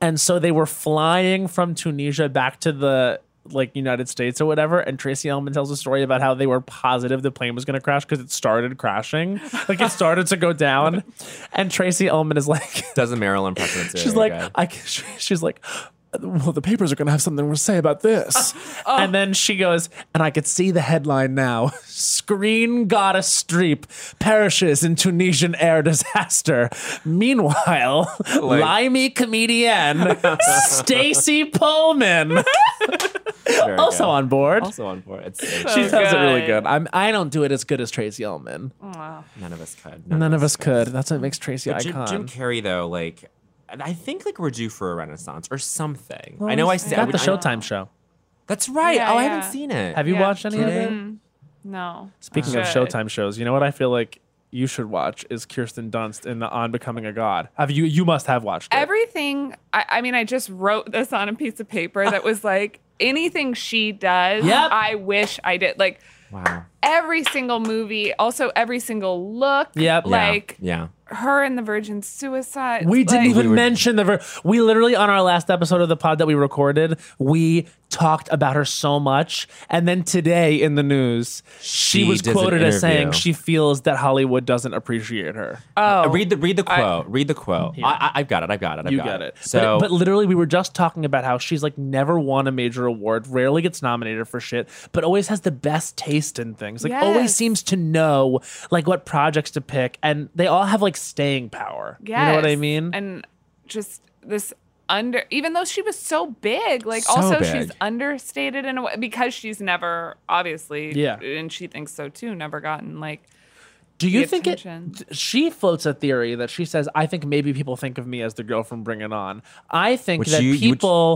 Speaker 5: And so they were flying from Tunisia back to the like United States or whatever. And Tracy Ullman tells a story about how they were positive the plane was going to crash because it started crashing, like it started to go down. And Tracy Ullman is like,
Speaker 4: Does a Meryl impression too?
Speaker 5: she's like,
Speaker 4: okay.
Speaker 5: I, can't- she's like. Well, the papers are going to have something to say about this. And then she goes, and I could see the headline now Screen Goddess Streep perishes in Tunisian air disaster. Meanwhile, limey comedian Stacy Pullman
Speaker 4: Very
Speaker 5: also
Speaker 4: good.
Speaker 5: on board.
Speaker 4: also on board. It's,
Speaker 6: So
Speaker 5: "Oh, she sounds it really
Speaker 6: good.
Speaker 5: good. I'm, I don't do it as good as Tracy Ullman.
Speaker 4: none of us could.
Speaker 5: None of us could. Oh, That's what makes Tracy
Speaker 4: But Jim,
Speaker 5: icon.
Speaker 4: Jim Carrey though, like, I think like we're due for a renaissance or something. I
Speaker 5: Well,
Speaker 4: know I
Speaker 5: he's
Speaker 4: said
Speaker 5: got the
Speaker 4: I-
Speaker 5: Showtime show.
Speaker 4: That's right.
Speaker 6: Yeah,
Speaker 4: oh, I
Speaker 6: yeah.
Speaker 4: haven't seen it.
Speaker 5: Have you
Speaker 6: Yeah.
Speaker 5: watched any of
Speaker 4: Today?
Speaker 5: it? Mm-hmm.
Speaker 6: No.
Speaker 5: Speaking of
Speaker 6: Should.
Speaker 5: Showtime shows, you know what I feel like you should watch is Kirsten Dunst in the On Becoming a God. Have you? You must have watched it.
Speaker 6: everything I, I mean i just wrote this on a piece of paper that was like anything she does
Speaker 5: Yep.
Speaker 6: i wish i did like
Speaker 4: Wow.
Speaker 6: every single movie also every single look
Speaker 5: Yep. Yeah.
Speaker 6: like
Speaker 4: Yeah.
Speaker 6: her and the virgin suicide
Speaker 5: we didn't
Speaker 6: like-
Speaker 5: even mention the. Ver- we literally on our last episode of the pod that we recorded, we talked about her so much, and then today in the news, she,
Speaker 4: She
Speaker 5: was
Speaker 4: does an
Speaker 5: quoted as saying
Speaker 4: interview.
Speaker 5: she feels that Hollywood doesn't appreciate her.
Speaker 6: oh
Speaker 4: Uh, Read the read the quote. read the quote. I, I, I've got it. I've got it. I've
Speaker 5: you
Speaker 4: got
Speaker 5: get it. But-
Speaker 4: So,
Speaker 5: but, literally, we were just talking about how she's like never won a major award, rarely gets nominated for shit, but always has the best taste in things. Like always
Speaker 6: Yes.
Speaker 5: seems to know like what projects to pick, and they all have like staying power. You know what I
Speaker 6: yes.
Speaker 5: mean?
Speaker 6: and just this under even though she was so big like
Speaker 4: So
Speaker 6: also
Speaker 4: big.
Speaker 6: she's understated in a way because she's never obviously
Speaker 5: Yeah.
Speaker 6: and she thinks so too never gotten like
Speaker 5: Do you
Speaker 6: the
Speaker 5: think it?
Speaker 6: attention.
Speaker 5: th- She floats a theory that she says, "I think maybe people think of me as the girl from Bring It On." I think
Speaker 4: Which
Speaker 5: that
Speaker 4: you- you-
Speaker 5: people,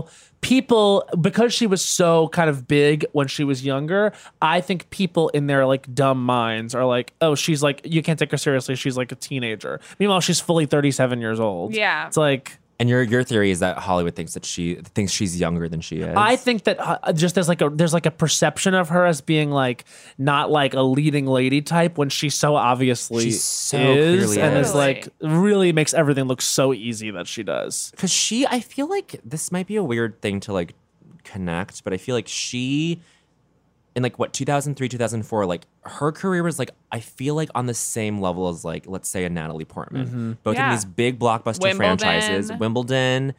Speaker 5: people, because she was so kind of big when she was younger, I think people in their like dumb minds are like, "Oh, she's like, you can't take her seriously. She's like a teenager." Meanwhile, she's fully thirty-seven years old.
Speaker 6: Yeah.
Speaker 5: it's like.
Speaker 4: and your your theory is that Hollywood thinks that she thinks she's younger than she is.
Speaker 5: I think that uh, just there's like a there's like a perception of her as being like not like a leading lady type when she so obviously
Speaker 4: She so
Speaker 5: is
Speaker 4: clearly
Speaker 5: and
Speaker 6: is.
Speaker 5: is like really makes everything look so easy that she does.
Speaker 4: because she i feel like this might be a weird thing to like connect but i feel like she in like what 2003 2004 like her career was like i feel like on the same level as like let's say a natalie portman both
Speaker 6: Yeah.
Speaker 4: of these big blockbuster
Speaker 6: Wimbledon.
Speaker 4: franchises wimbledon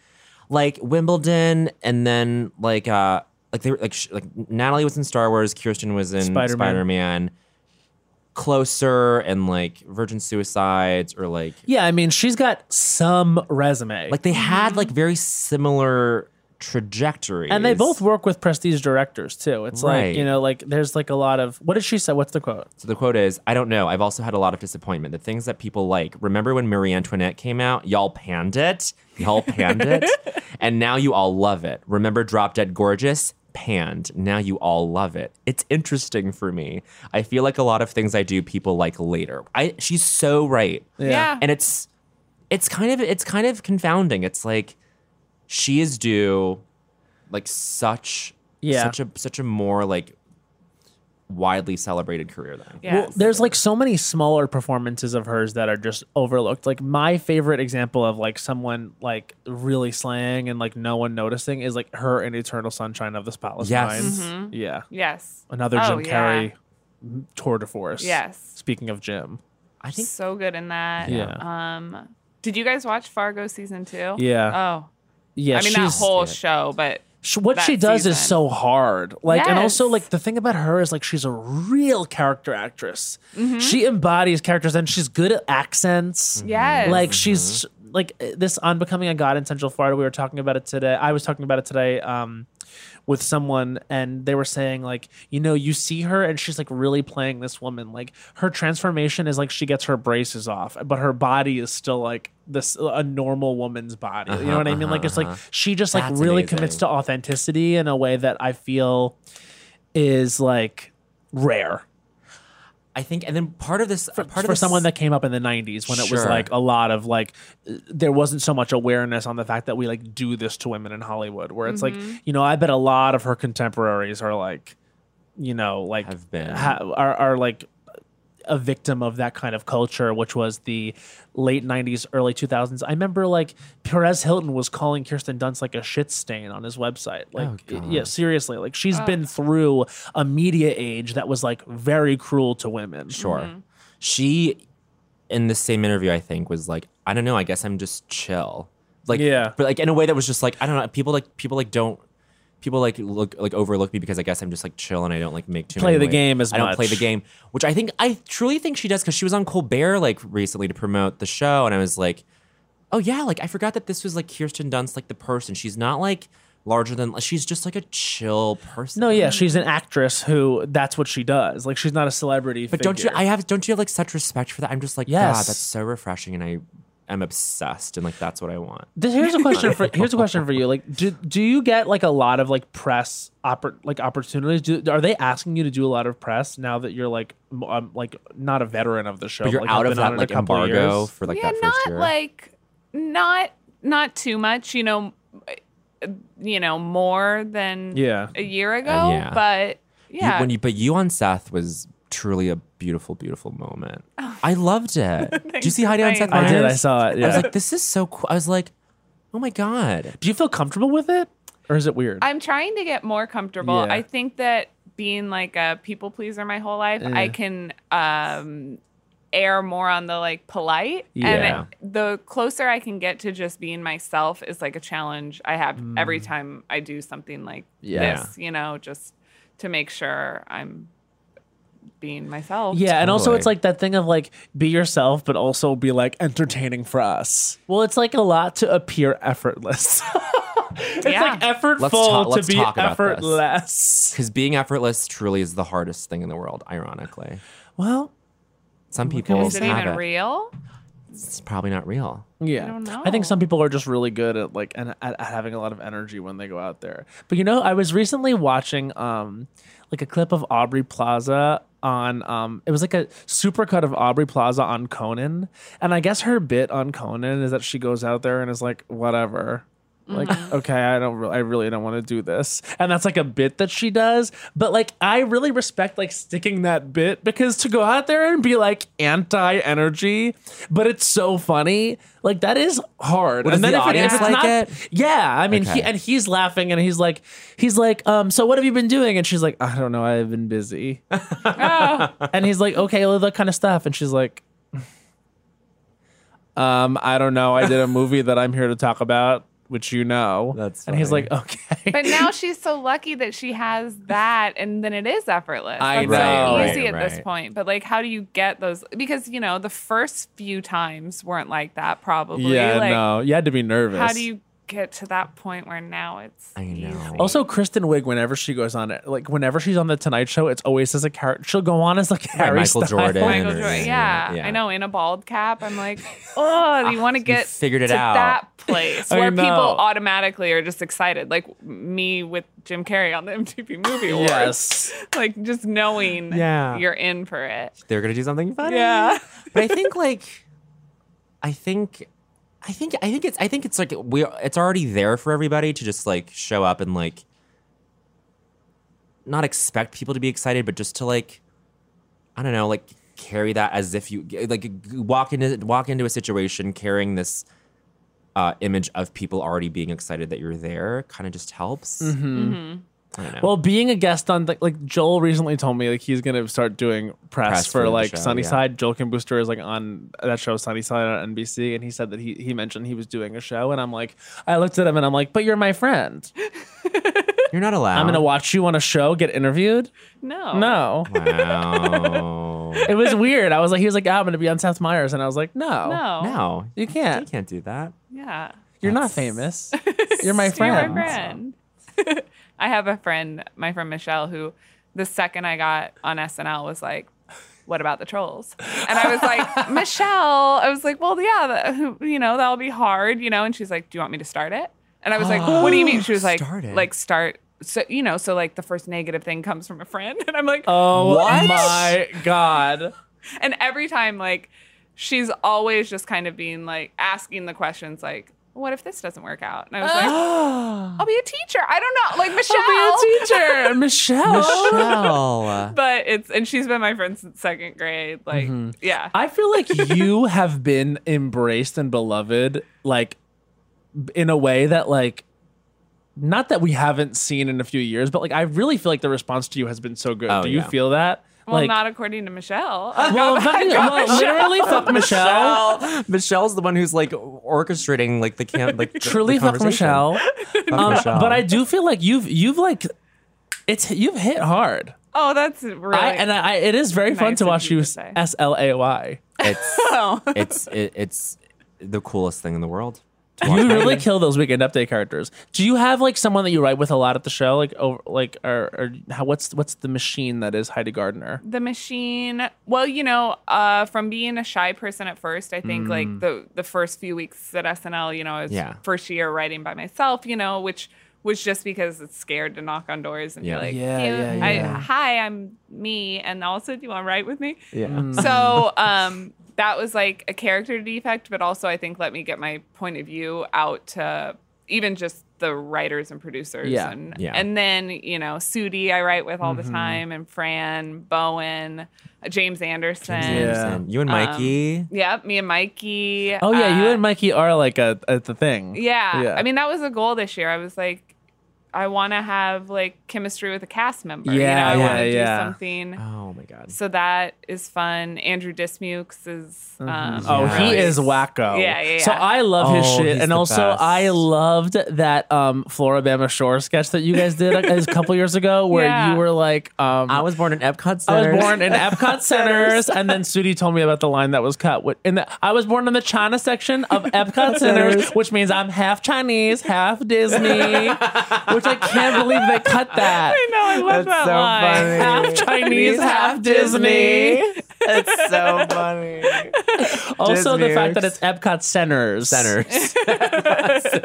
Speaker 4: like wimbledon and then like uh like they were like sh- like natalie was in star wars kirsten was in
Speaker 5: Spider-Man.
Speaker 4: spider-man closer and like virgin suicides or like
Speaker 5: Yeah, I mean she's got some resume.
Speaker 4: like they had like very similar trajectories.
Speaker 5: and they both work with prestige directors too. It's
Speaker 4: Right.
Speaker 5: like, you know, like there's like a lot of what did she say? What's the quote?
Speaker 4: So the quote is, "I don't know. I've also had a lot of disappointment. The things that people like. Remember when Marie Antoinette came out? Y'all panned it. Y'all panned it. And now you all love it. Remember Drop Dead Gorgeous." Panned. Now you all love it. It's interesting for me. I feel like a lot of things I do, people like later. I she's so right.
Speaker 6: yeah,
Speaker 4: and it's it's kind of it's kind of confounding it's like she is due like such
Speaker 5: Yeah.
Speaker 4: such a such a more like widely celebrated career then
Speaker 6: yeah.
Speaker 5: Well, there's like so many smaller performances of hers that are just overlooked. Like my favorite example of like someone like really slaying and like no one noticing is like her in Eternal Sunshine of the Spotless
Speaker 4: Yes.
Speaker 5: Mind. Yeah,
Speaker 6: yes
Speaker 5: another
Speaker 6: Mm-hmm. Oh,
Speaker 5: Jim
Speaker 6: yeah.
Speaker 5: Carrey tour de force.
Speaker 6: Yes.
Speaker 5: Speaking of Jim,
Speaker 4: i think
Speaker 6: so good in that.
Speaker 5: Yeah.
Speaker 6: Um, did you guys watch Fargo season two?
Speaker 5: Yeah.
Speaker 6: Oh,
Speaker 5: yeah,
Speaker 6: I mean that
Speaker 5: she's- Mm-hmm.
Speaker 6: whole show, but
Speaker 5: Sh what she
Speaker 6: that
Speaker 5: does is
Speaker 6: season.
Speaker 5: so hard. Like, and also
Speaker 6: Yes.
Speaker 5: like the thing about her is like she's a real character actress.
Speaker 6: Mm-hmm.
Speaker 5: She embodies characters, and she's good at accents.
Speaker 6: Yes.
Speaker 5: like she's
Speaker 4: Mm-hmm.
Speaker 5: like eh, this on becoming a god in Central Florida. We were talking about it today. I was talking about it today. Um, with someone and they were saying like you know you see her and she's like really playing this woman like her transformation is like she gets her braces off but her body is still like this a normal woman's body you know what i mean like it's like she just like
Speaker 4: Uh-huh, That's
Speaker 5: really
Speaker 4: amazing.
Speaker 5: commits to authenticity in a way that i feel is like rare
Speaker 4: I think, and then part of this, part
Speaker 5: for
Speaker 4: of this,
Speaker 5: someone that came up in the 90s when it was
Speaker 4: Sure.
Speaker 5: like a lot of like uh, there wasn't so much awareness on the fact that we like do this to women in Hollywood where it's
Speaker 4: Mm-hmm.
Speaker 5: like you know I bet a lot of her contemporaries are like you know like
Speaker 4: Have been.
Speaker 5: ha- are are like a victim of that kind of culture which was the late 90s early 2000s i remember like perez hilton was calling kirsten dunst like a shit stain on his website
Speaker 4: Oh,
Speaker 5: like yeah seriously like she's been through a media age that was like very cruel to women
Speaker 4: sure, she in the same interview I think was like, I don't know, I guess I'm just chill, like
Speaker 5: Yeah.
Speaker 4: but like in a way that was just like I don't know, people like people like don't. People like look like overlook me because I guess I'm just like chill and I don't like make too
Speaker 5: Play
Speaker 4: many
Speaker 5: the
Speaker 4: waves.
Speaker 5: game as
Speaker 4: I don't play
Speaker 5: much.
Speaker 4: the game, which I think I truly think she does because she was on Colbert like recently to promote the show and I was like, oh yeah, like I forgot that this was like Kirsten Dunst like the person. She's not like larger than she's just like a chill person.
Speaker 5: No, yeah, she's an actress who that's what she does. Like she's not a celebrity.
Speaker 4: But don't you? I have. Don't you have like such respect for that? I'm just like, yeah,
Speaker 5: Yes.
Speaker 4: God, that's so refreshing, and I am obsessed, and like that's what I want.
Speaker 5: This- here's a question for here's a question for you. Like, do do you get like a lot of like press oppor- like opportunities? Do, are they asking you to do a lot of press now that you're like m- um, like not a veteran of the show?
Speaker 4: But you're
Speaker 5: like,
Speaker 4: out
Speaker 5: I've
Speaker 4: of
Speaker 5: been on
Speaker 4: that
Speaker 5: it a
Speaker 4: like
Speaker 5: couple of
Speaker 4: embargo
Speaker 5: years?
Speaker 4: for like
Speaker 6: yeah,
Speaker 4: that first
Speaker 6: not
Speaker 4: year.
Speaker 6: like not not too much. You know, uh, you know more than
Speaker 5: Yeah.
Speaker 6: a year ago,
Speaker 4: yeah.
Speaker 6: but
Speaker 4: You-
Speaker 6: yeah,
Speaker 4: when you, but you on Seth was truly a beautiful, beautiful moment. I loved it. Did you see
Speaker 6: Oh. for
Speaker 4: Heidi on Seth?
Speaker 6: saying that.
Speaker 5: I did. I
Speaker 4: Meyers?
Speaker 5: saw it.
Speaker 4: I was
Speaker 5: Yeah.
Speaker 4: like, this is so cool. I was like, oh my god.
Speaker 5: do you feel comfortable with it, or is it weird?
Speaker 6: I'm trying to get more comfortable.
Speaker 5: Yeah.
Speaker 6: I think that being like a people pleaser my whole life, I can um err more on the like polite.
Speaker 5: Yeah.
Speaker 6: And the closer I can get to just being myself is like a challenge I have every time I do something
Speaker 4: Mm.
Speaker 6: like
Speaker 4: Yeah.
Speaker 6: this, you know, just to make sure I'm being myself.
Speaker 5: Yeah, and also it's
Speaker 4: Totally.
Speaker 5: like that thing of like be yourself, but also be like entertaining for us. Well, it's like a lot to appear effortless. it's
Speaker 6: Yeah.
Speaker 5: like effortful
Speaker 4: Let's talk-
Speaker 5: to
Speaker 4: let's
Speaker 5: be
Speaker 4: talk about this.
Speaker 5: effortless.
Speaker 4: Because being effortless truly is the hardest thing in the world. Ironically,
Speaker 5: Well,
Speaker 4: some people
Speaker 6: Is it
Speaker 4: have
Speaker 6: even real?
Speaker 4: It's probably not real.
Speaker 5: yeah, I,
Speaker 6: don't know.
Speaker 5: think some people are just really good at like and at, at having a lot of energy when they go out there. But you know, I was recently watching um like a clip of Aubrey Plaza on um it was like a supercut of Aubrey Plaza on Conan, and I guess her bit on Conan is that she goes out there and is like whatever. like okay i don't re- i really don't want to do this and that's like a bit that she does but like i really respect like sticking that bit because to go out there and be like anti energy but it's so funny like that is hard
Speaker 4: Well,
Speaker 5: and
Speaker 4: does the audience like it?
Speaker 5: yeah i mean he,
Speaker 4: Okay.
Speaker 5: and he's laughing and he's like he's like um so what have you been doing and she's like i don't know i've been busy and he's like okay all that kind of stuff and she's like um, I don't know. I did a movie that I'm here to talk about, which you know.
Speaker 4: That's
Speaker 5: and he's
Speaker 4: funny.
Speaker 5: like, okay.
Speaker 6: But now she's so lucky that she has that, and then it is effortless.
Speaker 4: I
Speaker 6: That's so
Speaker 4: know.
Speaker 6: easy
Speaker 4: Right,
Speaker 6: at this
Speaker 4: right.
Speaker 6: point. But like, how do you get those? Because you know, the first few times weren't like that. Probably.
Speaker 5: yeah,
Speaker 6: like,
Speaker 5: no, you had to be nervous.
Speaker 6: How do you get to that point where now it's?
Speaker 4: I know.
Speaker 5: Also, Kristen Wiig, whenever she goes on it, like whenever she's on the Tonight Show, it's always as a character. She'll go on as like Harry
Speaker 4: Michael
Speaker 5: Styles.
Speaker 4: Jordan.
Speaker 6: Michael
Speaker 4: or-
Speaker 6: Jordan. Yeah, I know. In a bald cap, I'm like, oh, you want to get
Speaker 4: Ah, figured it
Speaker 6: to
Speaker 4: out.
Speaker 6: that place
Speaker 5: I
Speaker 6: where people
Speaker 5: know.
Speaker 6: automatically are just excited, like me with Jim Carrey on the MTV Movie Awards.
Speaker 5: Yes.
Speaker 6: like just knowing
Speaker 5: Yeah.
Speaker 6: you're in for it.
Speaker 4: They're gonna do something funny.
Speaker 6: Yeah.
Speaker 4: but I think like I think I think I think it's I think it's like we it's already there for everybody to just like show up and like not expect people to be excited, but just to like I don't know, like carry that as if you like walk into walk into a situation carrying this uh, image of people already being excited that you're there kind of just helps.
Speaker 5: Mm-hmm.
Speaker 4: I don't know.
Speaker 5: Well, being a guest on like, like Joel recently told me like he's gonna start doing press,
Speaker 4: Press
Speaker 5: for,
Speaker 4: for the
Speaker 5: like
Speaker 4: show,
Speaker 5: Sunnyside. Joel Kim Booster is like on that show Sunnyside on NBC, and he said that he he mentioned he was doing a show, and I'm like, I looked at him and I'm like, but you're my friend.
Speaker 4: You're not allowed.
Speaker 5: I'm gonna watch you on a show get interviewed.
Speaker 6: No.
Speaker 5: No,
Speaker 4: Wow.
Speaker 5: it was weird. I was like, he was like, "Ah, I'm gonna be on Seth Meyers, and I was like, no,
Speaker 6: No.
Speaker 4: no,
Speaker 5: Oh. you
Speaker 4: you
Speaker 5: can't.
Speaker 4: can't do that.
Speaker 6: Yeah.
Speaker 5: You're not famous. You're
Speaker 6: You're
Speaker 5: my friend.
Speaker 6: my friend. I have a friend, my friend Michelle, who the second I got on SNL was like, what about the trolls? And I was like, Michelle, I was like, well, yeah, that, who- you know, that'll be hard, you know? And she's like, do you want me to start it? And I was like, what do you mean? She was like,
Speaker 4: Start it.
Speaker 6: like, start. So, you know, so like the first negative thing comes from a friend. And I'm like,
Speaker 5: Oh my god.
Speaker 6: and every time, like, she's always just kind of being like asking the questions, like, what if this doesn't work out? And I was like, I'll be a teacher. I don't know. Like, Michelle.
Speaker 5: teacher, Michelle. uh,
Speaker 4: Michelle.
Speaker 6: But it's, and she's been my friend since second grade. Like, yeah.
Speaker 5: Mm-hmm. I feel like you have been embraced and beloved, like b- in a way that, like, not that we haven't seen in a few years, but like I really feel like the response to you has been so good.
Speaker 4: Oh,
Speaker 5: Do you
Speaker 4: yeah.
Speaker 5: feel that?
Speaker 6: well,
Speaker 5: like,
Speaker 6: not according to Michelle.
Speaker 5: well, e- fucking- well, literally, fuck Michelle.
Speaker 4: Michelle. Michelle's the one who's like orchestrating like the camp, like the-
Speaker 5: Truly,
Speaker 4: the
Speaker 5: fuck
Speaker 4: conversation.
Speaker 5: Michelle.
Speaker 4: Fuck
Speaker 5: Um,
Speaker 4: Michelle.
Speaker 5: But I do feel like you've you've like it's you've hit hard.
Speaker 6: oh, that's really.
Speaker 5: I, and I, I- it is very fun
Speaker 6: Nice
Speaker 5: to
Speaker 6: of
Speaker 5: watch
Speaker 6: you
Speaker 5: you
Speaker 6: to
Speaker 5: s-
Speaker 6: say.
Speaker 5: S L A Y.
Speaker 4: it's
Speaker 6: oh.
Speaker 4: it's it, it's the coolest thing in the world. to watch
Speaker 5: You
Speaker 4: that.
Speaker 5: really kill those Weekend Update characters. Do you have like someone that you write with a lot at the show, like over, like or, or how, what's what's the machine that is Heidi Gardner?
Speaker 6: the machine well you know uh from being a shy person at first i think like
Speaker 5: Mm.
Speaker 6: the the first few weeks at snl you know i was
Speaker 4: Yeah.
Speaker 6: first year writing by myself you know which was just because it's scared to knock on doors and
Speaker 4: Yeah.
Speaker 6: be like
Speaker 5: Yeah,
Speaker 6: "Hey,
Speaker 5: yeah,
Speaker 6: I,
Speaker 5: yeah.
Speaker 6: hi i'm me and also do you want to write with me
Speaker 4: Yeah.
Speaker 5: Mm.
Speaker 6: so um that was like a character defect but also i think let me get my point of view out to even just the writers and producers
Speaker 5: Yeah, Mm-hmm.
Speaker 6: and
Speaker 4: yeah.
Speaker 6: and then you know sudie i write with all the time and fran bowen uh, james anderson
Speaker 4: Anderson. You and
Speaker 6: Um,
Speaker 4: Mikey.
Speaker 6: yeah me and mikey
Speaker 5: Oh yeah, you
Speaker 6: uh,
Speaker 5: and Mikey are like a, at the thing.
Speaker 6: yeah. i mean that was a goal this year i was like i want to have like chemistry with a cast member you know
Speaker 5: Yeah,
Speaker 6: i want
Speaker 5: yeah,
Speaker 6: to
Speaker 5: yeah.
Speaker 6: do something
Speaker 5: Um,
Speaker 4: oh my god.
Speaker 6: so that is fun. Andrew Dismukes is. Um,
Speaker 5: Oh, he
Speaker 4: Right.
Speaker 5: is wacko.
Speaker 6: Yeah, yeah,
Speaker 5: So
Speaker 6: yeah.
Speaker 5: I love his
Speaker 4: Oh,
Speaker 5: shit,
Speaker 4: he's
Speaker 5: and
Speaker 4: the
Speaker 5: also
Speaker 4: best.
Speaker 5: I loved that um Floribama Shore sketch that you guys did a, a couple years ago, where
Speaker 6: Yeah.
Speaker 5: you were like, um,
Speaker 4: I was born in Epcot
Speaker 5: I
Speaker 4: Center.
Speaker 5: was born in Epcot Centers, and then Sudie told me about the line that was cut. Wh- In the, I was born in the China section of Epcot Centers, which means I'm half Chinese, half Disney, which I can't believe they cut that.
Speaker 6: I know, I love that line.
Speaker 5: Half Chinese, half Disney.
Speaker 4: It's so funny.
Speaker 5: Also, the
Speaker 4: Disney.
Speaker 5: fact that it's Epcot Centers.
Speaker 4: Centers.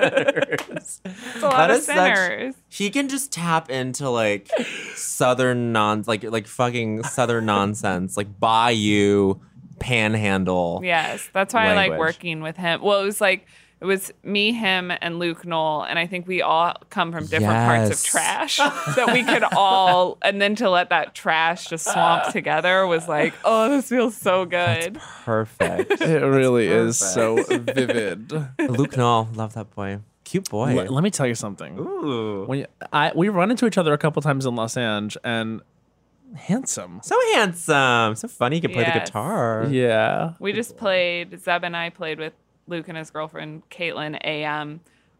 Speaker 6: It's a lot
Speaker 4: That
Speaker 6: of
Speaker 4: is such-
Speaker 6: centers.
Speaker 4: He can just tap into like southern non like like fucking southern nonsense, like bayou panhandle.
Speaker 6: Yes, that's why I like
Speaker 4: Language.
Speaker 6: working with him. Well, it was like it was me, him, and Luke Knoll, and I think we all come from different parts
Speaker 4: Yes.
Speaker 6: of trash that we could all, and then to let that trash just swamp together was like, oh, this feels so good.
Speaker 4: Perfect.
Speaker 5: It really is so vivid.
Speaker 4: Luke Knoll, love that boy. Cute boy.
Speaker 5: Let, let me tell you something.
Speaker 4: Ooh.
Speaker 5: When you, I, we run into each other a couple times in Los Angeles, and handsome.
Speaker 4: So handsome. So funny. He can play the
Speaker 6: Yes.
Speaker 4: guitar.
Speaker 5: Yeah.
Speaker 6: We just played, Zeb and I played with Luke and his girlfriend, Caitlin, a um,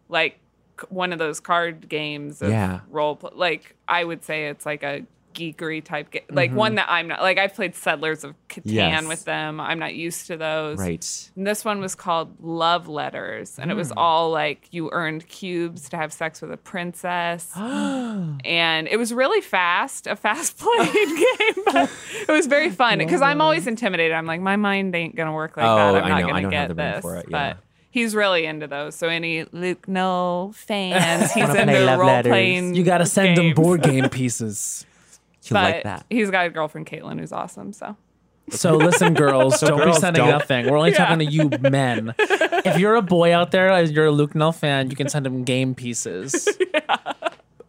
Speaker 6: like c- one of those card games of
Speaker 4: Yeah.
Speaker 6: role play. Like, I would say it's like a geekery type game, like one that I'm not, like, I've played Settlers of Catan
Speaker 4: Mm-hmm. Yes.
Speaker 6: with them. I'm not used to those.
Speaker 4: Right.
Speaker 6: And this one was called Love Letters, and it
Speaker 4: Hmm.
Speaker 6: was all like you earned cubes to have sex with a princess. and it was really fast, a fast playing game, but it was very fun because I'm always intimidated. I'm like, my mind ain't going to work like
Speaker 4: Oh,
Speaker 6: that.
Speaker 4: I
Speaker 6: I'm not
Speaker 4: know. I
Speaker 6: going to
Speaker 4: don't have
Speaker 6: get
Speaker 4: the room
Speaker 6: this.
Speaker 4: for it, yeah.
Speaker 6: But he's really into those. So, any Luke No fans, he's
Speaker 4: Wanna play
Speaker 6: into
Speaker 4: Love
Speaker 6: role
Speaker 4: Letters.
Speaker 6: playing.
Speaker 5: You got to send them
Speaker 6: games.
Speaker 5: board game pieces.
Speaker 4: You
Speaker 6: But
Speaker 4: like that.
Speaker 6: he's got a girlfriend, Caitlin, who's awesome. So,
Speaker 5: So listen, girls, don't
Speaker 4: girls,
Speaker 5: be sending
Speaker 4: don't.
Speaker 5: nothing. We're only talking to you men. If you're a boy out there, as you're a Luke Null fan, you can send him game pieces.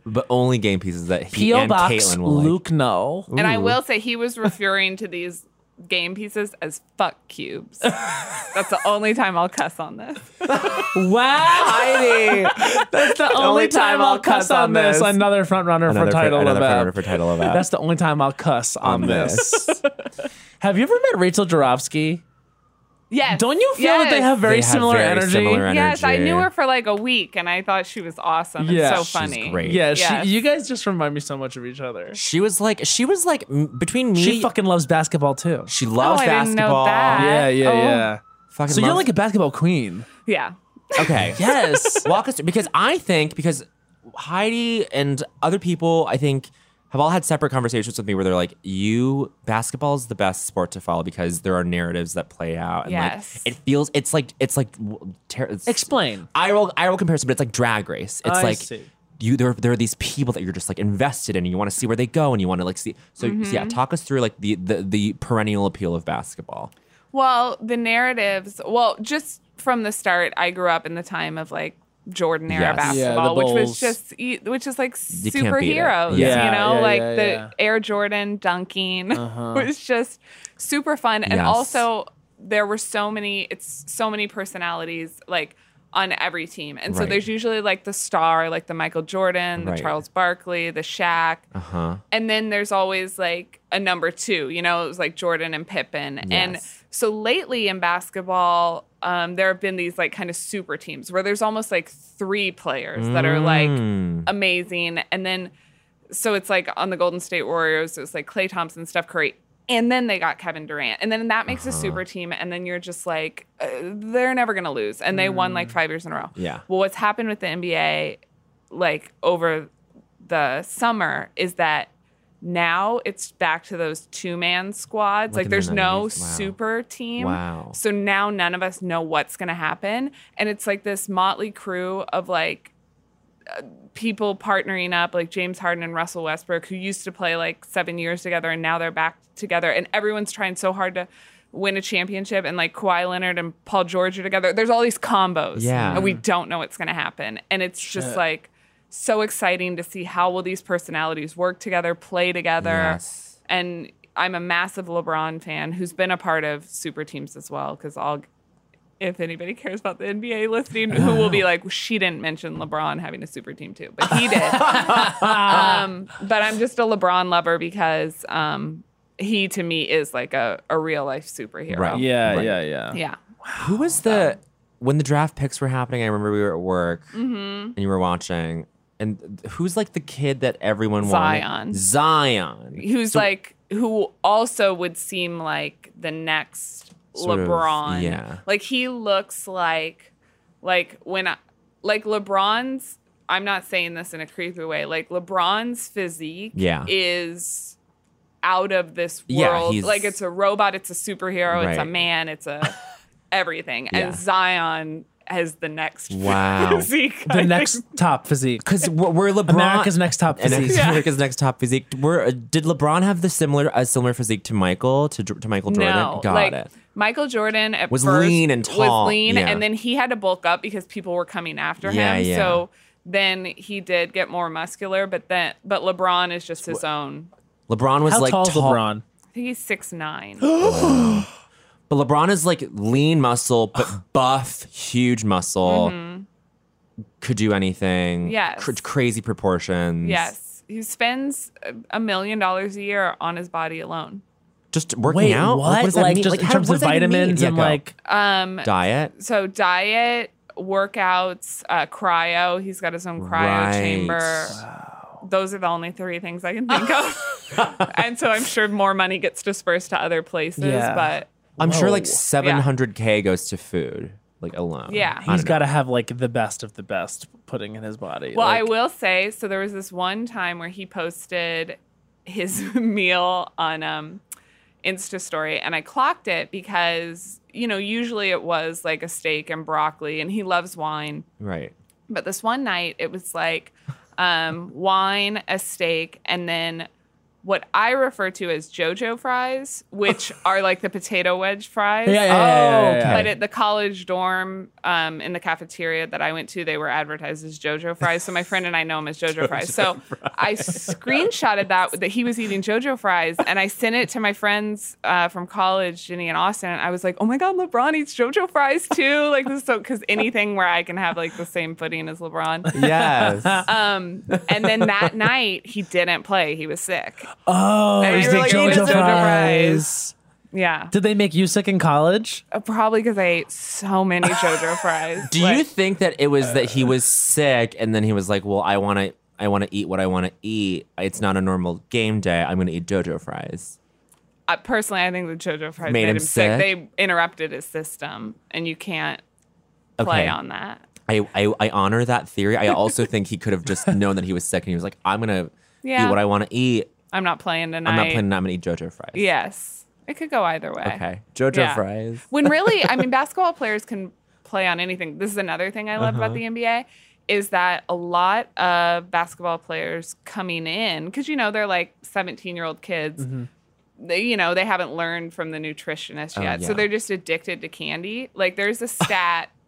Speaker 4: But only game pieces that he
Speaker 5: P.O.
Speaker 4: and
Speaker 5: Box
Speaker 4: Caitlin will like.
Speaker 5: Luke Null.
Speaker 6: and I will say he was referring to these game pieces as fuck cubes. That's the only time I'll cuss on this.
Speaker 5: Wow.
Speaker 4: Heidi.
Speaker 5: That's the only time I'll cuss on this. Another front runner for
Speaker 4: Another fr-
Speaker 5: title
Speaker 4: another
Speaker 5: of
Speaker 4: front runner
Speaker 5: that.
Speaker 4: for title of that.
Speaker 5: That's the only time I'll cuss on this. Have you ever met Rachel Jarofsky?
Speaker 6: Yes.
Speaker 5: Don't you feel that they
Speaker 6: Yes.
Speaker 5: have very
Speaker 4: They have
Speaker 5: similar
Speaker 4: very
Speaker 5: energy?
Speaker 4: similar en-
Speaker 6: Yes, I knew
Speaker 4: energy?
Speaker 6: her for like a week, and I thought she was awesome.
Speaker 5: Yeah.
Speaker 6: it's so
Speaker 5: She's
Speaker 6: funny.
Speaker 4: great.
Speaker 5: Yeah,
Speaker 6: Yes.
Speaker 5: she, you guys just remind me so much of each other.
Speaker 4: She was like, she was like m- between me.
Speaker 5: She fucking loves basketball too.
Speaker 4: she loves
Speaker 6: Oh, I didn't know
Speaker 4: basketball.
Speaker 6: that.
Speaker 5: Yeah, yeah,
Speaker 6: Oh.
Speaker 5: yeah.
Speaker 4: Fucking
Speaker 5: So you're
Speaker 4: loves-
Speaker 5: like a basketball queen.
Speaker 6: Yeah.
Speaker 4: Okay. Yes. Walk us through because I think because Heidi and other people I think have all had separate conversations with me where they're like, "You basketball is the best sport to follow because there are narratives that play out and
Speaker 6: Yes.
Speaker 4: like it feels it's like it's like w- ter- it's,
Speaker 5: Explain.
Speaker 4: I will I will comparison, but it's like drag race. It's
Speaker 5: I
Speaker 4: like
Speaker 5: see.
Speaker 4: you there there are these people that you're just like invested in and you want to see where they go and you want to like see so yeah talk us through like the, the the perennial appeal of basketball
Speaker 6: Well, the narratives. Well, just from the start, I grew up in the time of like Jordan era
Speaker 4: Yes.
Speaker 5: Yeah, the
Speaker 6: basketball, which
Speaker 5: Bulls.
Speaker 6: was just e- which is like
Speaker 4: can't beat it.
Speaker 6: superheroes.
Speaker 4: Yeah.
Speaker 6: you know,
Speaker 5: Yeah,
Speaker 6: like
Speaker 5: yeah,
Speaker 6: the
Speaker 5: yeah. Uh-huh.
Speaker 6: Air Jordan dunking was just super fun, and
Speaker 4: Yes.
Speaker 6: also there were so many. It's so many personalities like on every team, and so
Speaker 4: Right.
Speaker 6: there's usually like the star, like the Michael Jordan, the
Speaker 4: Right.
Speaker 6: Charles Barkley, the Shaq,
Speaker 4: uh-huh
Speaker 6: and then there's always like a number two, you know, it was like Jordan and Pippen. And
Speaker 4: Yes.
Speaker 6: so lately in basketball, um, there have been these like kind of super teams where there's almost like three players that are like
Speaker 4: Mm.
Speaker 6: amazing. And then so it's like on the Golden State Warriors, it was like Clay Thompson, Steph Curry. And then they got Kevin Durant. And then that makes
Speaker 4: Uh-huh.
Speaker 6: a super team. And then you're just like, uh, they're never going to lose. And they won like five years in a row.
Speaker 4: Mm. yeah
Speaker 6: Well, what's happened with the NBA, like over the summer, is that now it's back to those two man squads.
Speaker 4: Like
Speaker 6: Like,
Speaker 4: in the
Speaker 6: there's no
Speaker 4: 90s. Wow.
Speaker 6: super team.
Speaker 4: Wow.
Speaker 6: So now none of us know what's going to happen. And it's like this motley crew of like, uh, People partnering up like James Harden and Russell Westbrook, who used to play like seven years together and now they're back together, and everyone's trying so hard to win a championship. And like Kawhi Leonard and Paul George are together. There's all these combos,
Speaker 4: Yeah.
Speaker 6: and we don't know what's going to happen and it's just like so exciting to see how will these personalities work together play together
Speaker 4: Yes.
Speaker 6: and i'm a massive lebron fan who's been a part of super teams as well because all if anybody cares about the nba listening who will be like she didn't mention lebron having a super team too but he did um, but i'm just a lebron lover because um, he to me is like a, a real life superhero
Speaker 4: Right.
Speaker 5: Yeah,
Speaker 4: Right.
Speaker 5: yeah, yeah.
Speaker 6: yeah
Speaker 4: Who was
Speaker 6: Um,
Speaker 4: the when the draft picks were happening? I remember we were at work
Speaker 6: Mm-hmm.
Speaker 4: and you were watching. And who's like the kid that everyone
Speaker 6: Zion.
Speaker 4: wanted? Zion.
Speaker 6: who's like who also would seem like the next
Speaker 4: Sort of,
Speaker 6: LeBron.
Speaker 4: yeah.
Speaker 6: Like he looks like like when I, like LeBron's I'm not saying this in a creepy way. Like LeBron's physique
Speaker 4: Yeah.
Speaker 6: is out of this
Speaker 4: Yeah,
Speaker 6: world.
Speaker 4: he's-
Speaker 6: like it's a robot, it's a superhero, it's a
Speaker 4: Right.
Speaker 6: man, it's a everything.
Speaker 4: Yeah.
Speaker 6: And Zion has the next
Speaker 4: Wow.
Speaker 6: physique.
Speaker 5: The
Speaker 6: I think.
Speaker 5: next top physique.
Speaker 4: Because we're, we're LeBron.
Speaker 5: America's next top
Speaker 4: And
Speaker 5: physique.
Speaker 6: Yeah.
Speaker 4: America's next top physique. We're, uh, did LeBron have the similar a similar physique to Michael to Dr- to Michael Jordan?
Speaker 6: No,
Speaker 4: Got
Speaker 6: like
Speaker 4: it.
Speaker 6: Michael Jordan at
Speaker 4: Was
Speaker 6: first
Speaker 4: lean and tall,
Speaker 6: Was lean,
Speaker 4: yeah.
Speaker 6: and then he had to bulk up because people were coming after
Speaker 4: Yeah,
Speaker 6: him.
Speaker 4: yeah.
Speaker 6: So then he did get more muscular, but then but LeBron is just his own.
Speaker 4: LeBron was
Speaker 5: How
Speaker 4: like
Speaker 5: tall is
Speaker 4: tall-
Speaker 5: LeBron?
Speaker 6: I think he's six nine.
Speaker 4: But LeBron is like lean muscle, but buff, huge muscle. Could do anything.
Speaker 6: Mm-hmm. Yes.
Speaker 4: Cr- crazy proportions.
Speaker 6: yes, he spends a- a million dollars a year on his body alone.
Speaker 4: just working
Speaker 5: Wait,
Speaker 4: out.
Speaker 5: what?
Speaker 4: does that
Speaker 5: like
Speaker 4: mean?
Speaker 5: just in
Speaker 4: how-
Speaker 5: terms
Speaker 4: what
Speaker 5: of
Speaker 4: does that even mean?
Speaker 5: vitamins
Speaker 4: Yeah,
Speaker 5: and
Speaker 4: go.
Speaker 5: like
Speaker 6: Um,
Speaker 4: diet.
Speaker 6: so diet, workouts, uh, cryo. He's got his own cryo
Speaker 4: Right.
Speaker 6: chamber. Those are the only three things I can think of. and so I'm sure more money gets dispersed to other places,
Speaker 5: Yeah.
Speaker 6: but
Speaker 4: I'm sure
Speaker 5: Whoa.
Speaker 4: like 700k goes to food, like alone.
Speaker 6: Yeah.
Speaker 4: I
Speaker 5: he's
Speaker 4: don't know.
Speaker 5: got to have like the best of the best putting in his body.
Speaker 6: Well,
Speaker 5: like,
Speaker 6: I will say, so there was this one time where he posted his meal on um Insta story and I clocked it because, you know, usually it was like a steak and broccoli and he loves wine.
Speaker 4: right.
Speaker 6: But this one night it was like um wine, a steak, and then what I refer to as JoJo fries, which are like the potato wedge fries.
Speaker 5: Yeah, yeah, yeah, yeah, yeah, yeah.
Speaker 6: But at the college dorm um, in the cafeteria that I went to, they were advertised as JoJo fries. So my friend and I know him as JoJo, fries. So I screenshotted that that he was eating JoJo fries, and I sent it to my friends uh, from college, Ginny and Austin. And I was like, "Oh my God, LeBron eats JoJo fries too!" Like this, is so because anything where I can have like the same footing as LeBron.
Speaker 4: Yes.
Speaker 6: Um, and then that night he didn't play; he was sick.
Speaker 5: oh,
Speaker 6: And
Speaker 5: he's
Speaker 6: you're
Speaker 5: like
Speaker 6: like,
Speaker 5: JoJo
Speaker 6: JoJo
Speaker 5: fries.
Speaker 6: Yeah.
Speaker 5: Did they make you sick in college?
Speaker 6: Uh, Probably because I ate so many JoJo fries.
Speaker 4: Do you
Speaker 6: Like,
Speaker 4: think that it was that he was sick and then he was like, "Well, I want to I want to eat what I want to eat. It's not a normal game day. I'm going to eat JoJo fries."
Speaker 6: I, personally, I think the JoJo fries
Speaker 4: Made
Speaker 6: made,
Speaker 4: him
Speaker 6: him
Speaker 4: sick?
Speaker 6: sick. They interrupted his system, and you can't play
Speaker 4: Okay.
Speaker 6: on that.
Speaker 4: I, I I honor that theory. I also think he could have just known that he was sick and he was like, "I'm going to
Speaker 6: Yeah.
Speaker 4: eat what I want to eat.
Speaker 6: I'm not playing tonight.
Speaker 4: I'm not planning on eating JoJo fries."
Speaker 6: Yes. It could go either way.
Speaker 4: Okay. JoJo
Speaker 6: Yeah.
Speaker 4: fries.
Speaker 6: when really, I mean, basketball players can play on anything. This is another thing I love about
Speaker 4: Uh-huh.
Speaker 6: the NBA is that a lot of basketball players coming in because you know they're like 17 year old kids. They, you know, they haven't learned from the nutritionist
Speaker 4: Mm-hmm. Oh,
Speaker 6: yet,
Speaker 4: yeah.
Speaker 6: so they're just addicted to candy. Like there's a stat.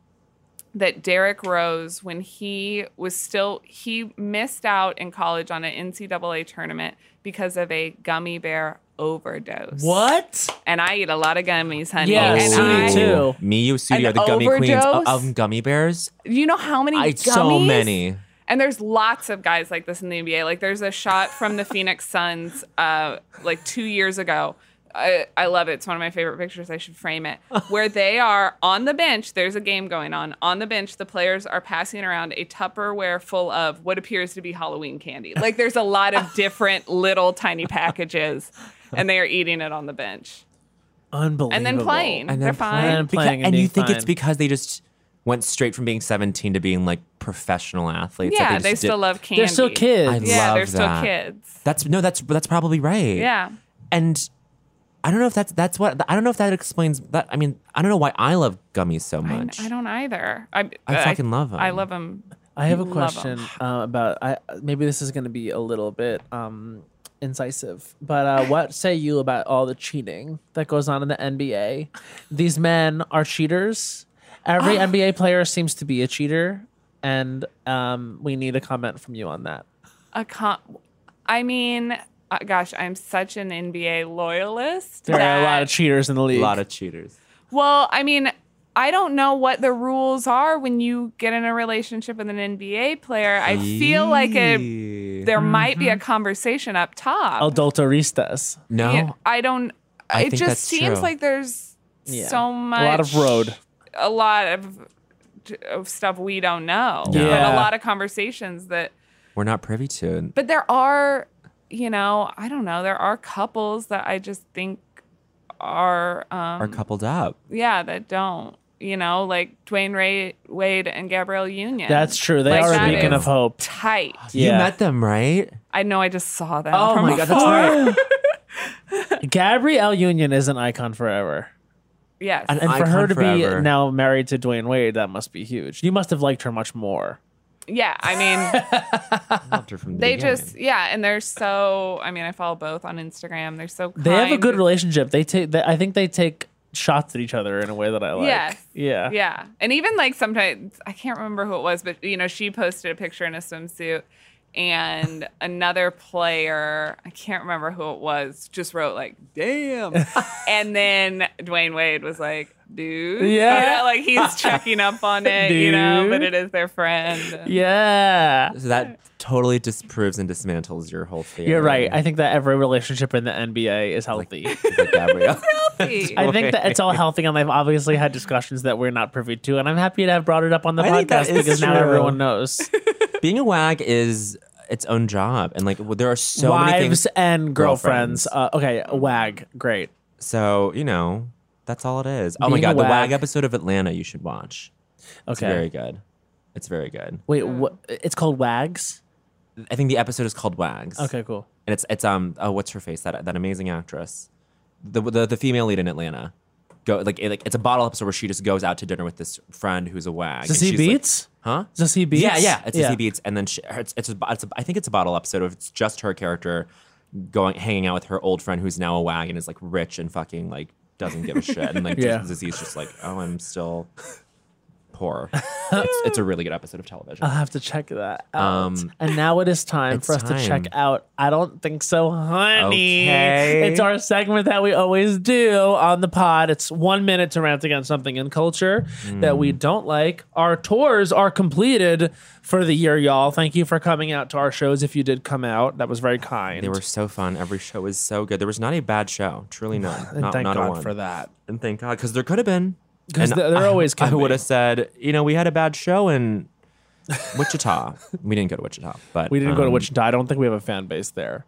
Speaker 6: That Derrick Rose, when he was still, he missed out in college on an NCAA tournament because of a gummy bear overdose.
Speaker 5: What?
Speaker 6: And I eat a lot of gummies, honey.
Speaker 5: Yeah,
Speaker 6: and
Speaker 5: so do
Speaker 6: I,
Speaker 5: me too.
Speaker 4: Me, you, Sudi
Speaker 6: An
Speaker 4: are the gummy queens of
Speaker 6: overdose?
Speaker 4: of gummy bears.
Speaker 6: You know how many?
Speaker 4: I
Speaker 6: gummies? Mm,
Speaker 4: so many.
Speaker 6: And there's lots of guys like this in the NBA. Like there's a shot from the Phoenix Suns, uh, like two years ago. I, I love it. It's one of my favorite pictures. I should frame it. Where they are on the bench, there's a game going on. On the bench, the players are passing around a Tupperware full of what appears to be Halloween candy. Like there's a lot of different little tiny packages, and they are eating it on the bench
Speaker 5: Unbelievable.
Speaker 6: and then playing.
Speaker 4: And then
Speaker 6: They're fine.
Speaker 5: playing.
Speaker 4: Beca-
Speaker 5: playing and
Speaker 4: and you
Speaker 5: being
Speaker 4: think it's
Speaker 5: fine.
Speaker 4: because they just went straight from being 17 to being like professional athletes. that
Speaker 6: Yeah,
Speaker 4: just
Speaker 6: they
Speaker 4: did-
Speaker 6: still love candy.
Speaker 5: They're still kids.
Speaker 4: I
Speaker 6: Yeah,
Speaker 4: love
Speaker 6: they're still
Speaker 4: that.
Speaker 6: kids.
Speaker 4: That's no, that's that's probably right.
Speaker 6: Yeah.
Speaker 4: and I don't know if that's that's what I don't know if that explains that. I mean, I don't know why I love gummies so
Speaker 6: I,
Speaker 4: much.
Speaker 6: I don't either. I,
Speaker 4: I fucking love 'em.
Speaker 6: I love them.
Speaker 5: I have a
Speaker 6: You love 'em.
Speaker 5: question uh, about I maybe this is going to be a little bit um incisive, but uh, what say you about all the cheating that goes on in the NBA? These men are cheaters. Every
Speaker 6: Ah.
Speaker 5: NBA player seems to be a cheater, and um, we need a comment from you on that.
Speaker 6: A con- I mean, uh, gosh, I'm such an NBA loyalist.
Speaker 5: There are a lot
Speaker 6: that-
Speaker 5: of cheaters in
Speaker 4: a
Speaker 5: the league.
Speaker 4: lot of cheaters.
Speaker 6: Well, I mean, I don't know what the rules are when you get in a relationship with an NBA player. I feel like a,
Speaker 4: Eee.
Speaker 6: there might be a conversation up top.
Speaker 5: Oh, adulteristas.
Speaker 4: no.
Speaker 6: Yeah, I don't.
Speaker 4: I
Speaker 6: it
Speaker 4: think
Speaker 6: just
Speaker 4: that's
Speaker 6: seems
Speaker 4: true.
Speaker 6: like there's
Speaker 5: Yeah.
Speaker 6: so much.
Speaker 5: A lot of road.
Speaker 6: a lot of, of stuff we don't know.
Speaker 4: No.
Speaker 6: And
Speaker 5: Yeah.
Speaker 6: a lot of conversations that,
Speaker 4: We're not privy to.
Speaker 6: but there are, you know, I don't know, there are couples that I just think are, um,
Speaker 4: Are coupled up.
Speaker 6: yeah, that don't, you know, like Dwayne Ray, Wade and Gabrielle Union.
Speaker 5: That's true. They
Speaker 6: Like,
Speaker 5: are a
Speaker 6: that
Speaker 5: beacon
Speaker 6: is
Speaker 5: of hope.
Speaker 6: Tight.
Speaker 4: You
Speaker 5: Yeah.
Speaker 4: met them, right?
Speaker 6: I know I just saw them.
Speaker 4: Oh
Speaker 6: from
Speaker 4: my God, that's
Speaker 6: afar.
Speaker 4: right.
Speaker 5: Gabrielle Union is an icon forever.
Speaker 6: Yes.
Speaker 4: And-
Speaker 5: And for her
Speaker 4: Icon
Speaker 5: to
Speaker 4: forever.
Speaker 5: be now married to Dwayne Wade, that must be huge. You must have liked her much more.
Speaker 6: yeah. I mean,
Speaker 4: Loved her from the
Speaker 6: they
Speaker 4: beginning.
Speaker 6: just, yeah. And they're so, I mean, I follow both on Instagram. They're so kind.
Speaker 5: They have a good relationship. They take. They, I think they take shots at each other in a way that I like.
Speaker 6: Yes.
Speaker 5: Yeah.
Speaker 6: Yeah. And even like sometimes I can't remember who it was, but you know, she posted a picture in a swimsuit and another player, I can't remember who it was, just wrote like, damn. and then Dwayne Wade was like, dude. You
Speaker 5: Yeah.
Speaker 6: know, like he's checking up on it, you know, but
Speaker 5: Dude.
Speaker 6: it is their friend.
Speaker 5: Yeah.
Speaker 4: So that totally disproves and dismantles your whole theory.
Speaker 5: You're right. I think that every relationship in the NBA is healthy.
Speaker 4: Like Gabrielle.
Speaker 6: Healthy.
Speaker 5: I think that it's all healthy, and I've obviously had discussions that we're not privy to, and I'm happy to have brought it up on the
Speaker 4: I think that
Speaker 5: podcast
Speaker 4: is
Speaker 5: because now
Speaker 4: true.
Speaker 5: everyone knows.
Speaker 4: being a wag is its own job and like w- there are so many
Speaker 5: Wives
Speaker 4: things
Speaker 5: and
Speaker 4: Girlfriends.
Speaker 5: girlfriends. Uh, okay, wag, great.
Speaker 4: so you know that's all it is oh my
Speaker 5: e-, Being a
Speaker 4: god the wag
Speaker 5: wag.
Speaker 4: episode of atlanta you should watch it's
Speaker 5: Okay.
Speaker 4: very good it's very good
Speaker 5: Wait,
Speaker 6: Mm.
Speaker 5: what? It's called Wags.
Speaker 4: i think the episode is called wags
Speaker 5: Okay, cool.
Speaker 4: and it's it's um oh what's her face that that amazing actress the the, the female lead in atlanta go like, it, like it's a bottle episode where she just goes out to dinner with this friend who's a wag
Speaker 5: Does
Speaker 4: and
Speaker 5: he
Speaker 4: she's like-
Speaker 5: beats?
Speaker 4: huh
Speaker 5: Does he beats?
Speaker 4: Yeah, yeah. It's a Z beats, and then she, her- it's it's, a, it's a, I think it's a bottle episode. Of it's just her character going hanging out with her old friend who's now a wag and is like rich and fucking like doesn't give a shit, and like
Speaker 5: Yeah.
Speaker 4: Zizzy's just like, oh, I'm still horror. it's, it's a really good episode of television.
Speaker 5: I'll have to check that out.
Speaker 4: Um,
Speaker 5: and now it is time for us
Speaker 4: it's
Speaker 5: to check
Speaker 4: time.
Speaker 5: out. I don't think so, honey.
Speaker 4: Okay.
Speaker 5: It's our segment that we always do on the pod. It's one minute to rant against something in culture that
Speaker 4: Hmm.
Speaker 5: we don't like. Our tours are completed for the year, y'all. Thank you for coming out to our shows. If you did come out, that was very kind.
Speaker 4: They were so fun. Every show was so good. There was not a bad show. Truly none.
Speaker 5: and
Speaker 4: not,
Speaker 5: thank
Speaker 4: not a
Speaker 5: God
Speaker 4: one.
Speaker 5: for that.
Speaker 4: And thank God, because there could have been.
Speaker 5: 'Cause there- there
Speaker 4: I-
Speaker 5: always can
Speaker 4: I would
Speaker 5: be.
Speaker 4: have said, you know, we had a bad show in Wichita. we didn't go to Wichita, but
Speaker 5: We didn't go to
Speaker 4: um, Hmm.
Speaker 5: Wichita. I don't think we have a fan base there.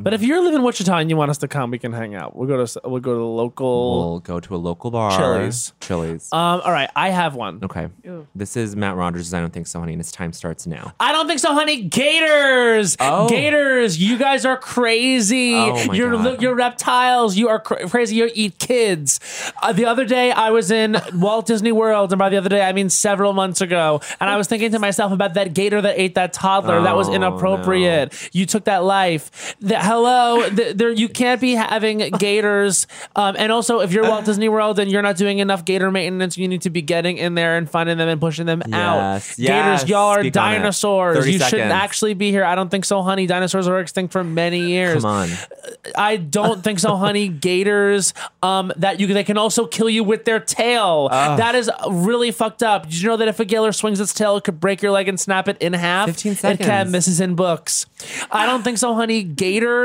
Speaker 5: But if you're living in Wichita and you want us to come, we can hang out. We'll go to we'll go to the local.
Speaker 4: We'll go to a local bar.
Speaker 5: Chili's.
Speaker 4: Chili's.
Speaker 5: Um, all right, I have one.
Speaker 4: okay. This is Matt Rogers' I Don't Think So, Honey, and his time starts now.
Speaker 5: I don't think so, honey. Gators,
Speaker 4: Oh.
Speaker 5: gators, you guys are crazy.
Speaker 4: Oh my
Speaker 5: you're
Speaker 4: God.
Speaker 5: li- you're reptiles. You are cra- crazy. You eat kids. Uh, the other day, I was in Walt Disney World, and by the other day, I mean several months ago. And I was thinking to myself about that gator that ate that toddler. that was
Speaker 4: Oh,
Speaker 5: inappropriate. You took that life. The, hello, th- there. You can't be having gators. Um, and also, if you're Walt Disney World and you're not doing enough gator maintenance, you need to be getting in there and finding them and pushing them
Speaker 4: Yes,
Speaker 5: out. Gators, y'all are
Speaker 4: yes, speak on it.
Speaker 5: dinosaurs.
Speaker 4: 30
Speaker 5: You shouldn't
Speaker 4: seconds.
Speaker 5: actually be here. I don't think so, honey. Dinosaurs were extinct for many years.
Speaker 4: Come on.
Speaker 5: I don't think so, honey. Gators, um, that you they can also kill you with their tail.
Speaker 4: Ah.
Speaker 5: That is really fucked up. Did you know that if a gator swings its tail, it could break your leg and snap it in half?
Speaker 4: 15
Speaker 5: It
Speaker 4: seconds.
Speaker 5: can. This is in books. I don't think so, honey. Gators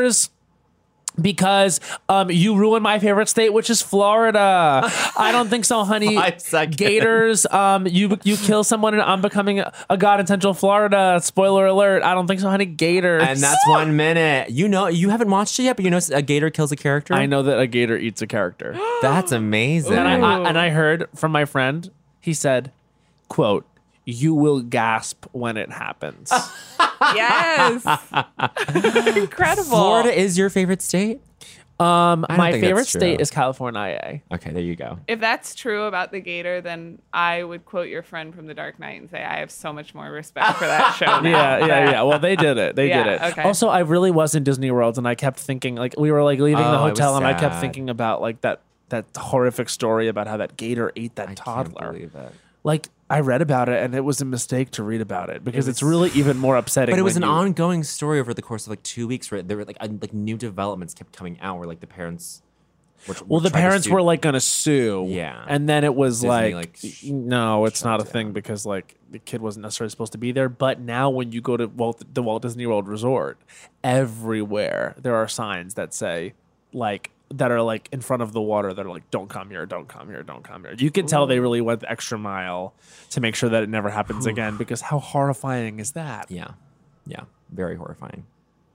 Speaker 5: because um, you ruined my favorite state, which is Florida. I don't think so, honey.
Speaker 4: Five seconds.
Speaker 5: Gators, um, you you kill someone, and I'm becoming a, a god in Central Florida. Spoiler alert! I don't think so, honey. Gators.
Speaker 4: And that's one minute. You know, you haven't watched it yet, but you know a gator kills a character?
Speaker 5: I know that a gator eats a character,
Speaker 4: That's amazing.
Speaker 5: and I, I and I heard from my friend. He said, "quote You will gasp when it happens."
Speaker 6: Yes. Incredible.
Speaker 4: Florida is your favorite state?
Speaker 5: Um,
Speaker 4: don't
Speaker 5: my
Speaker 4: think that's
Speaker 5: favorite state
Speaker 4: true.
Speaker 5: is California.
Speaker 4: Okay, there you go.
Speaker 6: If that's true about the Gator, then I would quote your friend from The Dark Knight and say, I have so much more respect for that show. Now.
Speaker 5: yeah, yeah, yeah. Well, they did it. They
Speaker 6: Yeah,
Speaker 5: did it.
Speaker 6: okay.
Speaker 5: Also, I really was in Disney World, and I kept thinking, like, we were like leaving the
Speaker 4: Oh, it
Speaker 5: hotel,
Speaker 4: was
Speaker 5: and I kept
Speaker 4: sad.
Speaker 5: thinking about like that that horrific story about how that gator ate that
Speaker 4: I
Speaker 5: toddler.
Speaker 4: Can't believe it.
Speaker 5: Like, I read about it, and it was a mistake to read about it because it's really even more upsetting.
Speaker 4: But it was an
Speaker 5: when you-
Speaker 4: ongoing story over the course of like two weeks, where there were like uh, like new developments kept coming out, where like the parents. were-
Speaker 5: Well, the
Speaker 4: tried to
Speaker 5: parents
Speaker 4: sue-
Speaker 5: were like gonna sue.
Speaker 4: Yeah.
Speaker 5: And then it was
Speaker 4: Disney,
Speaker 5: like,
Speaker 4: like, sh-
Speaker 5: no, it's not a thing because like the kid wasn't necessarily supposed to be there. But now when you go to Walt, the Walt Disney World Resort, everywhere there are signs that say like that are like in front of the water that are like don't come here, don't come here, don't come here. You can tell they really went the extra mile to make sure that it never happens again because how horrifying is that?
Speaker 4: Yeah, yeah, very horrifying,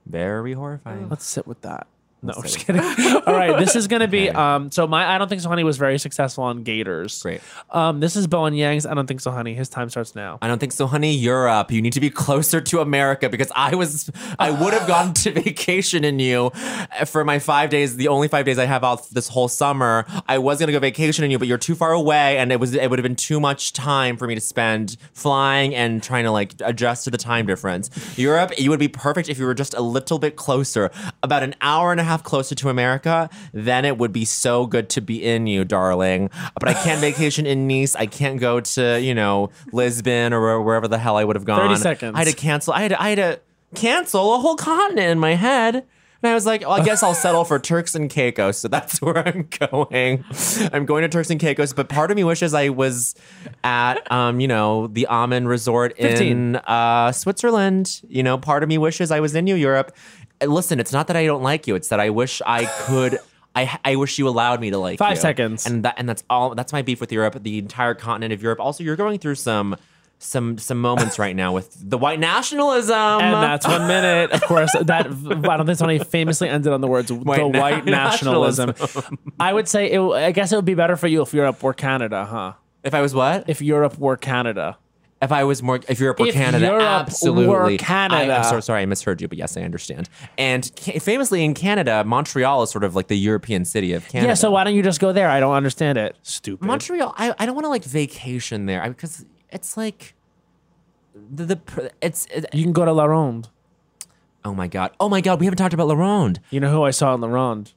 Speaker 4: very horrifying.
Speaker 5: Let's sit with that. No, I'm just kidding. All right, this is gonna be um. So my I don't think so, honey was very successful on Gators.
Speaker 4: Great.
Speaker 5: Um, this is Bowen Yang's. I don't think so, honey. His time starts now.
Speaker 4: I don't think so, honey. You're up. You need to be closer to America because I was, I would have gone to vacation in you eh, for my five days, the only five days I have out this whole summer. I was gonna go vacation in you, but you're too far away, and it was, it would have been too much time for me to spend flying and trying to like adjust to the time difference. Europe, you would be perfect if you were just a little bit closer, about an hour and a half closer to America. Then it would be so good to be in you, darling. But I can't vacation in Nice. I can't go to you know Lisbon or where- wherever the hell I would have gone.
Speaker 5: 30 seconds.
Speaker 4: I had to cancel. I had to, I had to cancel a whole continent in my head. And I was like, well, I guess I'll settle for Turks and Caicos. So that's where I'm going. I'm going to Turks and Caicos. But part of me wishes I was at, um, you know, the Amen Resort
Speaker 5: 15.
Speaker 4: in uh, Switzerland. You know, part of me wishes I was in you, Europe. And listen, it's not that I don't like you. It's that I wish I could. I, I wish you allowed me to like
Speaker 5: Five
Speaker 4: you.
Speaker 5: seconds.
Speaker 4: and that and that's all. That's my beef with Europe, the entire continent of Europe. Also, you're going through some some some moments right now with the white nationalism.
Speaker 5: And that's one minute. Of course, that I don't think so, honey famously ended on the words the
Speaker 4: na-
Speaker 5: white nationalism. I would say, it, I guess it would be better for you if Europe were Canada, huh?
Speaker 4: If I was what? If,
Speaker 5: If Europe were Canada,
Speaker 4: I was more, if Europe were
Speaker 5: If
Speaker 4: Canada,
Speaker 5: Europe were
Speaker 4: absolutely.
Speaker 5: Canada.
Speaker 4: I, am so sorry, I misheard you, but yes, I understand. And ca- famously in Canada, Montreal is sort of like the European city of Canada.
Speaker 5: yeah. So why don't you just go there? I don't understand it. Stupid.
Speaker 4: Montreal, I, I don't want to like vacation there because it's like the, the pr- it's it,
Speaker 5: you can go to La Ronde.
Speaker 4: oh my god oh my god we haven't talked about La Ronde
Speaker 5: You know who I saw in La Ronde?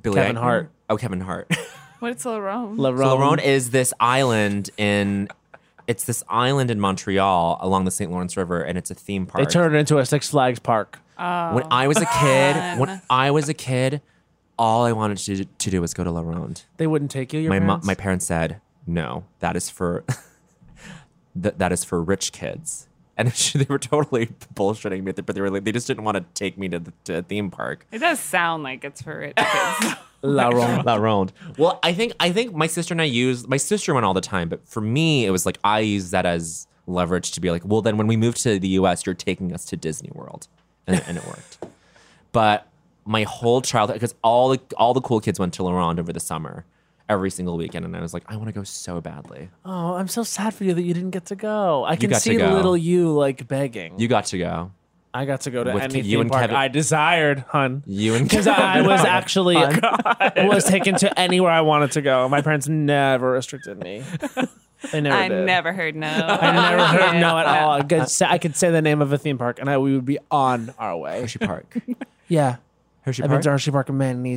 Speaker 4: Billy
Speaker 5: Kevin
Speaker 4: Eichner?
Speaker 5: Hart.
Speaker 4: oh Kevin Hart
Speaker 6: What's La Ronde?
Speaker 5: La
Speaker 4: So La
Speaker 5: Ronde.
Speaker 4: Ronde is this island in It's this island in Montreal along the St. Lawrence River, and it's a theme
Speaker 5: They
Speaker 4: park.
Speaker 5: turned it into a Six Flags park.
Speaker 4: when I was a kid, when I was a kid, all I wanted to, to do was go to La Ronde.
Speaker 5: They wouldn't take you. Your
Speaker 4: my mom,
Speaker 5: parents?
Speaker 4: my parents said, "No, that is for that that is for rich kids." And they were totally bullshitting me, but they were like, they just didn't want to take me to the to a theme park.
Speaker 6: It does sound like it's for rich kids.
Speaker 5: La Ronde.
Speaker 4: La Ronde. Well, I think I think my sister and I used my sister went all the time, but for me, it was like I used that as leverage to be like, well, then when we move to the U.S., you're taking us to Disney World, and, and it worked. But my whole childhood, because all the all the cool kids went to La Ronde over the summer, every single weekend, and I was like, I want to go so badly.
Speaker 5: Oh, I'm so sad for you that you didn't get to go. I can
Speaker 4: got to
Speaker 5: see
Speaker 4: go.
Speaker 5: little you like begging.
Speaker 4: You got to go.
Speaker 5: I got to go to
Speaker 4: With
Speaker 5: any
Speaker 4: you
Speaker 5: theme
Speaker 4: and
Speaker 5: park
Speaker 4: Kevin-
Speaker 5: I desired, hun.
Speaker 4: You and
Speaker 5: Because I was actually was taken to anywhere I wanted to go. My parents never restricted me. They never
Speaker 6: I
Speaker 5: did.
Speaker 6: never heard no.
Speaker 5: I never heard no at
Speaker 6: Yeah.
Speaker 5: all. I could, say, I could say the name of a theme park and I, we would be on our way.
Speaker 4: Hershey Park.
Speaker 5: Yeah.
Speaker 4: Hershey
Speaker 5: I've been
Speaker 4: Park.
Speaker 5: to Hershey Park many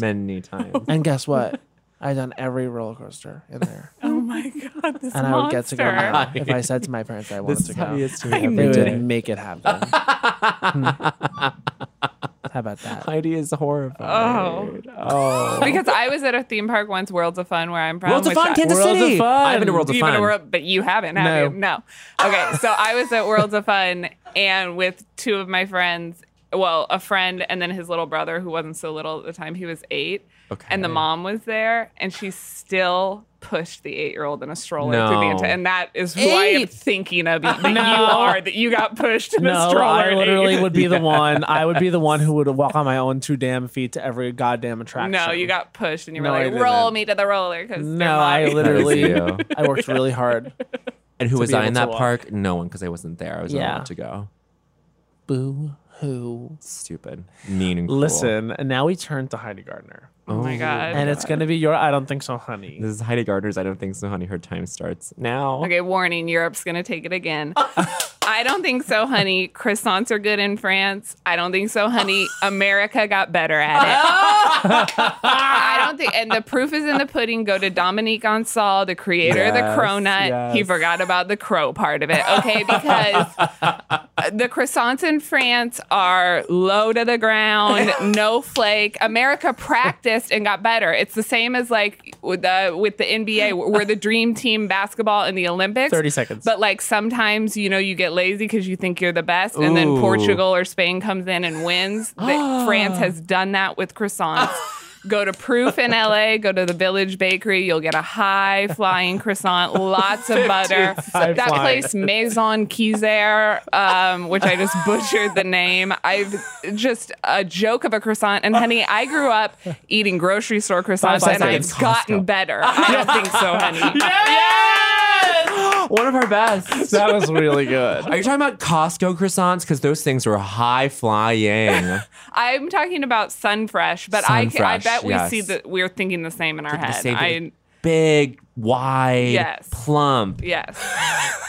Speaker 4: Many times.
Speaker 5: And guess what? I've done every roller coaster in there.
Speaker 6: Oh my god, this
Speaker 5: and I would get to go
Speaker 6: monster.
Speaker 5: now if I said to my parents I wanted
Speaker 4: this
Speaker 5: to
Speaker 4: is
Speaker 5: go.
Speaker 4: how he is to
Speaker 6: I
Speaker 4: me
Speaker 5: They
Speaker 4: every
Speaker 5: would
Speaker 4: day.
Speaker 5: make it happen. Hmm. How about that?
Speaker 4: Heidi is horrified.
Speaker 6: Oh. Because I was at a theme park once, Worlds of Fun, where I'm from.
Speaker 4: Worlds of
Speaker 6: which
Speaker 4: Fun,
Speaker 6: I-
Speaker 4: Kansas
Speaker 5: Worlds of
Speaker 4: City.
Speaker 5: Fun.
Speaker 4: I've been to Worlds of
Speaker 6: You've been
Speaker 4: Fun.
Speaker 6: to World, but you haven't, have you? No. Okay, so I was at Worlds of Fun and with two of my friends. Well, a friend and then his little brother, who wasn't so little at the time, he was eight.
Speaker 4: Okay.
Speaker 6: And the mom was there, and she still pushed the eight-year-old in a stroller through the
Speaker 4: No.
Speaker 6: entire. And that is who I am
Speaker 5: Eight?
Speaker 6: thinking of that you are that you got pushed in a
Speaker 5: No,
Speaker 6: stroller.
Speaker 5: I
Speaker 6: at
Speaker 5: literally
Speaker 6: eight.
Speaker 5: would be the one. I would be the one who would walk on my own two damn feet to every goddamn attraction.
Speaker 6: No, you got pushed, and you were
Speaker 5: No, I
Speaker 6: like,
Speaker 5: didn't.
Speaker 6: "Roll me to the roller." Cause
Speaker 5: No, I
Speaker 4: That is
Speaker 5: literally.
Speaker 4: you.
Speaker 5: I worked really hard.
Speaker 4: And who was
Speaker 5: be
Speaker 4: I
Speaker 5: able
Speaker 4: in
Speaker 5: to
Speaker 4: that
Speaker 5: walk.
Speaker 4: park? No one, because I wasn't there. I was not
Speaker 5: Yeah.
Speaker 4: allowed to go.
Speaker 5: Boo hoo.
Speaker 4: Stupid, mean, and cruel.
Speaker 5: Listen, and now we turn to Heidi Gardner,
Speaker 6: Oh my god.
Speaker 5: and it's gonna be your. I don't think so, honey.
Speaker 4: This is Heidi Gardner's. I don't think so, honey. Her time starts now.
Speaker 6: Okay, warning, Europe's gonna take it again. I don't think so, honey. Croissants are good in France. I don't think so, honey. America got better at it. I don't think, and the proof is in the pudding. Go to Dominique Ansal, the creator of
Speaker 4: Yes,
Speaker 6: the Cronut. He
Speaker 4: yes.
Speaker 6: forgot about the crow part of it, okay? Because the croissants in France are low to the ground, no flake. America practiced and got better. It's the same as like with the with the NBA, we're the dream team basketball in the Olympics.
Speaker 5: 30 seconds.
Speaker 6: But like sometimes you know you get lazy because you think you're the best, and
Speaker 4: Ooh.
Speaker 6: then Portugal or Spain comes in and wins. That France has done that with croissants. Go to Proof in LA, go to the Village Bakery. You'll get a high flying croissant, lots of butter.
Speaker 5: high
Speaker 6: That
Speaker 5: flying.
Speaker 6: place Maison Kizer, um, which I just butchered the name. I've just a joke of a croissant. And honey, I grew up eating grocery store croissants, and
Speaker 5: seconds.
Speaker 6: I've gotten better. I don't think so, honey.
Speaker 4: One of her best.
Speaker 5: That was really good.
Speaker 4: Are you talking about Costco croissants? Because those things were high flying.
Speaker 6: I'm talking about Sunfresh, but I, ca- I
Speaker 4: Sunfresh,
Speaker 6: bet we
Speaker 4: yes.
Speaker 6: see that we're thinking the same in our
Speaker 4: The
Speaker 6: head.
Speaker 4: same
Speaker 6: I,
Speaker 4: thing. Big, wide,
Speaker 6: Yes.
Speaker 4: plump,
Speaker 6: yes.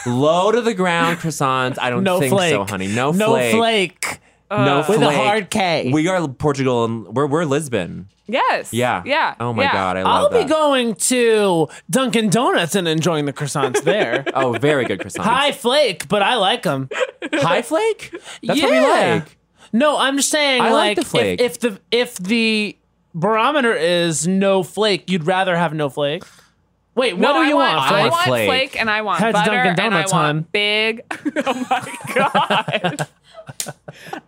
Speaker 4: low to the ground croissants. I don't
Speaker 5: No
Speaker 4: think
Speaker 5: flake,
Speaker 4: so, honey. No,
Speaker 5: no
Speaker 4: flake.
Speaker 5: flake.
Speaker 4: No flake.
Speaker 5: With a hard K.
Speaker 4: We are Portugal and we're, we're Lisbon.
Speaker 6: Yes.
Speaker 4: Yeah.
Speaker 6: Yeah.
Speaker 4: Oh my
Speaker 6: yeah.
Speaker 4: God. I love
Speaker 5: I'll be
Speaker 4: that.
Speaker 5: going to Dunkin' Donuts and enjoying the croissants there.
Speaker 4: Oh, very good croissants.
Speaker 5: High flake, but I like them.
Speaker 4: High flake? That's what we
Speaker 5: Yeah.
Speaker 4: like.
Speaker 5: No, I'm just saying
Speaker 4: I like
Speaker 5: like,
Speaker 4: the flake.
Speaker 5: If, if the if the barometer is no flake, you'd rather have no flake. Wait,
Speaker 6: No,
Speaker 5: what do
Speaker 6: I
Speaker 5: you
Speaker 6: want?
Speaker 5: want?
Speaker 6: I
Speaker 4: flake?
Speaker 5: flake?
Speaker 6: want
Speaker 4: Flake.
Speaker 6: flake. and I want
Speaker 5: Heads
Speaker 6: butter
Speaker 5: Dunkin'
Speaker 6: and I
Speaker 5: Donuts, hon.
Speaker 6: want big. oh my god!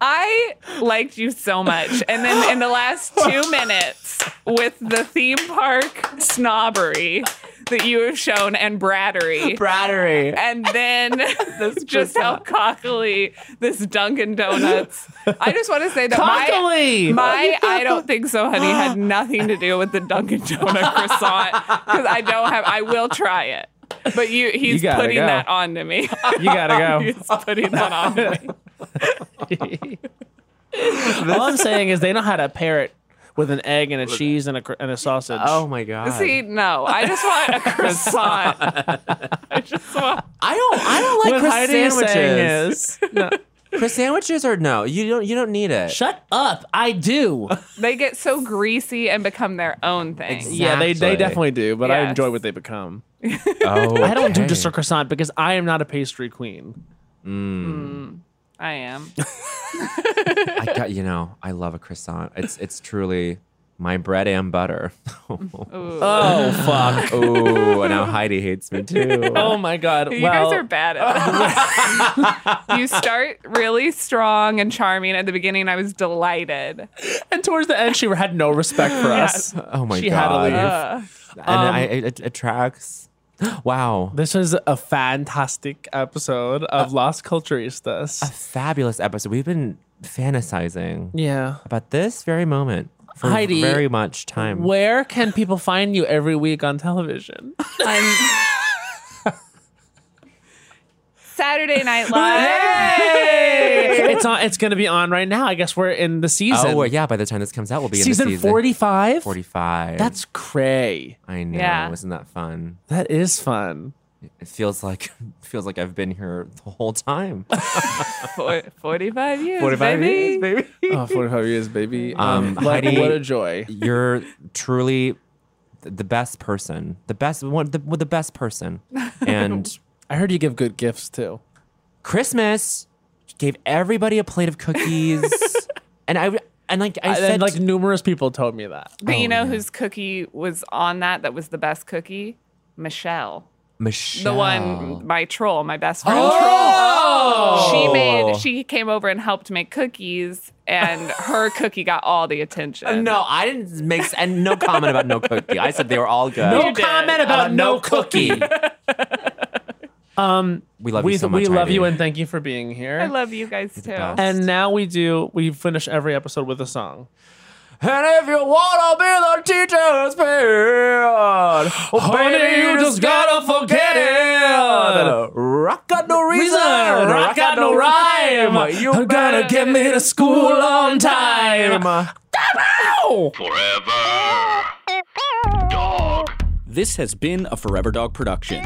Speaker 6: I liked you so much, and then in the last two minutes, with the theme park snobbery that you have shown and brattery,
Speaker 4: Brattery.
Speaker 6: and then just how cockily this Dunkin' Donuts. I just want to say that
Speaker 5: Cockily!
Speaker 6: my my I don't think so, honey, had nothing to do with the Dunkin' Donut croissant because I don't have. I will try it, but you he's
Speaker 5: gotta
Speaker 6: putting
Speaker 5: go.
Speaker 6: that on to me.
Speaker 5: You gotta
Speaker 6: he's putting that on to me.
Speaker 5: go. All I'm saying is they know how to pair it with an egg and a cheese and a cr- and a sausage.
Speaker 4: Oh my god.
Speaker 6: See, no, I just want a croissant. I just want.
Speaker 4: I don't I don't like
Speaker 5: What
Speaker 4: croissant
Speaker 5: Heidi is
Speaker 4: sandwiches.
Speaker 5: saying is, no,
Speaker 4: Chris sandwiches or no? You don't. You don't need it.
Speaker 5: Shut up. I do.
Speaker 6: They get so greasy and become their own thing.
Speaker 5: Yeah, they, they
Speaker 4: Exactly.
Speaker 5: definitely do, but I
Speaker 6: Yes.
Speaker 5: enjoy what they become.
Speaker 4: Oh,
Speaker 5: I don't do
Speaker 4: okay.
Speaker 5: just a croissant because I am not a pastry queen.
Speaker 6: I am.
Speaker 4: I got you know. I love a croissant. It's it's truly my bread and butter.
Speaker 5: Oh, fuck.
Speaker 4: oh, and now Heidi hates me too.
Speaker 5: oh, my God.
Speaker 6: You
Speaker 5: well,
Speaker 6: guys are bad at it. you start really strong and charming. At the beginning, I was delighted.
Speaker 5: and towards the end, she had no respect for us.
Speaker 4: Oh my
Speaker 5: She had to
Speaker 4: god.
Speaker 5: leave. Um,
Speaker 4: and I, it, it attracts. Wow.
Speaker 5: This was a fantastic episode of Lost Culturistas.
Speaker 4: Fabulous episode. We've been fantasizing
Speaker 5: Yeah.
Speaker 4: about this very moment for
Speaker 5: Heidi,
Speaker 4: very much time.
Speaker 5: Where can people find you every week on television?
Speaker 6: I'm Saturday Night Live.
Speaker 5: it's on. It's going to be on right now. I guess we're in the season.
Speaker 4: oh, well, yeah. By the time this comes out, we'll be
Speaker 5: season,
Speaker 4: in the season
Speaker 5: 45?
Speaker 4: 45.
Speaker 5: That's cray.
Speaker 4: I know.
Speaker 6: Yeah.
Speaker 4: Isn't that fun?
Speaker 5: That is fun.
Speaker 4: It feels like it feels like I've been here the whole time.
Speaker 6: For, 45 years,
Speaker 4: 45
Speaker 6: baby.
Speaker 4: years, baby.
Speaker 5: Oh, 45 years, baby.
Speaker 4: Um,
Speaker 5: like,
Speaker 4: Heidi-
Speaker 5: what a joy.
Speaker 4: You're truly th- the best person. The best one. The, the best person. And
Speaker 5: I heard you give good gifts too.
Speaker 4: Christmas gave everybody a plate of cookies, and I and like I
Speaker 5: And
Speaker 4: said,
Speaker 5: like numerous people told me that.
Speaker 6: But
Speaker 4: Oh,
Speaker 6: you know whose cookie was on that that was the best cookie? Michelle.
Speaker 4: Michelle,
Speaker 6: The one, my troll, my best friend
Speaker 4: Oh!
Speaker 6: troll. She made, she came over and helped make cookies, and her cookie got all the attention.
Speaker 4: No, I didn't make s- and no comment about no cookie. I said they were all good.
Speaker 5: No comment about no cookie.
Speaker 4: We love
Speaker 5: we
Speaker 4: you so much.
Speaker 5: we love
Speaker 4: Heidi.
Speaker 5: you and thank you for being here.
Speaker 6: I love you guys too.
Speaker 4: best.
Speaker 5: and now we do. We finish every episode with a song.
Speaker 4: And if you wanna be the teacher's pet, oh, baby, you just gotta forget it. Rock got no reason, rock got no rhyme. You
Speaker 5: You're gonna
Speaker 4: gotta
Speaker 5: get me to school on time.
Speaker 8: Forever. Dog.
Speaker 9: This has been a Forever Dog production.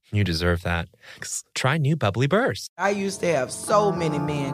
Speaker 1: You deserve that. Try new Bubbly Burst.
Speaker 10: I used to have so many men.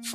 Speaker 11: It's